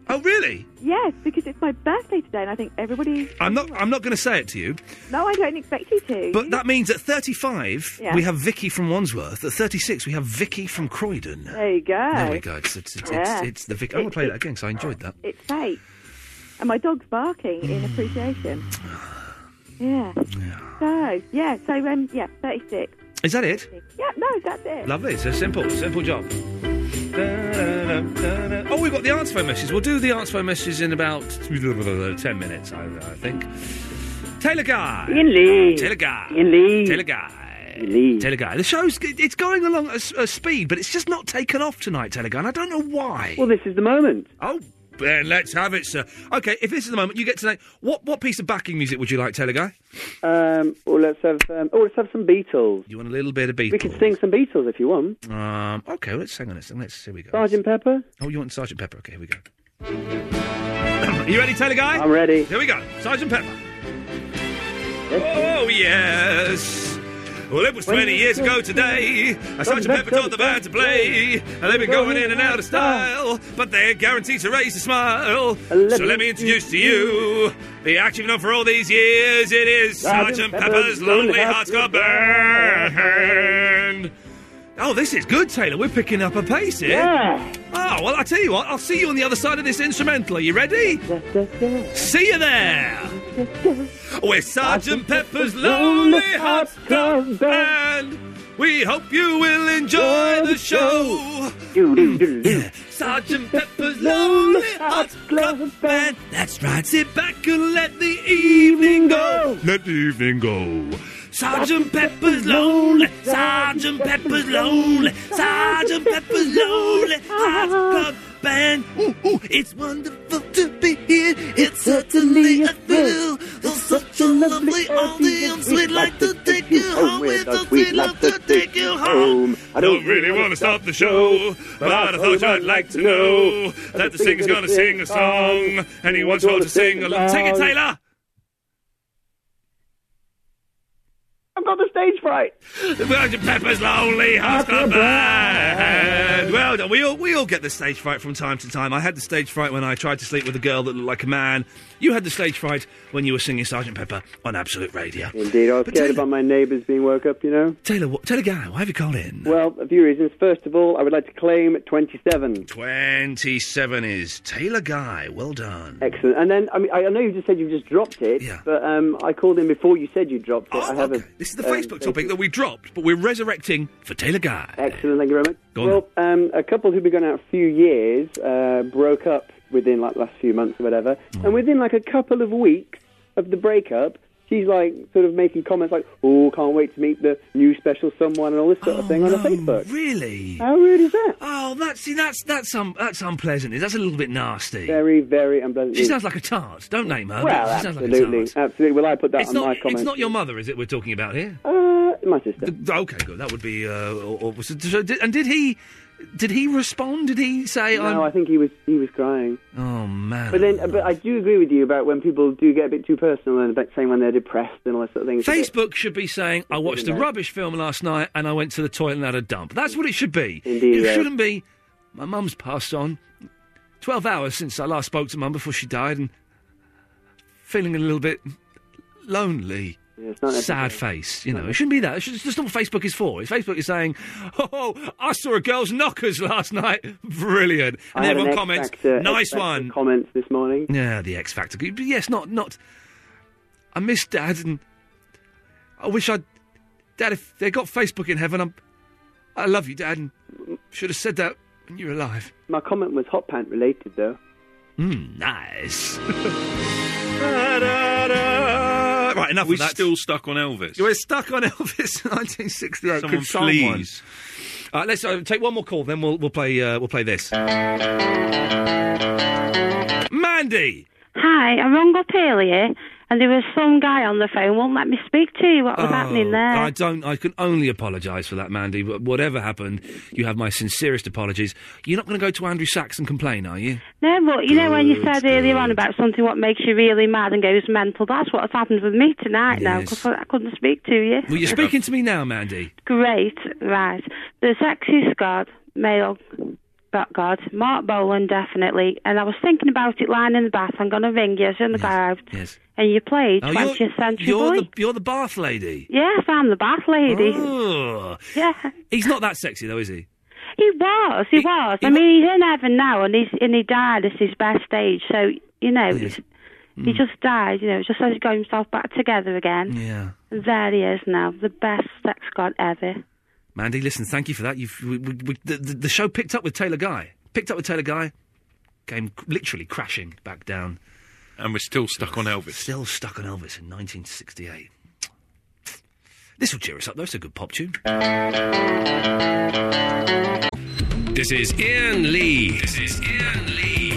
S7: Oh, really?
S1: Yes, because it's my birthday today, and I think everybody.
S7: I'm not. I'm not going to say it to you.
S1: No, I don't expect you to.
S7: But that means at 35,
S1: Yeah.
S7: we have Vicky from Wandsworth. At 36, we have Vicky from Croydon.
S1: There you go.
S7: There
S10: Oh.
S7: we go. It's, it's, it's,
S1: Yeah.
S7: it's, it's the Vicky. I want to play that again because I enjoyed that.
S1: It's fate. And my dog's barking in
S7: Mm. [SIGHS]
S1: appreciation. Yeah. So, yeah, so, um, yeah, 36.
S7: Is that it?
S1: Yeah, no, that's it.
S7: Lovely. It's a simple, simple job. Da-da-da-da-da. Oh, we've got the answer phone messages. We'll do the answer phone messages in about 10 minutes, I, I think. Taylor Guy.
S10: Ian Lee.
S7: Taylor Guy.
S10: Ian Lee.
S7: Taylor Guy. Taylor Guy. The show's it's going along at s- a speed, but it's just not taken off tonight, Taylor Guy, and I don't know why.
S10: Well, this is the moment.
S7: Oh, then let's have it, sir. Okay, if this is the moment, you get to know what what piece of backing music would you like, Taylor Guy?
S10: Um, well, let's have um, oh, let's have some Beatles.
S7: You want a little bit of
S10: We
S7: Beatles?
S10: could sing some Beatles if you want.
S7: Um, okay, let's hang on a second. Let's here we go.
S10: Sergeant Pepper.
S7: Oh, you want Sergeant Pepper? Okay, here we go. Are [CLEARS THROAT] you ready, Taylor Guy?
S10: I'm ready.
S7: Here we go, Sergeant Pepper. Oh yes. Well, it was 20 years ago today. I Sergeant Pepper told the band to play, and they've been going in and out of style, but they're guaranteed to raise a smile. So let me introduce to you the action known for all these years. It Ah, is Sergeant Pepper's Lonely Hearts Got Burned. Oh, this is good, Taylor. We're picking up a pace here.
S3: Yeah.
S7: Oh, well, I tell you what, I'll see you on the other side of this instrumental. Are you ready? See you there. With Sergeant Pepper's Lonely Hearts Club Band, we hope you will enjoy the show. Sergeant Pepper's Lonely Hearts Club Band. That's right. Sit back and let the evening go. Let the evening go. Sergeant Pepper's Lonely. Sergeant Pepper's Lonely. Sergeant Pepper's Lonely [LAUGHS] Hearts Club Band. Ooh, ooh, it's wonderful to be here. It's certainly a thrill. There's such a lovely audience. We'd like to take you home with us. We'd love to take you home. I don't really want to stop the show, but I thought I'd like to know that the singer's going to sing a song and he wants you all to sing along. Take it, Taylor.
S10: I've got the stage fright.
S7: Sergeant Pepper's Lonely Hearts Club Band. Well done. We all, we all get the stage fright from time to time. I had the stage fright when I tried to sleep with a girl that looked like a man. You had the stage fright when you were singing Sergeant Pepper on Absolute Radio.
S10: Indeed, I was scared about my neighbours being woke up. You know.
S7: Taylor, what, Taylor Guy, why have you called in?
S10: Well, a few reasons. First of all, I would like to claim 27.
S7: 27 is Taylor Guy. Well done.
S10: Excellent. And then, I mean, I I know you just said you just dropped it, but um, I called in before you said you dropped it. I have a,
S7: Ah,
S10: um,
S7: This is the Facebook topic that we dropped, but we're resurrecting for Taylor Guy.
S10: Excellent, thank you very much.
S7: Go on
S10: well, um, a couple who've been going out a few years uh, broke up within like the last few months or whatever,
S7: Mm.
S10: and within like a couple of weeks of the breakup, she's like sort of making comments like, "Oh, can't wait to meet the new special someone" and all this sort of thing on her Facebook.
S7: Oh, Really?
S10: How rude is that?
S7: Oh, that's see, that's that's um, that's unpleasant. That's a little bit nasty.
S10: Very, very unpleasant.
S7: She sounds like a tart. Don't name her.
S10: well,
S7: she sounds like a
S10: absolutely,
S7: tart.
S10: absolutely. Well, I put that
S7: it's
S10: on
S7: not,
S10: my
S7: it's
S10: comment.
S7: not your mother, is it? We're talking about here.
S10: Uh, my sister.
S7: Okay, good. That would be. Uh, or, or- so- so did- and did he? Did he respond? Did he say,
S10: No,
S7: I'm-
S10: I think he was he was crying.
S7: Oh man!
S10: But then, uh, but I do agree with you about when people do get a bit too personal and about saying when they're depressed and all that sort of thing. It's a bit-
S7: Facebook should be saying, I watched a rubbish film last night and I went to the toilet and had a dump. That's what it should be.
S10: Indeed,
S7: It
S10: yeah.
S7: shouldn't be, my mum's passed on. 12 hours since I last spoke to mum before she died and feeling a little bit lonely.
S10: not
S7: Sad face, you know. It shouldn't be that. It's just that's not what Facebook is for. It's Facebook is saying, "Oh, I saw a girl's knockers [LAUGHS] last night. Brilliant!" And
S10: I had
S7: everyone
S10: an X
S7: comments,
S10: Factor-
S7: "Nice
S10: X Factor
S7: one."
S10: Comments this morning.
S7: Yeah, the X Factor. But yes, not not. I miss Dad, and I wish I'd. Dad, if they got Facebook in heaven, I'm. I love you, Dad, and should have said that when you were alive.
S10: My comment was hot pant related though.
S7: Mm, nice. [LAUGHS] Da-da-da. Right, enough
S8: We're
S7: of that.
S8: still stuck on Elvis.
S7: We're stuck on Elvis 1968.
S8: Someone
S7: Could someone-
S8: please.
S7: Uh, let's uh, take one more call, then we'll we'll play uh, we'll play this. Mandy.
S13: Hi, I rung up earlier and there was some guy on the phone won't let me speak to you. What was happening there?
S7: Oh, I don't. I can only apologise for that, Mandy. But whatever happened, you have my sincerest apologies. You're not going to go to Andrew Sachs and complain, are you?
S13: No, but you know when you said earlier on about something what makes you really mad and goes mental, that's what's happened with me tonight now 'cause now because I couldn't speak to you.
S7: Well, you're speaking to me now, Mandy.
S13: Great, right. The sexiest god, male that god, Mark Boland, definitely. And I was thinking about it lying in the bath. I'm going to ring you. I was in the go out.
S7: Yes.
S13: And you played
S7: Oh,
S13: 20th
S7: you're,
S13: Century
S7: you're
S13: Boy.
S7: the you're the bath lady.
S13: Yes, I'm the bath lady.
S7: Oh.
S13: Yeah.
S7: He's not that sexy though, is he?
S13: He was, he, was. I mean, he's in heaven now, and he's and he died. It's his best age, so you know, it's, he just died. You know, just as he got himself back together again.
S7: Yeah.
S13: And there he is now, the best sex god ever.
S7: Mandy, listen, thank you for that. You've we, we, we, the, the the show picked up with Taylor Guy. Picked up with Taylor Guy. Came c- literally crashing back down.
S8: And we're still stuck on Elvis.
S7: Still stuck on Elvis in 1968. This will cheer us up, though. It's a good pop tune. Uh,
S6: This is Ian Lee. This is Ian Lee.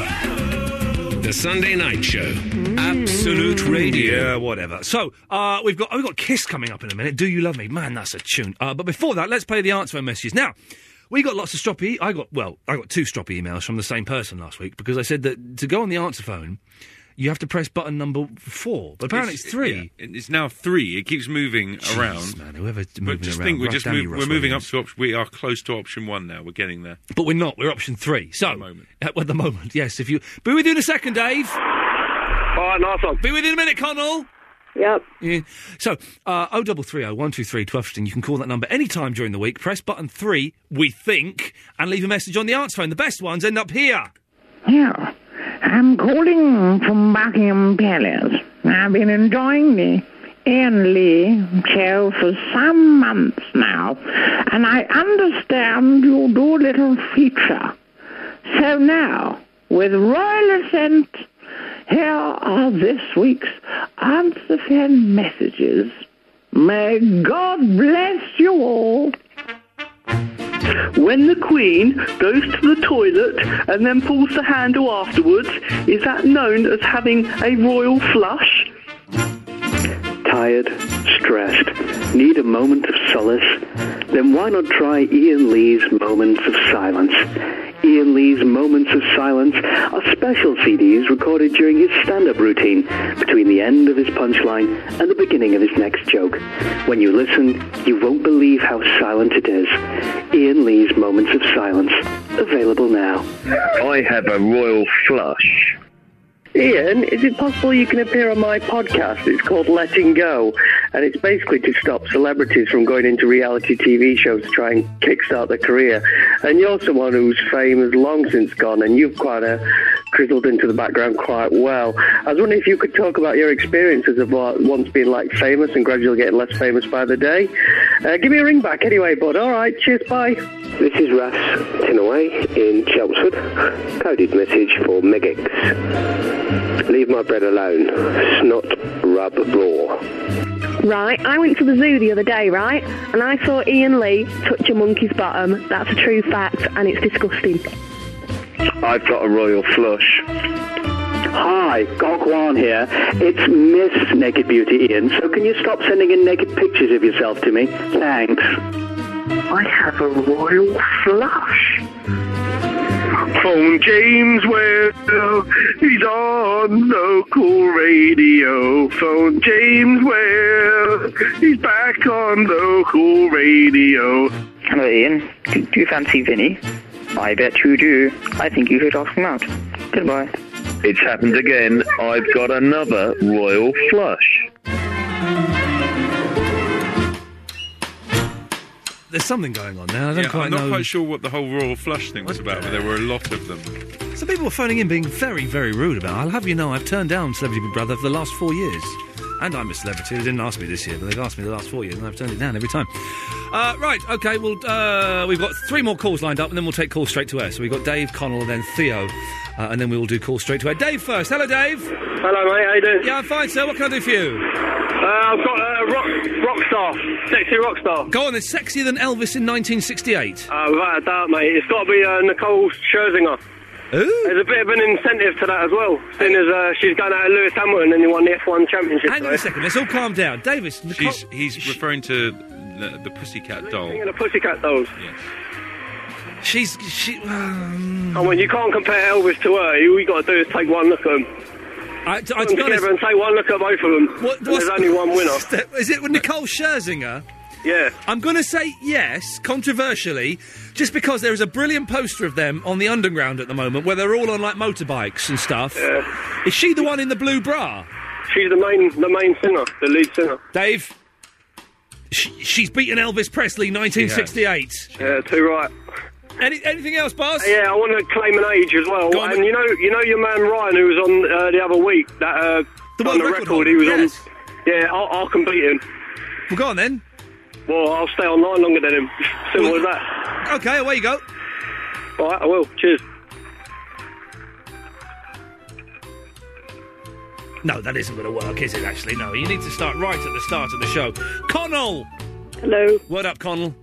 S6: The Sunday Night Show. Absolute
S7: Yeah,
S6: Radio.
S7: whatever. So uh, we've got oh, we've got Kiss coming up in a minute. Do you love me, man? That's a tune. Uh, but before that, let's play the answer phone messages. Now we got lots of stroppy. I got well, I got two stroppy emails from the same person last week because I said that to go on the answer phone, you have to press button number four. But apparently it's, three.
S8: yeah, it- it's now three. It keeps moving
S7: Jeez,
S8: around.
S7: man, whoever's moving
S8: but just
S7: around.
S8: think, we're
S7: Right,
S8: just
S7: damn you,
S8: move-
S7: Russ
S8: we're moving up
S7: Williams.
S8: to option. We are close to option one now. We're getting there.
S7: But we're not. We're option three. So [LAUGHS] at, at the moment, yes. If you be with you in a second, Dave. All right, nice one. Be with you in a minute, Connell. Yep. Yeah. So, oh double three oh one two three twelve fifteen. You can call that number any time during the week. Press button three, we think, and leave a message on the answer phone. The best ones end up here.
S4: Yeah, I'm calling from Buckingham Palace. I've been enjoying the Ian Lee show for some months now, and I understand you do a little feature. So now, with royal assent, here are this week's answer fan messages. May God bless you all.
S9: When the Queen goes to the toilet and then pulls the handle afterwards, is that known as having a royal flush?
S26: Tired? Stressed? Need a moment of solace? Then why not try Ian Lee's Moments of Silence? Ian Lee's Moments of Silence are special CDs recorded during his stand-up routine between the end of his punchline and the beginning of his next joke. When you listen, you won't believe how silent it is. Ian Lee's Moments of Silence. Available now.
S18: I have a royal flush.
S9: Ian, is it possible you can appear on my podcast? It's called Letting Go, and it's basically to stop celebrities from going into reality TV shows to try and kickstart their career. And you're someone whose fame has long since gone, and you've quite a crizzled into the background quite well. I was wondering if you could talk about your experiences of what once being like famous and gradually getting less famous by the day. Uh, give me a ring back anyway, bud. All right, cheers, bye.
S26: This is Russ Tinaway in Chelmsford. Coded message for Megix. Leave my bread alone. Snot rub raw.
S21: Right, I went to the zoo the other day, right? And I saw Ian Lee touch a monkey's bottom. That's a true fact, and it's disgusting.
S26: I've got a royal flush. Hi, Gogwan here. It's Miss Naked Beauty Ian, so can you stop sending in naked pictures of yourself to me? Thanks. I have a royal flush. Phone James Whale, he's on local radio. Phone James Whale, he's back on local radio.
S27: Hello, Ian. Do, do you fancy Vinny? I bet you do. I think you should ask him out. Goodbye.
S3: It's happened again. I've got another royal flush.
S7: There's something going on there. I don't
S8: yeah,
S7: quite
S8: I'm not
S7: know.
S8: quite sure what the whole royal flush thing was about, but there were a lot of them.
S7: Some people were phoning in being very, very rude about. I'll have you know, I've turned down Celebrity Big Brother for the last four years, and I'm a celebrity. They didn't ask me this year, but they've asked me the last four years, and I've turned it down every time. Uh, right, okay. Well, uh, we've got three more calls lined up, and then we'll take calls straight to air. So we've got Dave Connell, then Theo, uh, and then we will do calls straight to air. Dave first. Hello, Dave. Hello, mate. How you doing? Yeah, I'm fine, sir. What can I do for you? Uh, I've got uh, rock, rock star, sexy rock star. Go on, it's sexier than Elvis in 1968.
S10: Uh, without a doubt, mate. It's got to be uh, Nicole Scherzinger. There's a bit of an incentive to that as well, seeing as uh, she's going out of Lewis Hamilton and he won the F1 Championship.
S7: Hang on a second. Let's all calm down, Davis. Nicole,
S8: She's, he's referring to the, the pussycat doll.
S10: Singing the Pussycat Dolls.
S7: She's she. um,
S10: I mean, Oh, you can't compare Elvis to her. All you got to do is take one look at them.
S7: I,
S10: Put
S7: I,
S10: them
S7: to be honest-
S10: together and take one look at both of them. and there's only one
S7: [LAUGHS]
S10: winner.
S7: Is it with Nicole Scherzinger?
S10: Yeah.
S7: I'm going to say yes, controversially, just because there is a brilliant poster of them on the underground at the moment where they're all on like motorbikes and stuff. Is she the one in the blue bra?
S10: She's the main, the main singer, the lead singer.
S7: Dave? Sh- she's beaten Elvis Presley 1968.
S10: Yeah, too right.
S7: Any, anything else, boss?
S10: Yeah, I want to claim an age as well. and you know, you know your man Ryan who was on uh, the other week that uh,
S7: the
S10: on the
S7: record
S10: record.
S7: holder,
S10: he was
S7: yes.
S10: on. Yeah, I'll, I'll complete him.
S7: Well, go on then.
S10: Well, I'll stay online longer than him. [LAUGHS] Simple as that.
S7: Okay, away you go.
S10: All right, I will. Cheers.
S7: No, that isn't going to work, is it, actually? No, you need to start right at the start of the show. Connell!
S14: Hello.
S7: Word up, Connell.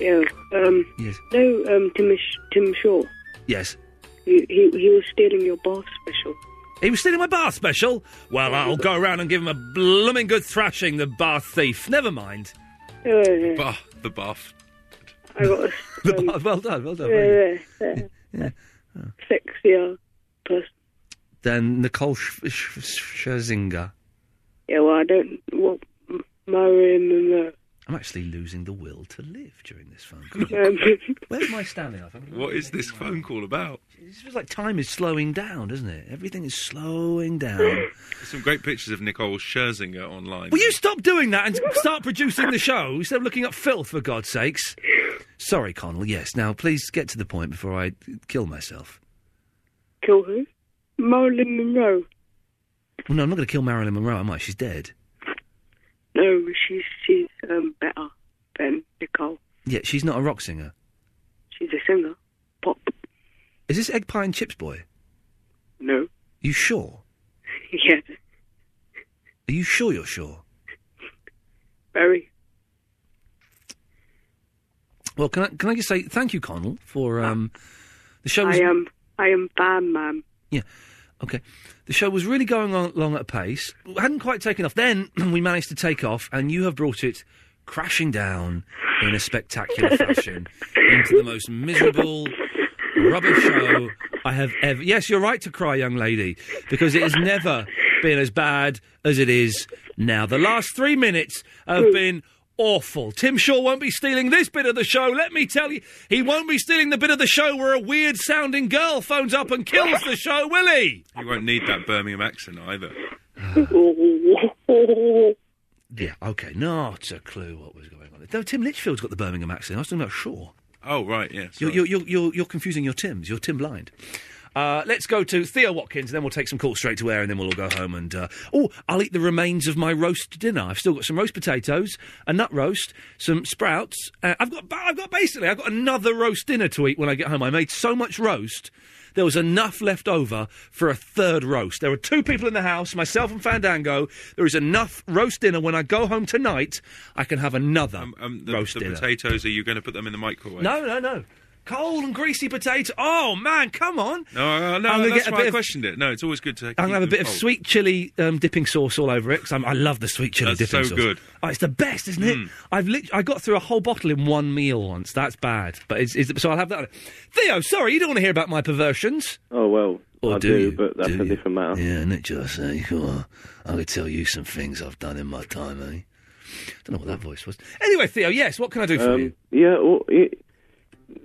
S14: Yeah. Um,
S7: Yes.
S14: No, um, Tim, Sh- Tim Shaw.
S7: Yes.
S14: He, he, he was stealing your bar special.
S7: He was stealing my bath special. Well, I'll go around and give him a blooming good thrashing, the bath thief. Never mind.
S14: Oh, yeah.
S7: Bah, the bath.
S14: I got a
S7: [LAUGHS]
S14: um,
S7: The bath. Well done, well done. very good.
S14: yeah, yeah, yeah. sexier person.
S7: Then Nicole Sch- Sch- Sch- Scherzinger.
S14: Yeah, well, I don't want m- marry him and uh,
S7: I'm actually losing the will to live during this phone
S14: Um,
S7: call. Where's my standing up?
S8: What is this phone call about?
S7: It feels like time is slowing down, doesn't it? Everything is
S14: [LAUGHS]
S7: slowing down.
S8: There's some great pictures of Nicole Scherzinger online.
S7: Will you stop doing that and start producing the show instead of looking up filth, for God's sakes? Sorry, Connell, yes. Now, please get to the point before I kill myself.
S14: kill who? Marilyn Monroe.
S7: Well, no, I'm not going to kill Marilyn Monroe, am I? She's dead.
S14: No, she's she's um, better than Nicole.
S7: Yeah, she's not a rock singer.
S14: She's a singer. Pop.
S7: Is this Egg Pie and Chips Boy?
S14: No. [LAUGHS]
S7: You sure?
S14: yeah,
S7: Are you sure you're sure?
S14: very.
S7: Well, can I, can I just say thank you, Connell, for um, the show.
S14: I
S7: Was,
S14: am I am bad, man.
S7: Okay. The show was really going on, along at a pace. Hadn't quite taken off. Then [CLEARS THROAT] we managed to take off, and you have brought it crashing down in a
S14: [LAUGHS]
S7: spectacular fashion into the most miserable, rubbish show I have ever. Yes, you're right to cry, young lady, because it has never been as bad as it is now. The last three minutes have been. Awful. Tim Shaw won't be stealing this bit of the show. Let me tell you, he won't be stealing the bit of the show where a weird sounding girl phones up and kills the show, will
S8: [LAUGHS]
S7: he?
S8: You won't need that Birmingham accent either.
S7: Yeah, okay. Not a clue what was going on. Though Tim Litchfield's got the Birmingham accent. I was talking about Shaw.
S8: Oh, right, yes.
S7: You're, you're, you're, you're, you're confusing your Tims. You're Tim blind. Uh, let's go to Theo Watkins, then we'll take some calls straight to air, and then we'll all go home. And uh, oh, I'll eat the remains of my roast dinner. I've still got some roast potatoes, a nut roast, some sprouts. Uh, I've got, ba- I've got basically, I've got another roast dinner to eat when I get home. I made so much roast, there was enough left over for a third roast. There are two people in the house, myself and Fandango. There is enough roast dinner when I go home tonight. I can have another
S8: Um, the
S7: roast
S8: the
S7: dinner. [LAUGHS]
S8: potatoes, are you going to put them in the microwave?
S7: No, no, no. Cold and greasy potato. Oh man, come on.
S8: No, no,
S7: I'm
S8: no
S7: gonna
S8: that's
S7: get a
S8: why
S7: bit
S8: I
S7: of-
S8: questioned it. No, it's always good to.
S7: I'm gonna have a
S8: keep
S7: bit
S8: them
S7: of
S8: cold.
S7: sweet chili um, dipping sauce all over it because I love the sweet chili
S8: That's
S7: dipping
S8: so
S7: sauce.
S8: good. Mm.
S7: Oh, it's the best, isn't it? I've lit- I got through a whole bottle in one meal once. That's bad, but it's, it's so I'll have that. Theo, sorry, you don't want to hear about my perversions.
S16: Oh well,
S7: Or
S16: I
S7: do
S16: do,
S7: you?
S16: but that's a different matter.
S7: Yeah, Nick just say, oh, I could tell you some things I've done in my time, eh? Don't know what that voice was. Anyway, Theo, yes, what can I do for you?
S16: Um, yeah, well, it,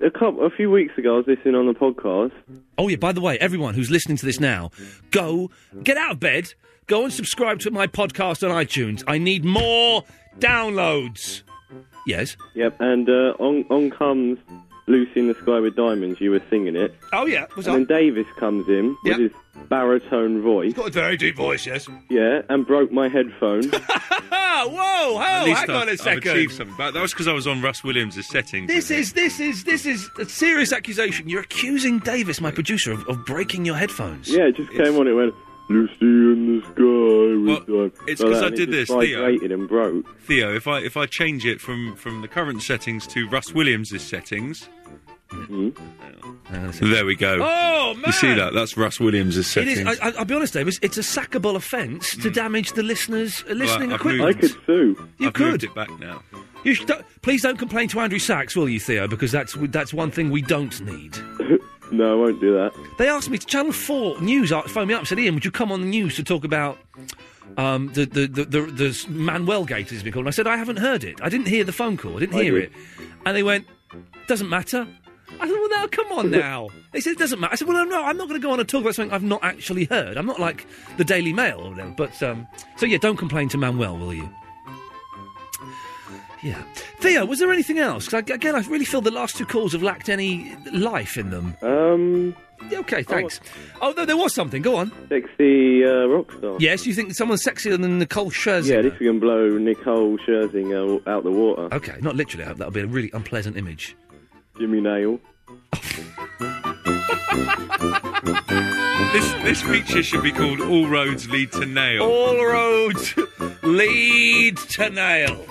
S16: a couple, a few weeks ago, I was listening on the podcast.
S7: Oh yeah, by the way, everyone who's listening to this now, go get out of bed, go and subscribe to my podcast on iTunes. I need more downloads. Yes.
S16: Yep, and uh, on on comes Lucy in the Sky with Diamonds. You were singing it,
S7: Oh yeah, was
S16: and then Davis comes in
S7: Yep.
S16: with his baritone voice.
S7: Got a very deep voice, yes.
S16: Yeah, and broke my headphone.
S7: [LAUGHS] Ah, whoa,
S8: At
S7: whoa,
S8: least
S7: hang
S8: I've-
S7: on a
S8: I've
S7: second.
S8: achieved something. But that was because I was on Russ Williams' settings.
S7: This is this is this is a serious accusation. You're accusing Davis, my producer, of, of breaking your headphones.
S16: yeah, it just came on. It went Lucy in the Sky with Diamonds.
S8: it's
S16: like
S8: 'cause
S16: that,
S8: I
S16: and it
S8: did
S16: just
S8: this, Theo.
S16: vibrated and broke.
S8: Theo, if I if I change it from from the current settings to Russ Williams' settings. Mm-hmm. There we go.
S7: Uh, Oh,
S8: You see that? That's Russ Williams'
S7: It
S8: settings.
S7: is. I, I- I'll be honest, Davis. It's a sackable offence to damage the listeners' uh, listening
S8: I've
S7: equipment.
S8: moved- I could
S16: sue.
S7: You
S8: I've
S7: could.
S8: moved it back now.
S7: You should, don't- please don't complain to Andrew Sachs, will you, Theo? Because that's that's one thing we don't need.
S16: No, I won't do that.
S7: They asked me to Channel Four News uh, phoned me up and said, "Ian, would you come on the news to talk about um, the, the, the the the Manuel Gate has been called?" And I said, "I haven't heard it. I didn't hear the phone call. I didn't
S16: I
S7: hear
S16: did.
S7: it." And they went, "Doesn't matter." I said, "Well, now
S8: [LAUGHS]
S7: come on now." They said, "It doesn't matter." I said, "Well, no, no, I'm not going to go on and talk about something I've not actually heard. I'm not like the Daily Mail or whatever." But um, so yeah, don't complain to Manuel, will you? Yeah. Theo, was there anything else? 'Cause I, again, I really feel the last two calls have lacked any life in them.
S16: Um.
S7: Okay, thanks. Oh, no, there was something. Go on.
S16: Sexy uh, rock star.
S7: Yes, you think someone's sexier than Nicole
S16: Yeah,
S7: Scherzinger?
S16: this can blow Nicole Scherzinger out the water.
S7: Okay, not literally. I hope that'll be a really unpleasant image.
S16: Jimmy Nail.
S8: This this feature should be called All Roads Lead to Nail.
S7: All roads lead to nail.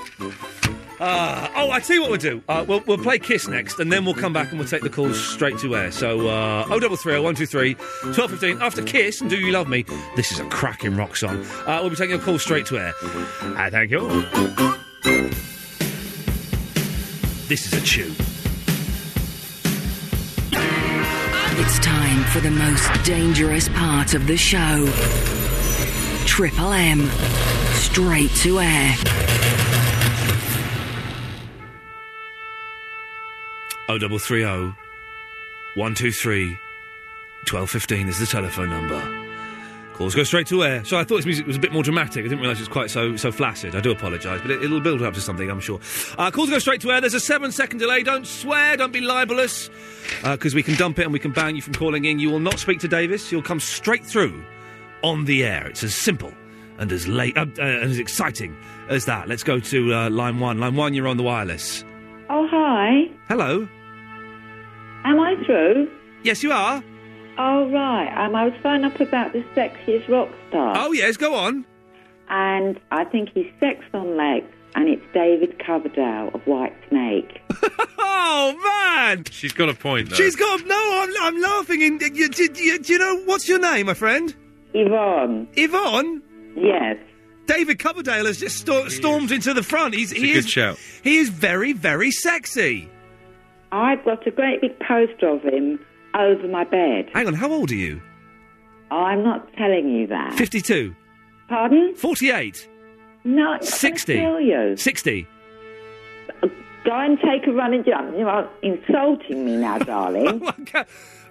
S7: Ah, oh, I tell you what we'll do. Uh, we'll, we'll play Kiss next, and then we'll come back and we'll take the calls straight to air. So, uh, 0330 123 1215. After Kiss and Do You Love Me, this is a cracking rock song. Uh, we'll be taking a call straight to air. Uh, thank you. This is a tune.
S17: It's time for the most dangerous part of the show. Triple M. Straight to air.
S7: 0330 123 1215 is the telephone number. Calls go straight to air. So I thought this music was a bit more dramatic. I didn't realise it was quite so so flaccid. I do apologise, but it, it'll build up to something, I'm sure. Uh, calls go straight to air. There's a seven second delay. Don't swear. Don't be libelous, because we can dump it and we can ban you from calling in. You will not speak to Davis. You'll come straight through on the air. It's as simple and as late uh, uh, and as exciting as that. Let's go to uh, line one. Line one, you're on the wireless.
S19: Oh, hi.
S7: Hello.
S19: Am I through?
S7: Yes, you are.
S19: Oh, right. Um, I was phoned up about the sexiest rock star.
S7: Oh yes, go on.
S19: And I think he's sex on legs, and it's David Coverdale of White Snake.
S7: Oh man,
S8: she's got a point. Though.
S7: She's got no. I'm, I'm laughing. In you, do, you, do you know what's your name, my friend?
S19: Yvonne.
S7: Yvonne.
S19: Yes.
S7: David Coverdale has just sto- stormed into the front. He's he
S19: a
S7: is
S19: good shout.
S7: he is very very sexy.
S19: I've got a great big poster of him over my bed.
S7: Hang on, how old are you?
S19: Oh, I'm not telling you that.
S7: Fifty two.
S19: Pardon?
S7: Forty-eight.
S19: No, I'm
S7: Sixty.
S19: Tell you.
S7: Sixty. [LAUGHS]
S19: Go and take a run and jump. You are insulting me
S7: [LAUGHS]
S19: now, darling.
S7: uh,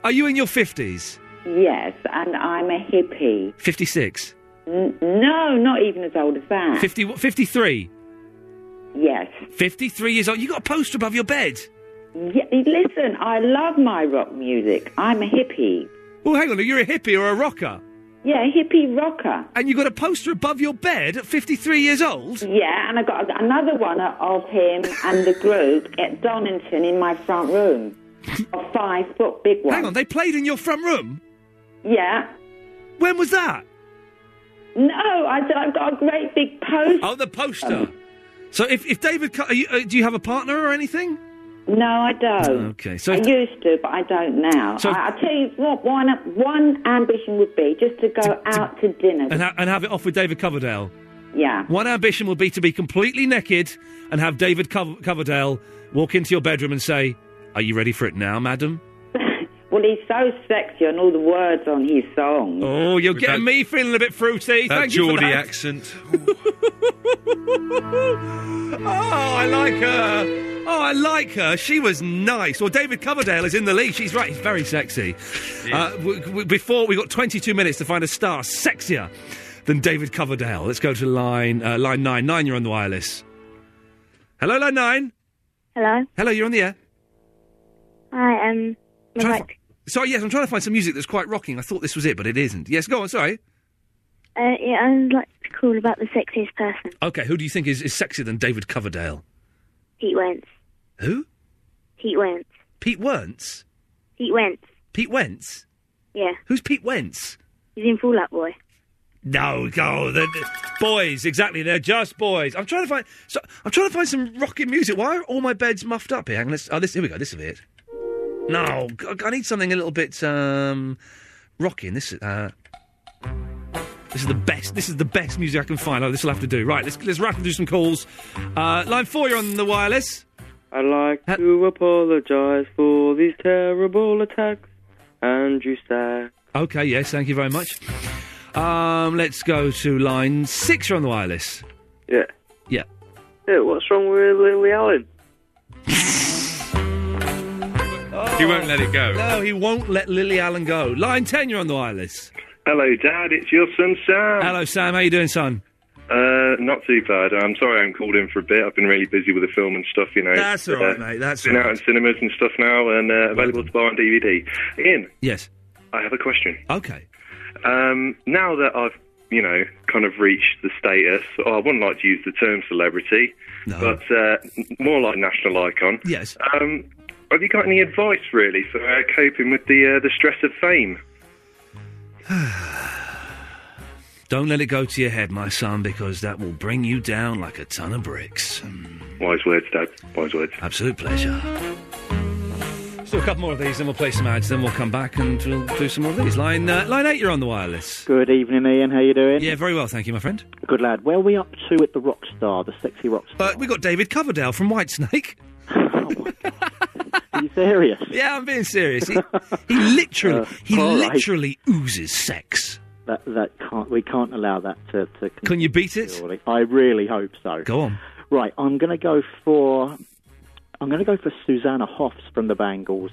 S7: Are you in your fifties?
S19: yes, and I'm a hippie.
S7: Fifty-six.
S19: N- no, not even as old as that.
S7: Fifty. Fifty-three.
S19: Ah. Yes.
S7: Fifty-three years old. You got a poster above your bed.
S19: Yeah, listen, I love my rock music. I'm a hippie.
S7: Well, hang on. You're a hippie or a rocker?
S19: Yeah, hippie rocker.
S7: And you got a poster above your bed at 53 years old?
S19: Yeah, and I got another one of him and the group at Donington in my front
S7: [LAUGHS]
S19: room. A five foot big one.
S7: Hang on, they played in your front room?
S19: Yeah.
S7: When was that?
S19: No, I said I've got a great big poster. Um,
S7: Oh, the poster. So if, if David, Co- are you, uh, do you have a partner or anything?
S19: No, I don't.
S7: Okay, so
S19: I used to, but I don't now.
S7: So-
S19: I, I tell you what, one one ambition would be just to go out to dinner.
S7: and, ha- and have it off with David Coverdale.
S19: yeah,
S7: One ambition would be to be completely naked and have David Cov- Coverdale walk into your bedroom and say, "Are you ready for it now, madam?"
S19: well, he's so sexy, and all the words on his song.
S7: Oh, you're getting me feeling a bit fruity.
S8: That
S7: Thank you for
S8: Geordie
S7: that.
S8: accent.
S7: [LAUGHS] oh, I like her. Oh, I like her. She was nice. Well, David Coverdale is in the league. She's right. He's very sexy. Uh, w- w- before we got 22 minutes to find a star sexier than David Coverdale. Let's go to line uh, line nine. Nine, you're on the wireless. Hello, line nine.
S1: Hello.
S7: Hello, you're on the air.
S1: Hi. Um. my
S7: Trying to
S1: right-
S7: fi- Sorry, yes, I'm trying to find some music that's quite rocking. I thought this was it, but it isn't. Yes, go on. Sorry.
S1: uh, yeah, I'd like to call about the sexiest person,
S7: Okay, who do you think is, is sexier than David Coverdale?
S1: Pete Wentz.
S7: Who?
S1: Pete Wentz.
S7: Pete Wentz.
S1: Pete Wentz.
S7: Pete Wentz.
S1: Yeah.
S7: Who's Pete Wentz?
S1: He's in Fall Out Boy.
S7: No, go the boys. Exactly, they're just boys. I'm trying to find. So, I'm trying to find some rocking music. Why are all my beds muffed up here? Hang on, let's, oh, this here we go. This will be it. No, g- I need something a little bit um, rocking. This uh, this is the best. This is the best music I can find. Oh, this will have to do. Right, let's let's rattle through some calls. Uh, line four, you're on the wireless.
S24: I'd like to apologise for these terrible attacks, Andrew Stack.
S7: Okay, yes, thank you very much. Um, let's go to line six. You're on the wireless.
S24: Yeah.
S7: Yeah.
S24: Yeah, what's wrong with Lily Allen?
S8: He won't let it go.
S7: No, he won't let Lily Allen go. Line 10, you're on the wireless.
S22: Hello, Dad. It's your son, Sam.
S7: Hello, Sam. How you doing, son?
S22: Uh, not too bad. I'm sorry I haven't called in for a bit. I've been really busy with the film and stuff, you know.
S7: That's all right,
S22: Uh,
S7: mate. That's
S22: been
S7: all
S22: out in cinemas and stuff now and uh, available to buy on DVD. Ian,
S7: Yes.
S22: I have a question.
S7: Okay.
S22: Um, now that I've, you know, kind of reached the status, oh, I wouldn't like to use the term celebrity, but uh, n- more like national icon.
S7: Yes.
S22: Um, have you got any advice, really, for uh, coping with the uh, the stress of fame?
S7: Don't let it go to your head, my son, because that will bring you down like a ton of bricks.
S22: Wise words, Dad. Wise words.
S7: Absolute pleasure. Still a couple more of these, then we'll play some ads, then we'll come back and we'll do some more of these. Line uh, line eight, you're on the wireless.
S20: Good evening, Ian. How you doing?
S7: Yeah, very well, thank you, my friend.
S20: Good lad. Where are we up to at the rock star, the sexy rock star?
S7: Uh, we got David Coverdale from Whitesnake. [LAUGHS]
S20: Are you serious?
S7: Yeah, I'm being serious. He, he literally, he
S20: all right.
S7: literally oozes sex.
S20: Uh, That that can't we can't allow that to. to
S7: Can you beat it?
S20: I really hope so.
S7: Go on.
S20: Right, I'm going to go for. I'm going to go for Susanna Hoffs from the Bangles.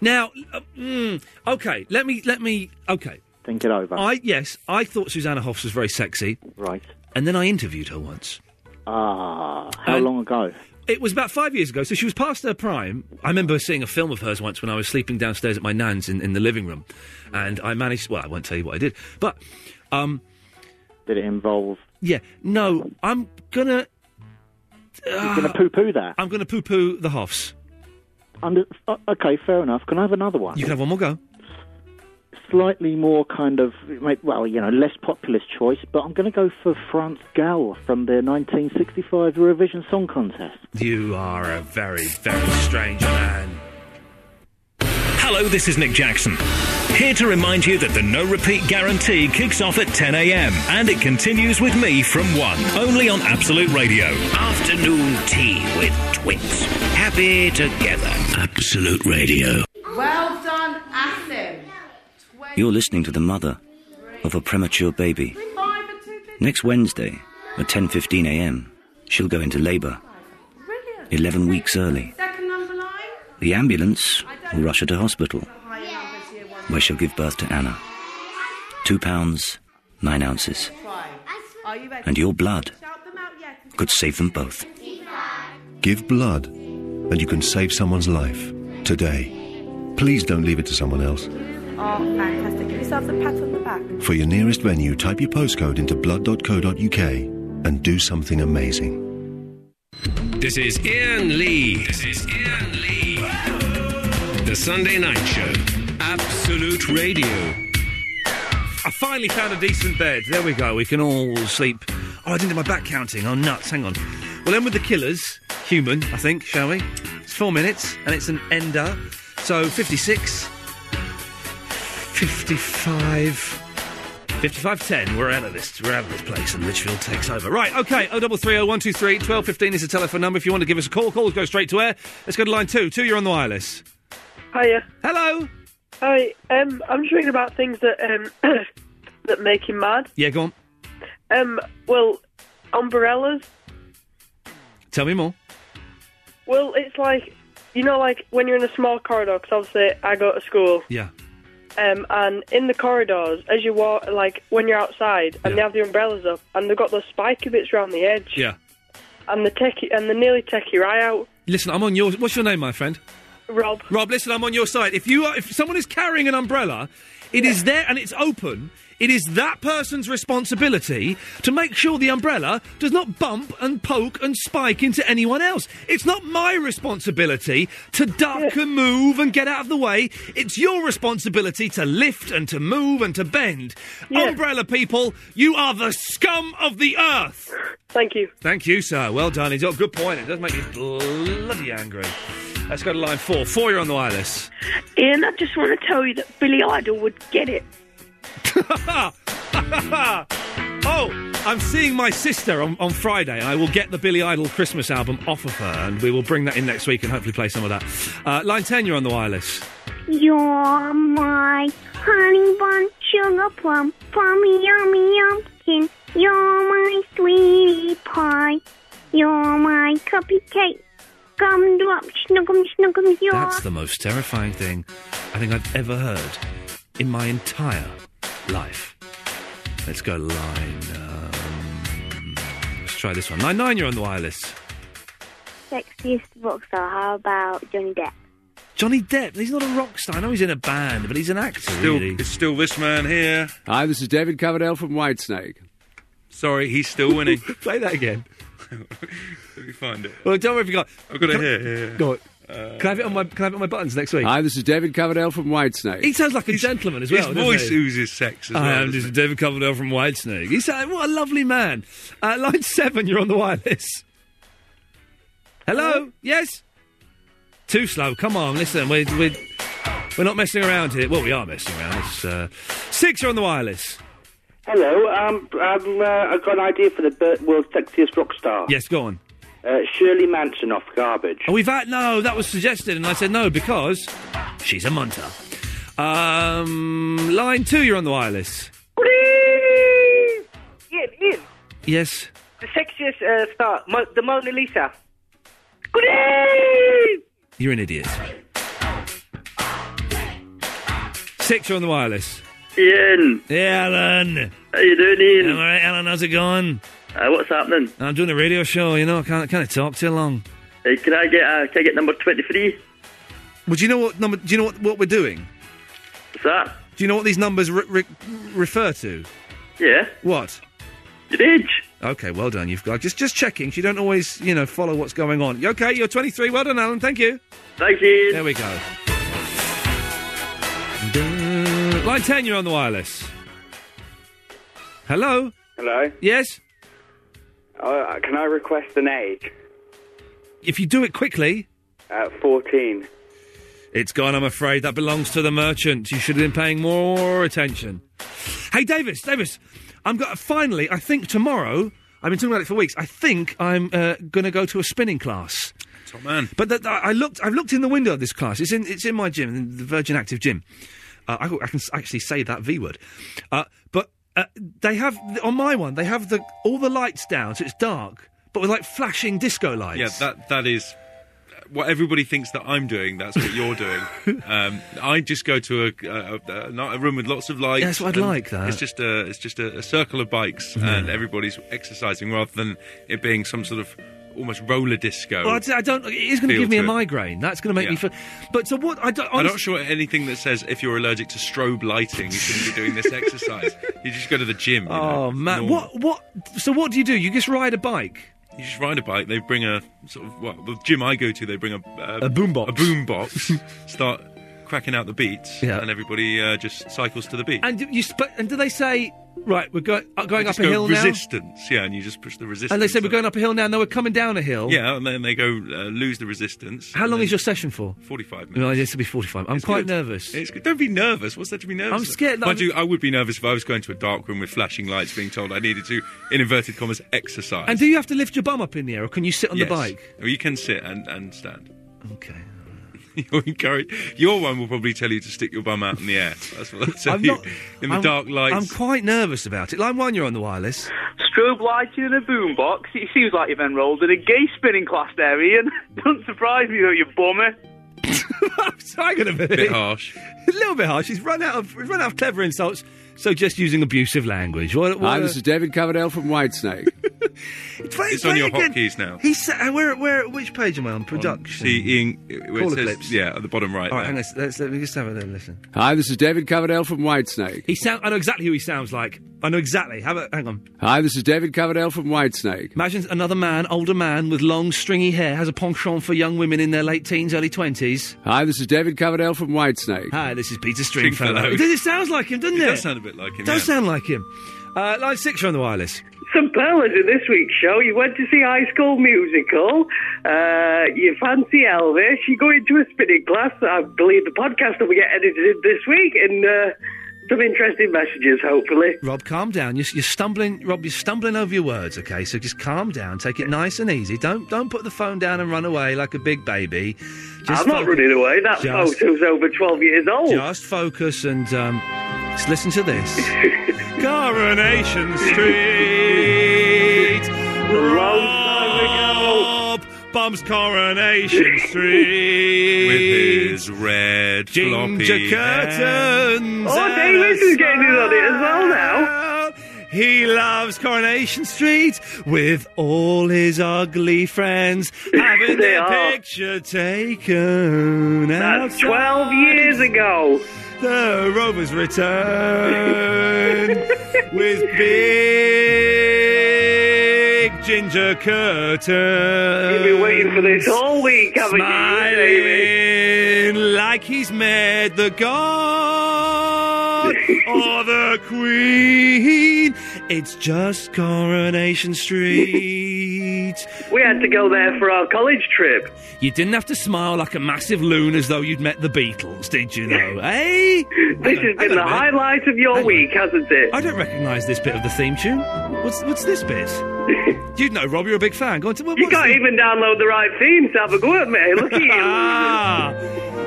S7: Now, uh, mm, okay, let me let me okay.
S20: Think it over.
S7: I yes, I thought Susanna Hoffs was very sexy.
S20: Right.
S7: And then I interviewed her once.
S20: Ah, how long ago?
S7: It was about five years ago, so she was past her prime. I remember seeing a film of hers once when I was sleeping downstairs at my nan's in, in the living room, and I managed. Well, I won't tell you what I did, but um,
S20: did it involve?
S7: Yeah, no, I'm gonna. You're
S20: gonna poo-poo that.
S7: I'm gonna poo-poo the Hoffs.
S20: Under, uh, okay, fair enough. Can I have another one?
S7: You can have one more go.
S20: Slightly more kind of, like, well, you know, less populist choice, but I'm going to go for France Gall from the 1965 Eurovision Song Contest.
S7: You are a very, very strange man.
S6: Hello, this is Nick Jackson. Here to remind you that the no repeat guarantee kicks off at 10 a.m. and it continues with me from 1, only on Absolute Radio. Afternoon tea with twins. Happy together. Absolute Radio.
S14: Well done, Asim.
S28: You're listening to the mother of a premature baby. Next Wednesday at 10:15 a.m., she'll go into labor. 11 weeks early.
S14: Second number line.
S28: The ambulance will rush her to hospital where she'll give birth to Anna. 2 pounds 9 ounces.
S14: Try. Are you ready?
S28: And your blood could save them both.
S29: Give blood, and you can save someone's life today. Please don't leave it to someone else.
S14: Oh, fantastic. Give yourselves a pat on the back.
S29: For your nearest venue, type your postcode into blood.co.uk and do something amazing.
S30: This is Ian Lee. This is Ian Lee. The Sunday Night Show. Absolute Radio.
S7: I finally found a decent bed. There we go. We can all sleep. Oh, I didn't do my back counting. Oh, nuts. Hang on. Well, then with the killers, human, I think, shall we? It's four minutes, and it's an ender. So 56, 55, 55, 10. We're out of this. We're out of this place, and Litchfield takes over. Right, okay. Oh, 0330 123 1215 is the telephone number. If you want to give us a call, calls go straight to air. Let's go to line two. Two, you're on the wireless.
S1: Hiya.
S7: Hello.
S1: Hi. Um, I'm just reading about things that um [COUGHS] that make you mad.
S7: Yeah, go on.
S1: Um, well, umbrellas.
S7: Tell me more.
S1: Well, it's like you know, like when you're in a small corridor. Because obviously, I go to school.
S7: Yeah.
S1: Um, and in the corridors, as you walk, like when you're outside, and they have the umbrellas up, and they've got those spiky bits round the edge,
S7: Yeah.
S1: and they take you, and they nearly take your eye out.
S7: Listen, I'm on your. What's your name, my friend?
S1: Rob.
S7: Rob, listen, I'm on your side. If you are, if someone is carrying an umbrella, it is there and it's open. It is that person's responsibility to make sure the umbrella does not bump and poke and spike into anyone else. It's not my responsibility to duck and move and get out of the way. It's your responsibility to lift and to move and to bend. Umbrella people, you are the scum of the earth.
S1: Thank you.
S7: Thank you, sir. Well done. He's got a good point. It does make you bloody angry. Let's go to line four. Four, you're on the wireless. [LAUGHS]
S4: Ian, I just want to tell you that Billy Idol would get it.
S7: oh, I'm seeing my sister on, on Friday. I will get the Billy Idol Christmas album off of her, and we will bring that in next week and hopefully play some of that. Uh, line 10, you're on the wireless.
S5: You're my honey bun, sugar plum, plummy yummy yumpkin. You're my sweetie pie. You're my cupcake, gumdrop, snuggum, snuggum. You're
S7: That's the most terrifying thing I think I've ever heard in my entire life. Let's go line. Um, let's try this one. Line 9, you're on the wireless.
S2: Sexiest rock star. How about Johnny Depp?
S7: Johnny Depp, he's not a rock star. I know he's in a band, but he's an actor.
S8: Still,
S7: really.
S8: it's still this man here.
S9: Hi, this is David Coverdale from Whitesnake.
S8: Sorry, he's still winning.
S7: [LAUGHS] Play that again.
S8: Let me find it.
S7: Well, don't worry if you got.
S8: I've got it
S7: Can I-
S8: here. here, here.
S7: Go on. can I have it on my Can I have it on my buttons next week?
S9: Hi, this is David Coverdale from Whitesnake.
S7: He sounds like a gentleman as well.
S9: his
S7: doesn't
S9: voice
S7: he?
S9: oozes sex as
S7: I
S9: well,
S7: am
S9: doesn't
S7: just David Coverdale from Whitesnake. He's uh, what a lovely man. Uh, line seven, you're on the wireless. Hello. Yes. Too slow. Come on, listen. We're we're, we're not messing around here. Well, we are messing around. It's, uh, six, you're on the wireless.
S10: Hello, um, um, uh, I've got an idea for the Bert world's sexiest rock star.
S7: Yes, go on.
S10: Uh, Shirley Manson off Garbage.
S7: Oh, we've had no. That was suggested, and I said no because she's a munter. Um, line two, you're on the wireless.
S9: Yeah, it is.
S7: Yes.
S9: The sexiest uh, star, Mo- the Mona Lisa.
S7: You're an idiot. Six, you're on the wireless.
S12: Ian.
S7: Yeah, Alan.
S12: How you doing, Ian?
S7: all right, Alan. How's it going?
S12: Uh, what's happening?
S7: I'm doing a radio show, you know, I can't, can't talk too long.
S12: Uh, can I get uh, can I get number twenty three?
S7: Well, do you know what number, do you know what, what we're doing?
S12: What's that?
S7: Do you know what these numbers re- re- refer to?
S12: Yeah.
S7: What?
S12: Your age.
S7: Okay, well done. You've got just just checking. so You don't always, you know, follow what's going on. You Okay, you're 23. Well done, Alan. Thank you.
S12: Thank you.
S7: There we go. Dun. Line 10, you're on the wireless. Hello?
S10: Hello.
S7: Yes?
S10: Uh, can I request an age?
S7: If you do it quickly,
S10: Uh, 14.
S7: It's gone, I'm afraid. That belongs to the merchant. You should have been paying more attention. Hey, Davis, Davis, I'm go- finally, I think tomorrow, I've been talking about it for weeks, I think I'm uh, going to go to a spinning class.
S8: Top man.
S7: But that, I I looked, I've looked in the window of this class. It's in, it's in my gym, the Virgin Active Gym. Uh, I, I can s- actually say that V word. Uh, but uh, they have, on my one, they have the all the lights down, so it's dark, but with like flashing disco lights.
S8: Yeah, that that is what everybody thinks that I'm doing. That's what you're
S7: [LAUGHS]
S8: doing. um, I just go to a, a, a, a- a room with lots of lights.
S7: Yeah, that's what I'd
S8: and
S7: like, that.
S8: it's just a it's just a, a circle of bikes,
S7: Yeah.
S8: and everybody's exercising rather than it being some sort of almost roller disco.
S7: Well, I d- I don't. It is going to
S8: Oh, feel
S7: give me a
S8: to it.
S7: migraine. That's going to make me feel. But so what? I don't.
S8: I'm
S7: honest-
S8: not sure anything that says if you're allergic to strobe lighting, you shouldn't be doing
S7: [LAUGHS]
S8: this exercise. You just go to the gym. you know,
S7: Oh man,
S8: normal.
S7: what? What? So what do you do? You just ride a bike.
S8: You just ride a bike. They bring a sort of well, the gym I go to, they bring a uh,
S7: A boombox. [LAUGHS]
S8: A boombox. start cracking out the beats, and everybody uh, just cycles to the beat.
S7: And you sp- and do they say right? We're go- uh,
S8: They
S7: going up
S8: just
S7: a
S8: go
S7: hill
S8: resistance, yeah, and you just push the
S7: now,
S8: resistance.
S7: and they say we're
S8: up.
S7: going up a hill now. No, we're coming down a hill.
S8: Yeah, and then they go uh, lose the resistance.
S7: How long is your session for?
S8: Forty-five minutes.
S7: No, this will be forty-five. I'm quite
S8: good.
S7: nervous.
S8: It's good. Don't be nervous. What's there to be nervous?
S7: I'm scared that
S8: Mind
S7: I'm-
S8: you, I would be nervous if I was going to a dark room with flashing lights, being told I needed to, in inverted commas, exercise.
S7: And do you have to lift your bum up in the air, or can you sit on
S8: Yes.
S7: the bike?
S8: Well, you can sit and, and stand.
S7: Okay.
S8: [LAUGHS] You're encouraged. Your one will probably tell you to stick your bum out in the air. That's what they'll tell
S7: I'm
S8: you.
S7: not-
S8: in the
S7: I'm-
S8: dark lights.
S7: I'm quite nervous about it. Line one, you're on the wireless.
S3: Strobe lighting and a boombox. It seems like you've enrolled in a gay spinning class there, Ian. [LAUGHS] Don't surprise me though, you bummer.
S7: Hang on a minute.
S8: Bit harsh.
S7: [LAUGHS] a little bit harsh. He's run out of he's run out of clever insults, so just using abusive language. What, uh, what
S11: Hi,
S7: a-
S11: this is David Coverdale from Whitesnake.
S7: Play-
S8: It's on
S7: play
S8: your
S7: again.
S8: hotkeys now.
S7: He's sa- uh, [LAUGHS] where where which page am I on? Production.
S8: See, Ian, where it
S7: Call
S8: says-
S7: Eclipse.
S8: yeah, at the bottom right.
S7: All right,
S8: there.
S7: hang on. Let's, let's, let me just have a little listen.
S11: Hi, this is David Coverdale from Whitesnake.
S7: He sound. I know exactly who he sounds like. I know exactly. Have a hang on.
S11: Hi, this is David Coverdale from Whitesnake.
S7: Imagine another man, older man with long stringy hair, has a penchant for young women in their late teens, early twenties.
S11: Hi, this is David Coverdale from Whitesnake.
S7: Hi, this is Peter
S11: Stringfellow.
S7: It, it sounds like him, doesn't it?
S11: It does sound a
S8: bit like him,
S7: Does
S8: yeah.
S7: sound like him. Uh, line six, you're on the wireless.
S12: Some powers in this week's show. You went to see High School Musical. Uh, you fancy Elvis. You go into a spinning class. I believe the podcast will get edited this week, and uh, some interesting messages, hopefully.
S7: Rob, calm down. You're, you're stumbling, Rob. You're stumbling over your words. Okay, so just calm down. Take it nice and easy. Don't don't put the phone down and run away like a big baby. Just
S12: I'm not
S7: focus-
S12: running away. That
S7: Just-
S12: photo's over 12 years old.
S7: Just focus and um, just listen to this. [LAUGHS]
S12: [LAUGHS]
S7: Coronation Street. Rob bumps Coronation Street.
S8: With his red
S7: Ginger
S8: floppy
S7: curtains.
S12: Oh,
S7: and
S12: Davis
S7: a
S12: is getting in on it as well
S7: now. He loves Coronation Street with all his ugly
S12: [LAUGHS]
S7: friends having
S12: They
S7: their
S12: are.
S7: picture taken.
S12: That's
S7: outside.
S12: 12 years ago.
S7: The Rovers
S12: [LAUGHS]
S7: return with big ginger curtains.
S12: You've been waiting for this all week, haven't you,
S7: Smiling like he's met the god [LAUGHS] or the queen. It's just Coronation Street.
S12: We had to go there for our college trip.
S7: [LAUGHS] You didn't have to smile like a massive loon as though you'd met the Beatles, did you though, eh?
S12: This has been the highlight of your week, hasn't it?
S7: I don't recognise this bit of the theme tune. What's what's this
S12: [LAUGHS]
S7: bit? You'd know, Rob. You're a big fan. Go on to what,
S12: You can't even download the right theme to have a go at me. Look
S7: [LAUGHS]
S12: at
S7: Ah,
S12: you.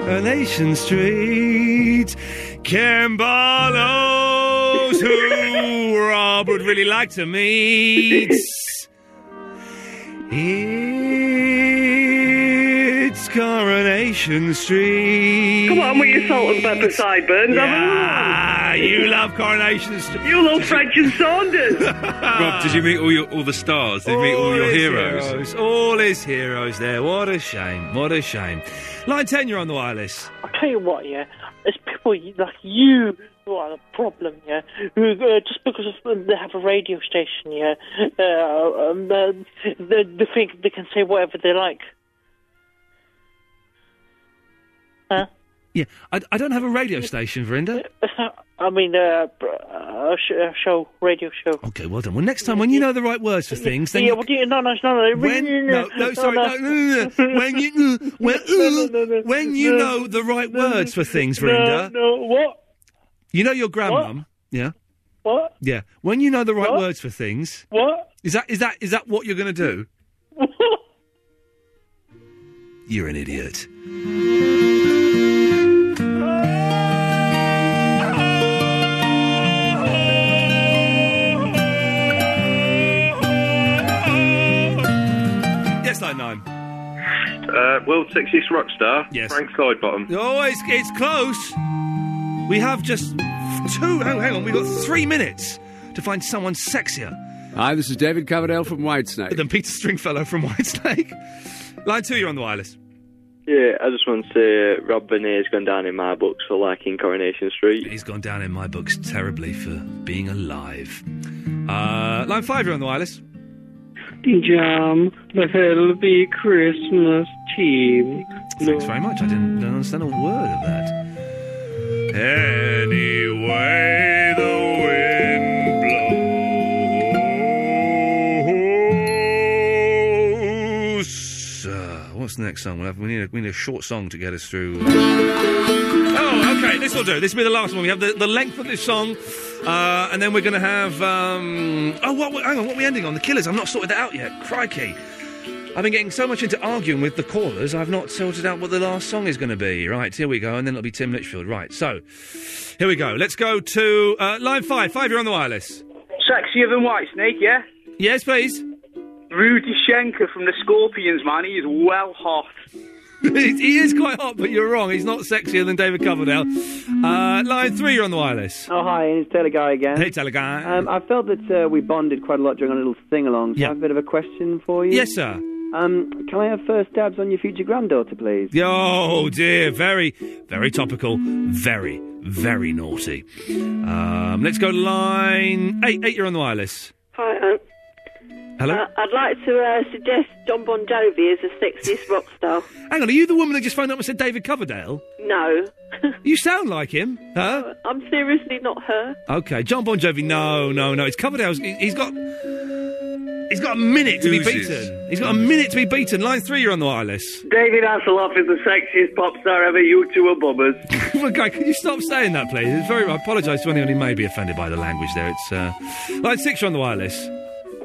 S7: Coronation Street, Cambalos, who Rob would really like
S8: [LAUGHS]
S7: to meet. It's Coronation Street.
S12: Come on with your salt and pepper sideburns.
S7: Yeah, you love Coronation Street.
S12: You love French and
S7: [LAUGHS]
S12: Saunders.
S8: Rob, did you meet all your all the stars? Did you meet all your
S7: his
S8: heroes?
S7: All his heroes there. What a shame. What a shame. Line 10, you're on the wireless.
S13: I tell you what, yeah, it's people y- like you who are the problem, yeah, who uh, just because of, they have a radio station, yeah, uh, um, uh, they, they think they can say whatever they like.
S7: Yeah, I, I don't have a radio station, Verinda.
S13: I mean, uh, br- uh, sh- uh, show, radio show.
S7: Okay, well done. Well, next time, when you know the right words for things, then
S13: yeah,
S7: you-
S12: [LAUGHS]
S13: well, do you, no, no, no, no,
S7: When, no, no, sorry,
S13: [LAUGHS]
S7: no, no, no, no. When you, when, when you know the right words for things,
S13: no,
S7: Verinda,
S13: no, what,
S7: you know your grandmum. Yeah,
S13: what,
S7: yeah. When you know the right
S13: What?
S7: words for things,
S13: what?
S7: is that is that is that what you're going to do? You're an idiot. Yes, line nine.
S22: Uh, world sexiest rock star,
S7: Yes.
S22: Frank Sidebottom.
S7: Oh, it's, it's close. We have just two. Hang, hang on, we've got three minutes to find someone sexier
S11: Hi, this is David Coverdale from Whitesnake.
S7: than Peter Stringfellow from Whitesnake. Line two, you're on the wireless.
S14: Yeah, I just want to say Rob Bernier's gone down in my books for liking Coronation Street.
S7: He's gone down in my books terribly for being alive. Uh, line five, you're on the wireless.
S13: Jam, the Healthy Christmas Team.
S7: Thanks very much. I didn't, don't understand a word of that.
S15: Any way the wind
S7: blows. Uh, what's the next song? We'll have, we, need a, we need a short song to get us through. Oh, okay, this will do. This will be the last one. We have the, the length of this song, uh, and then we're going to have. Um, oh, what? we- Hang on, what are we ending on? The Killers. I've not sorted that out yet. Crikey. I've been getting so much into arguing with the callers, I've not sorted out what the last song is going to be. Right, here we go, and then it'll be Tim Litchfield. Right, so here we go. Let's go to uh, line five. Five, you're on the wireless.
S3: Sexier than Whitesnake, yeah?
S7: Yes, please.
S3: Rudy Schenker from the Scorpions, man. He is well hot.
S7: [LAUGHS] he is quite hot, but you're wrong. He's not sexier than David Coverdale. Uh, line three, you're on the wireless.
S16: Oh, hi, and it's Taylor Guy again.
S7: Hey, Taylor Guy.
S16: Um, I felt that uh, we bonded quite a lot during our little sing along, so I have a bit of a question for you.
S7: Yes, sir.
S16: Um, can I have first dabs on your future granddaughter, please?
S7: Oh dear, very, very topical, very, very naughty. Um, let's go to line eight. Eight, you're on the wireless.
S17: Hi, um,
S7: Hello.
S17: uh, I'd like to uh, suggest John Bon Jovi as a 60s rock star.
S7: Hang on, are you the woman that just phoned up and said David Coverdale?
S17: No,
S7: You sound like him, huh?
S17: I'm seriously not her.
S7: Okay, John Bon Jovi. No, no, no. It's Coverdale's. he- He's got. He's got a minute to be
S15: Oozes.
S7: beaten. He's got a minute to be beaten. Line three, you're on the wireless. [LAUGHS]
S12: David Hasselhoff is the sexiest pop star ever. You two are bummers.
S7: okay, Oh can you stop saying that, please? It's very. I apologise to anyone who may be offended by the language there. It's uh, line six, you're on the wireless.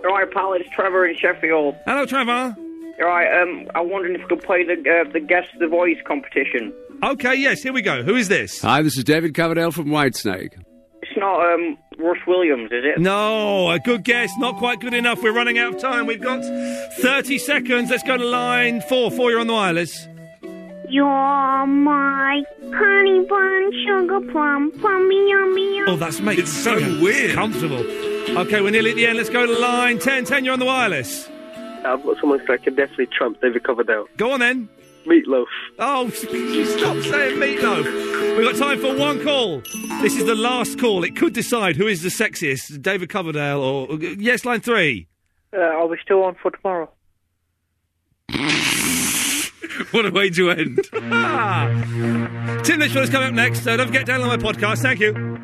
S26: Right, pal, it's Trevor in Sheffield.
S7: Hello, Trevor.
S26: Right, um, I'm wondering if we could play the uh, the guess the voice competition.
S7: Okay, yes, here we go. Who is this?
S11: Hi, this is David Coverdale from Whitesnake.
S26: It's not um Russ Williams, is it?
S7: No, a good guess. Not quite good enough. We're running out of time. We've got 30 seconds. Let's go to line four. Four, you're on the wireless.
S5: You're my honey bun, sugar plum, plummy, yummy, yum.
S7: Oh, that's mate. It's so weird. Comfortable. Okay, we're nearly at the end. Let's go to line 10. 10, you're on the wireless.
S18: I've got someone that can definitely trump David Coverdale.
S7: Go on then.
S18: Meatloaf.
S7: Oh, [LAUGHS] stop saying meatloaf. We've got time for one call. This is the last call. It could decide who is the sexiest, David Coverdale or... Yes, line three.
S18: Uh, are we still on for tomorrow?
S7: [LAUGHS] what a Ah. way to end. Tim Litchfield is coming up next. So don't forget to download my podcast. Thank you.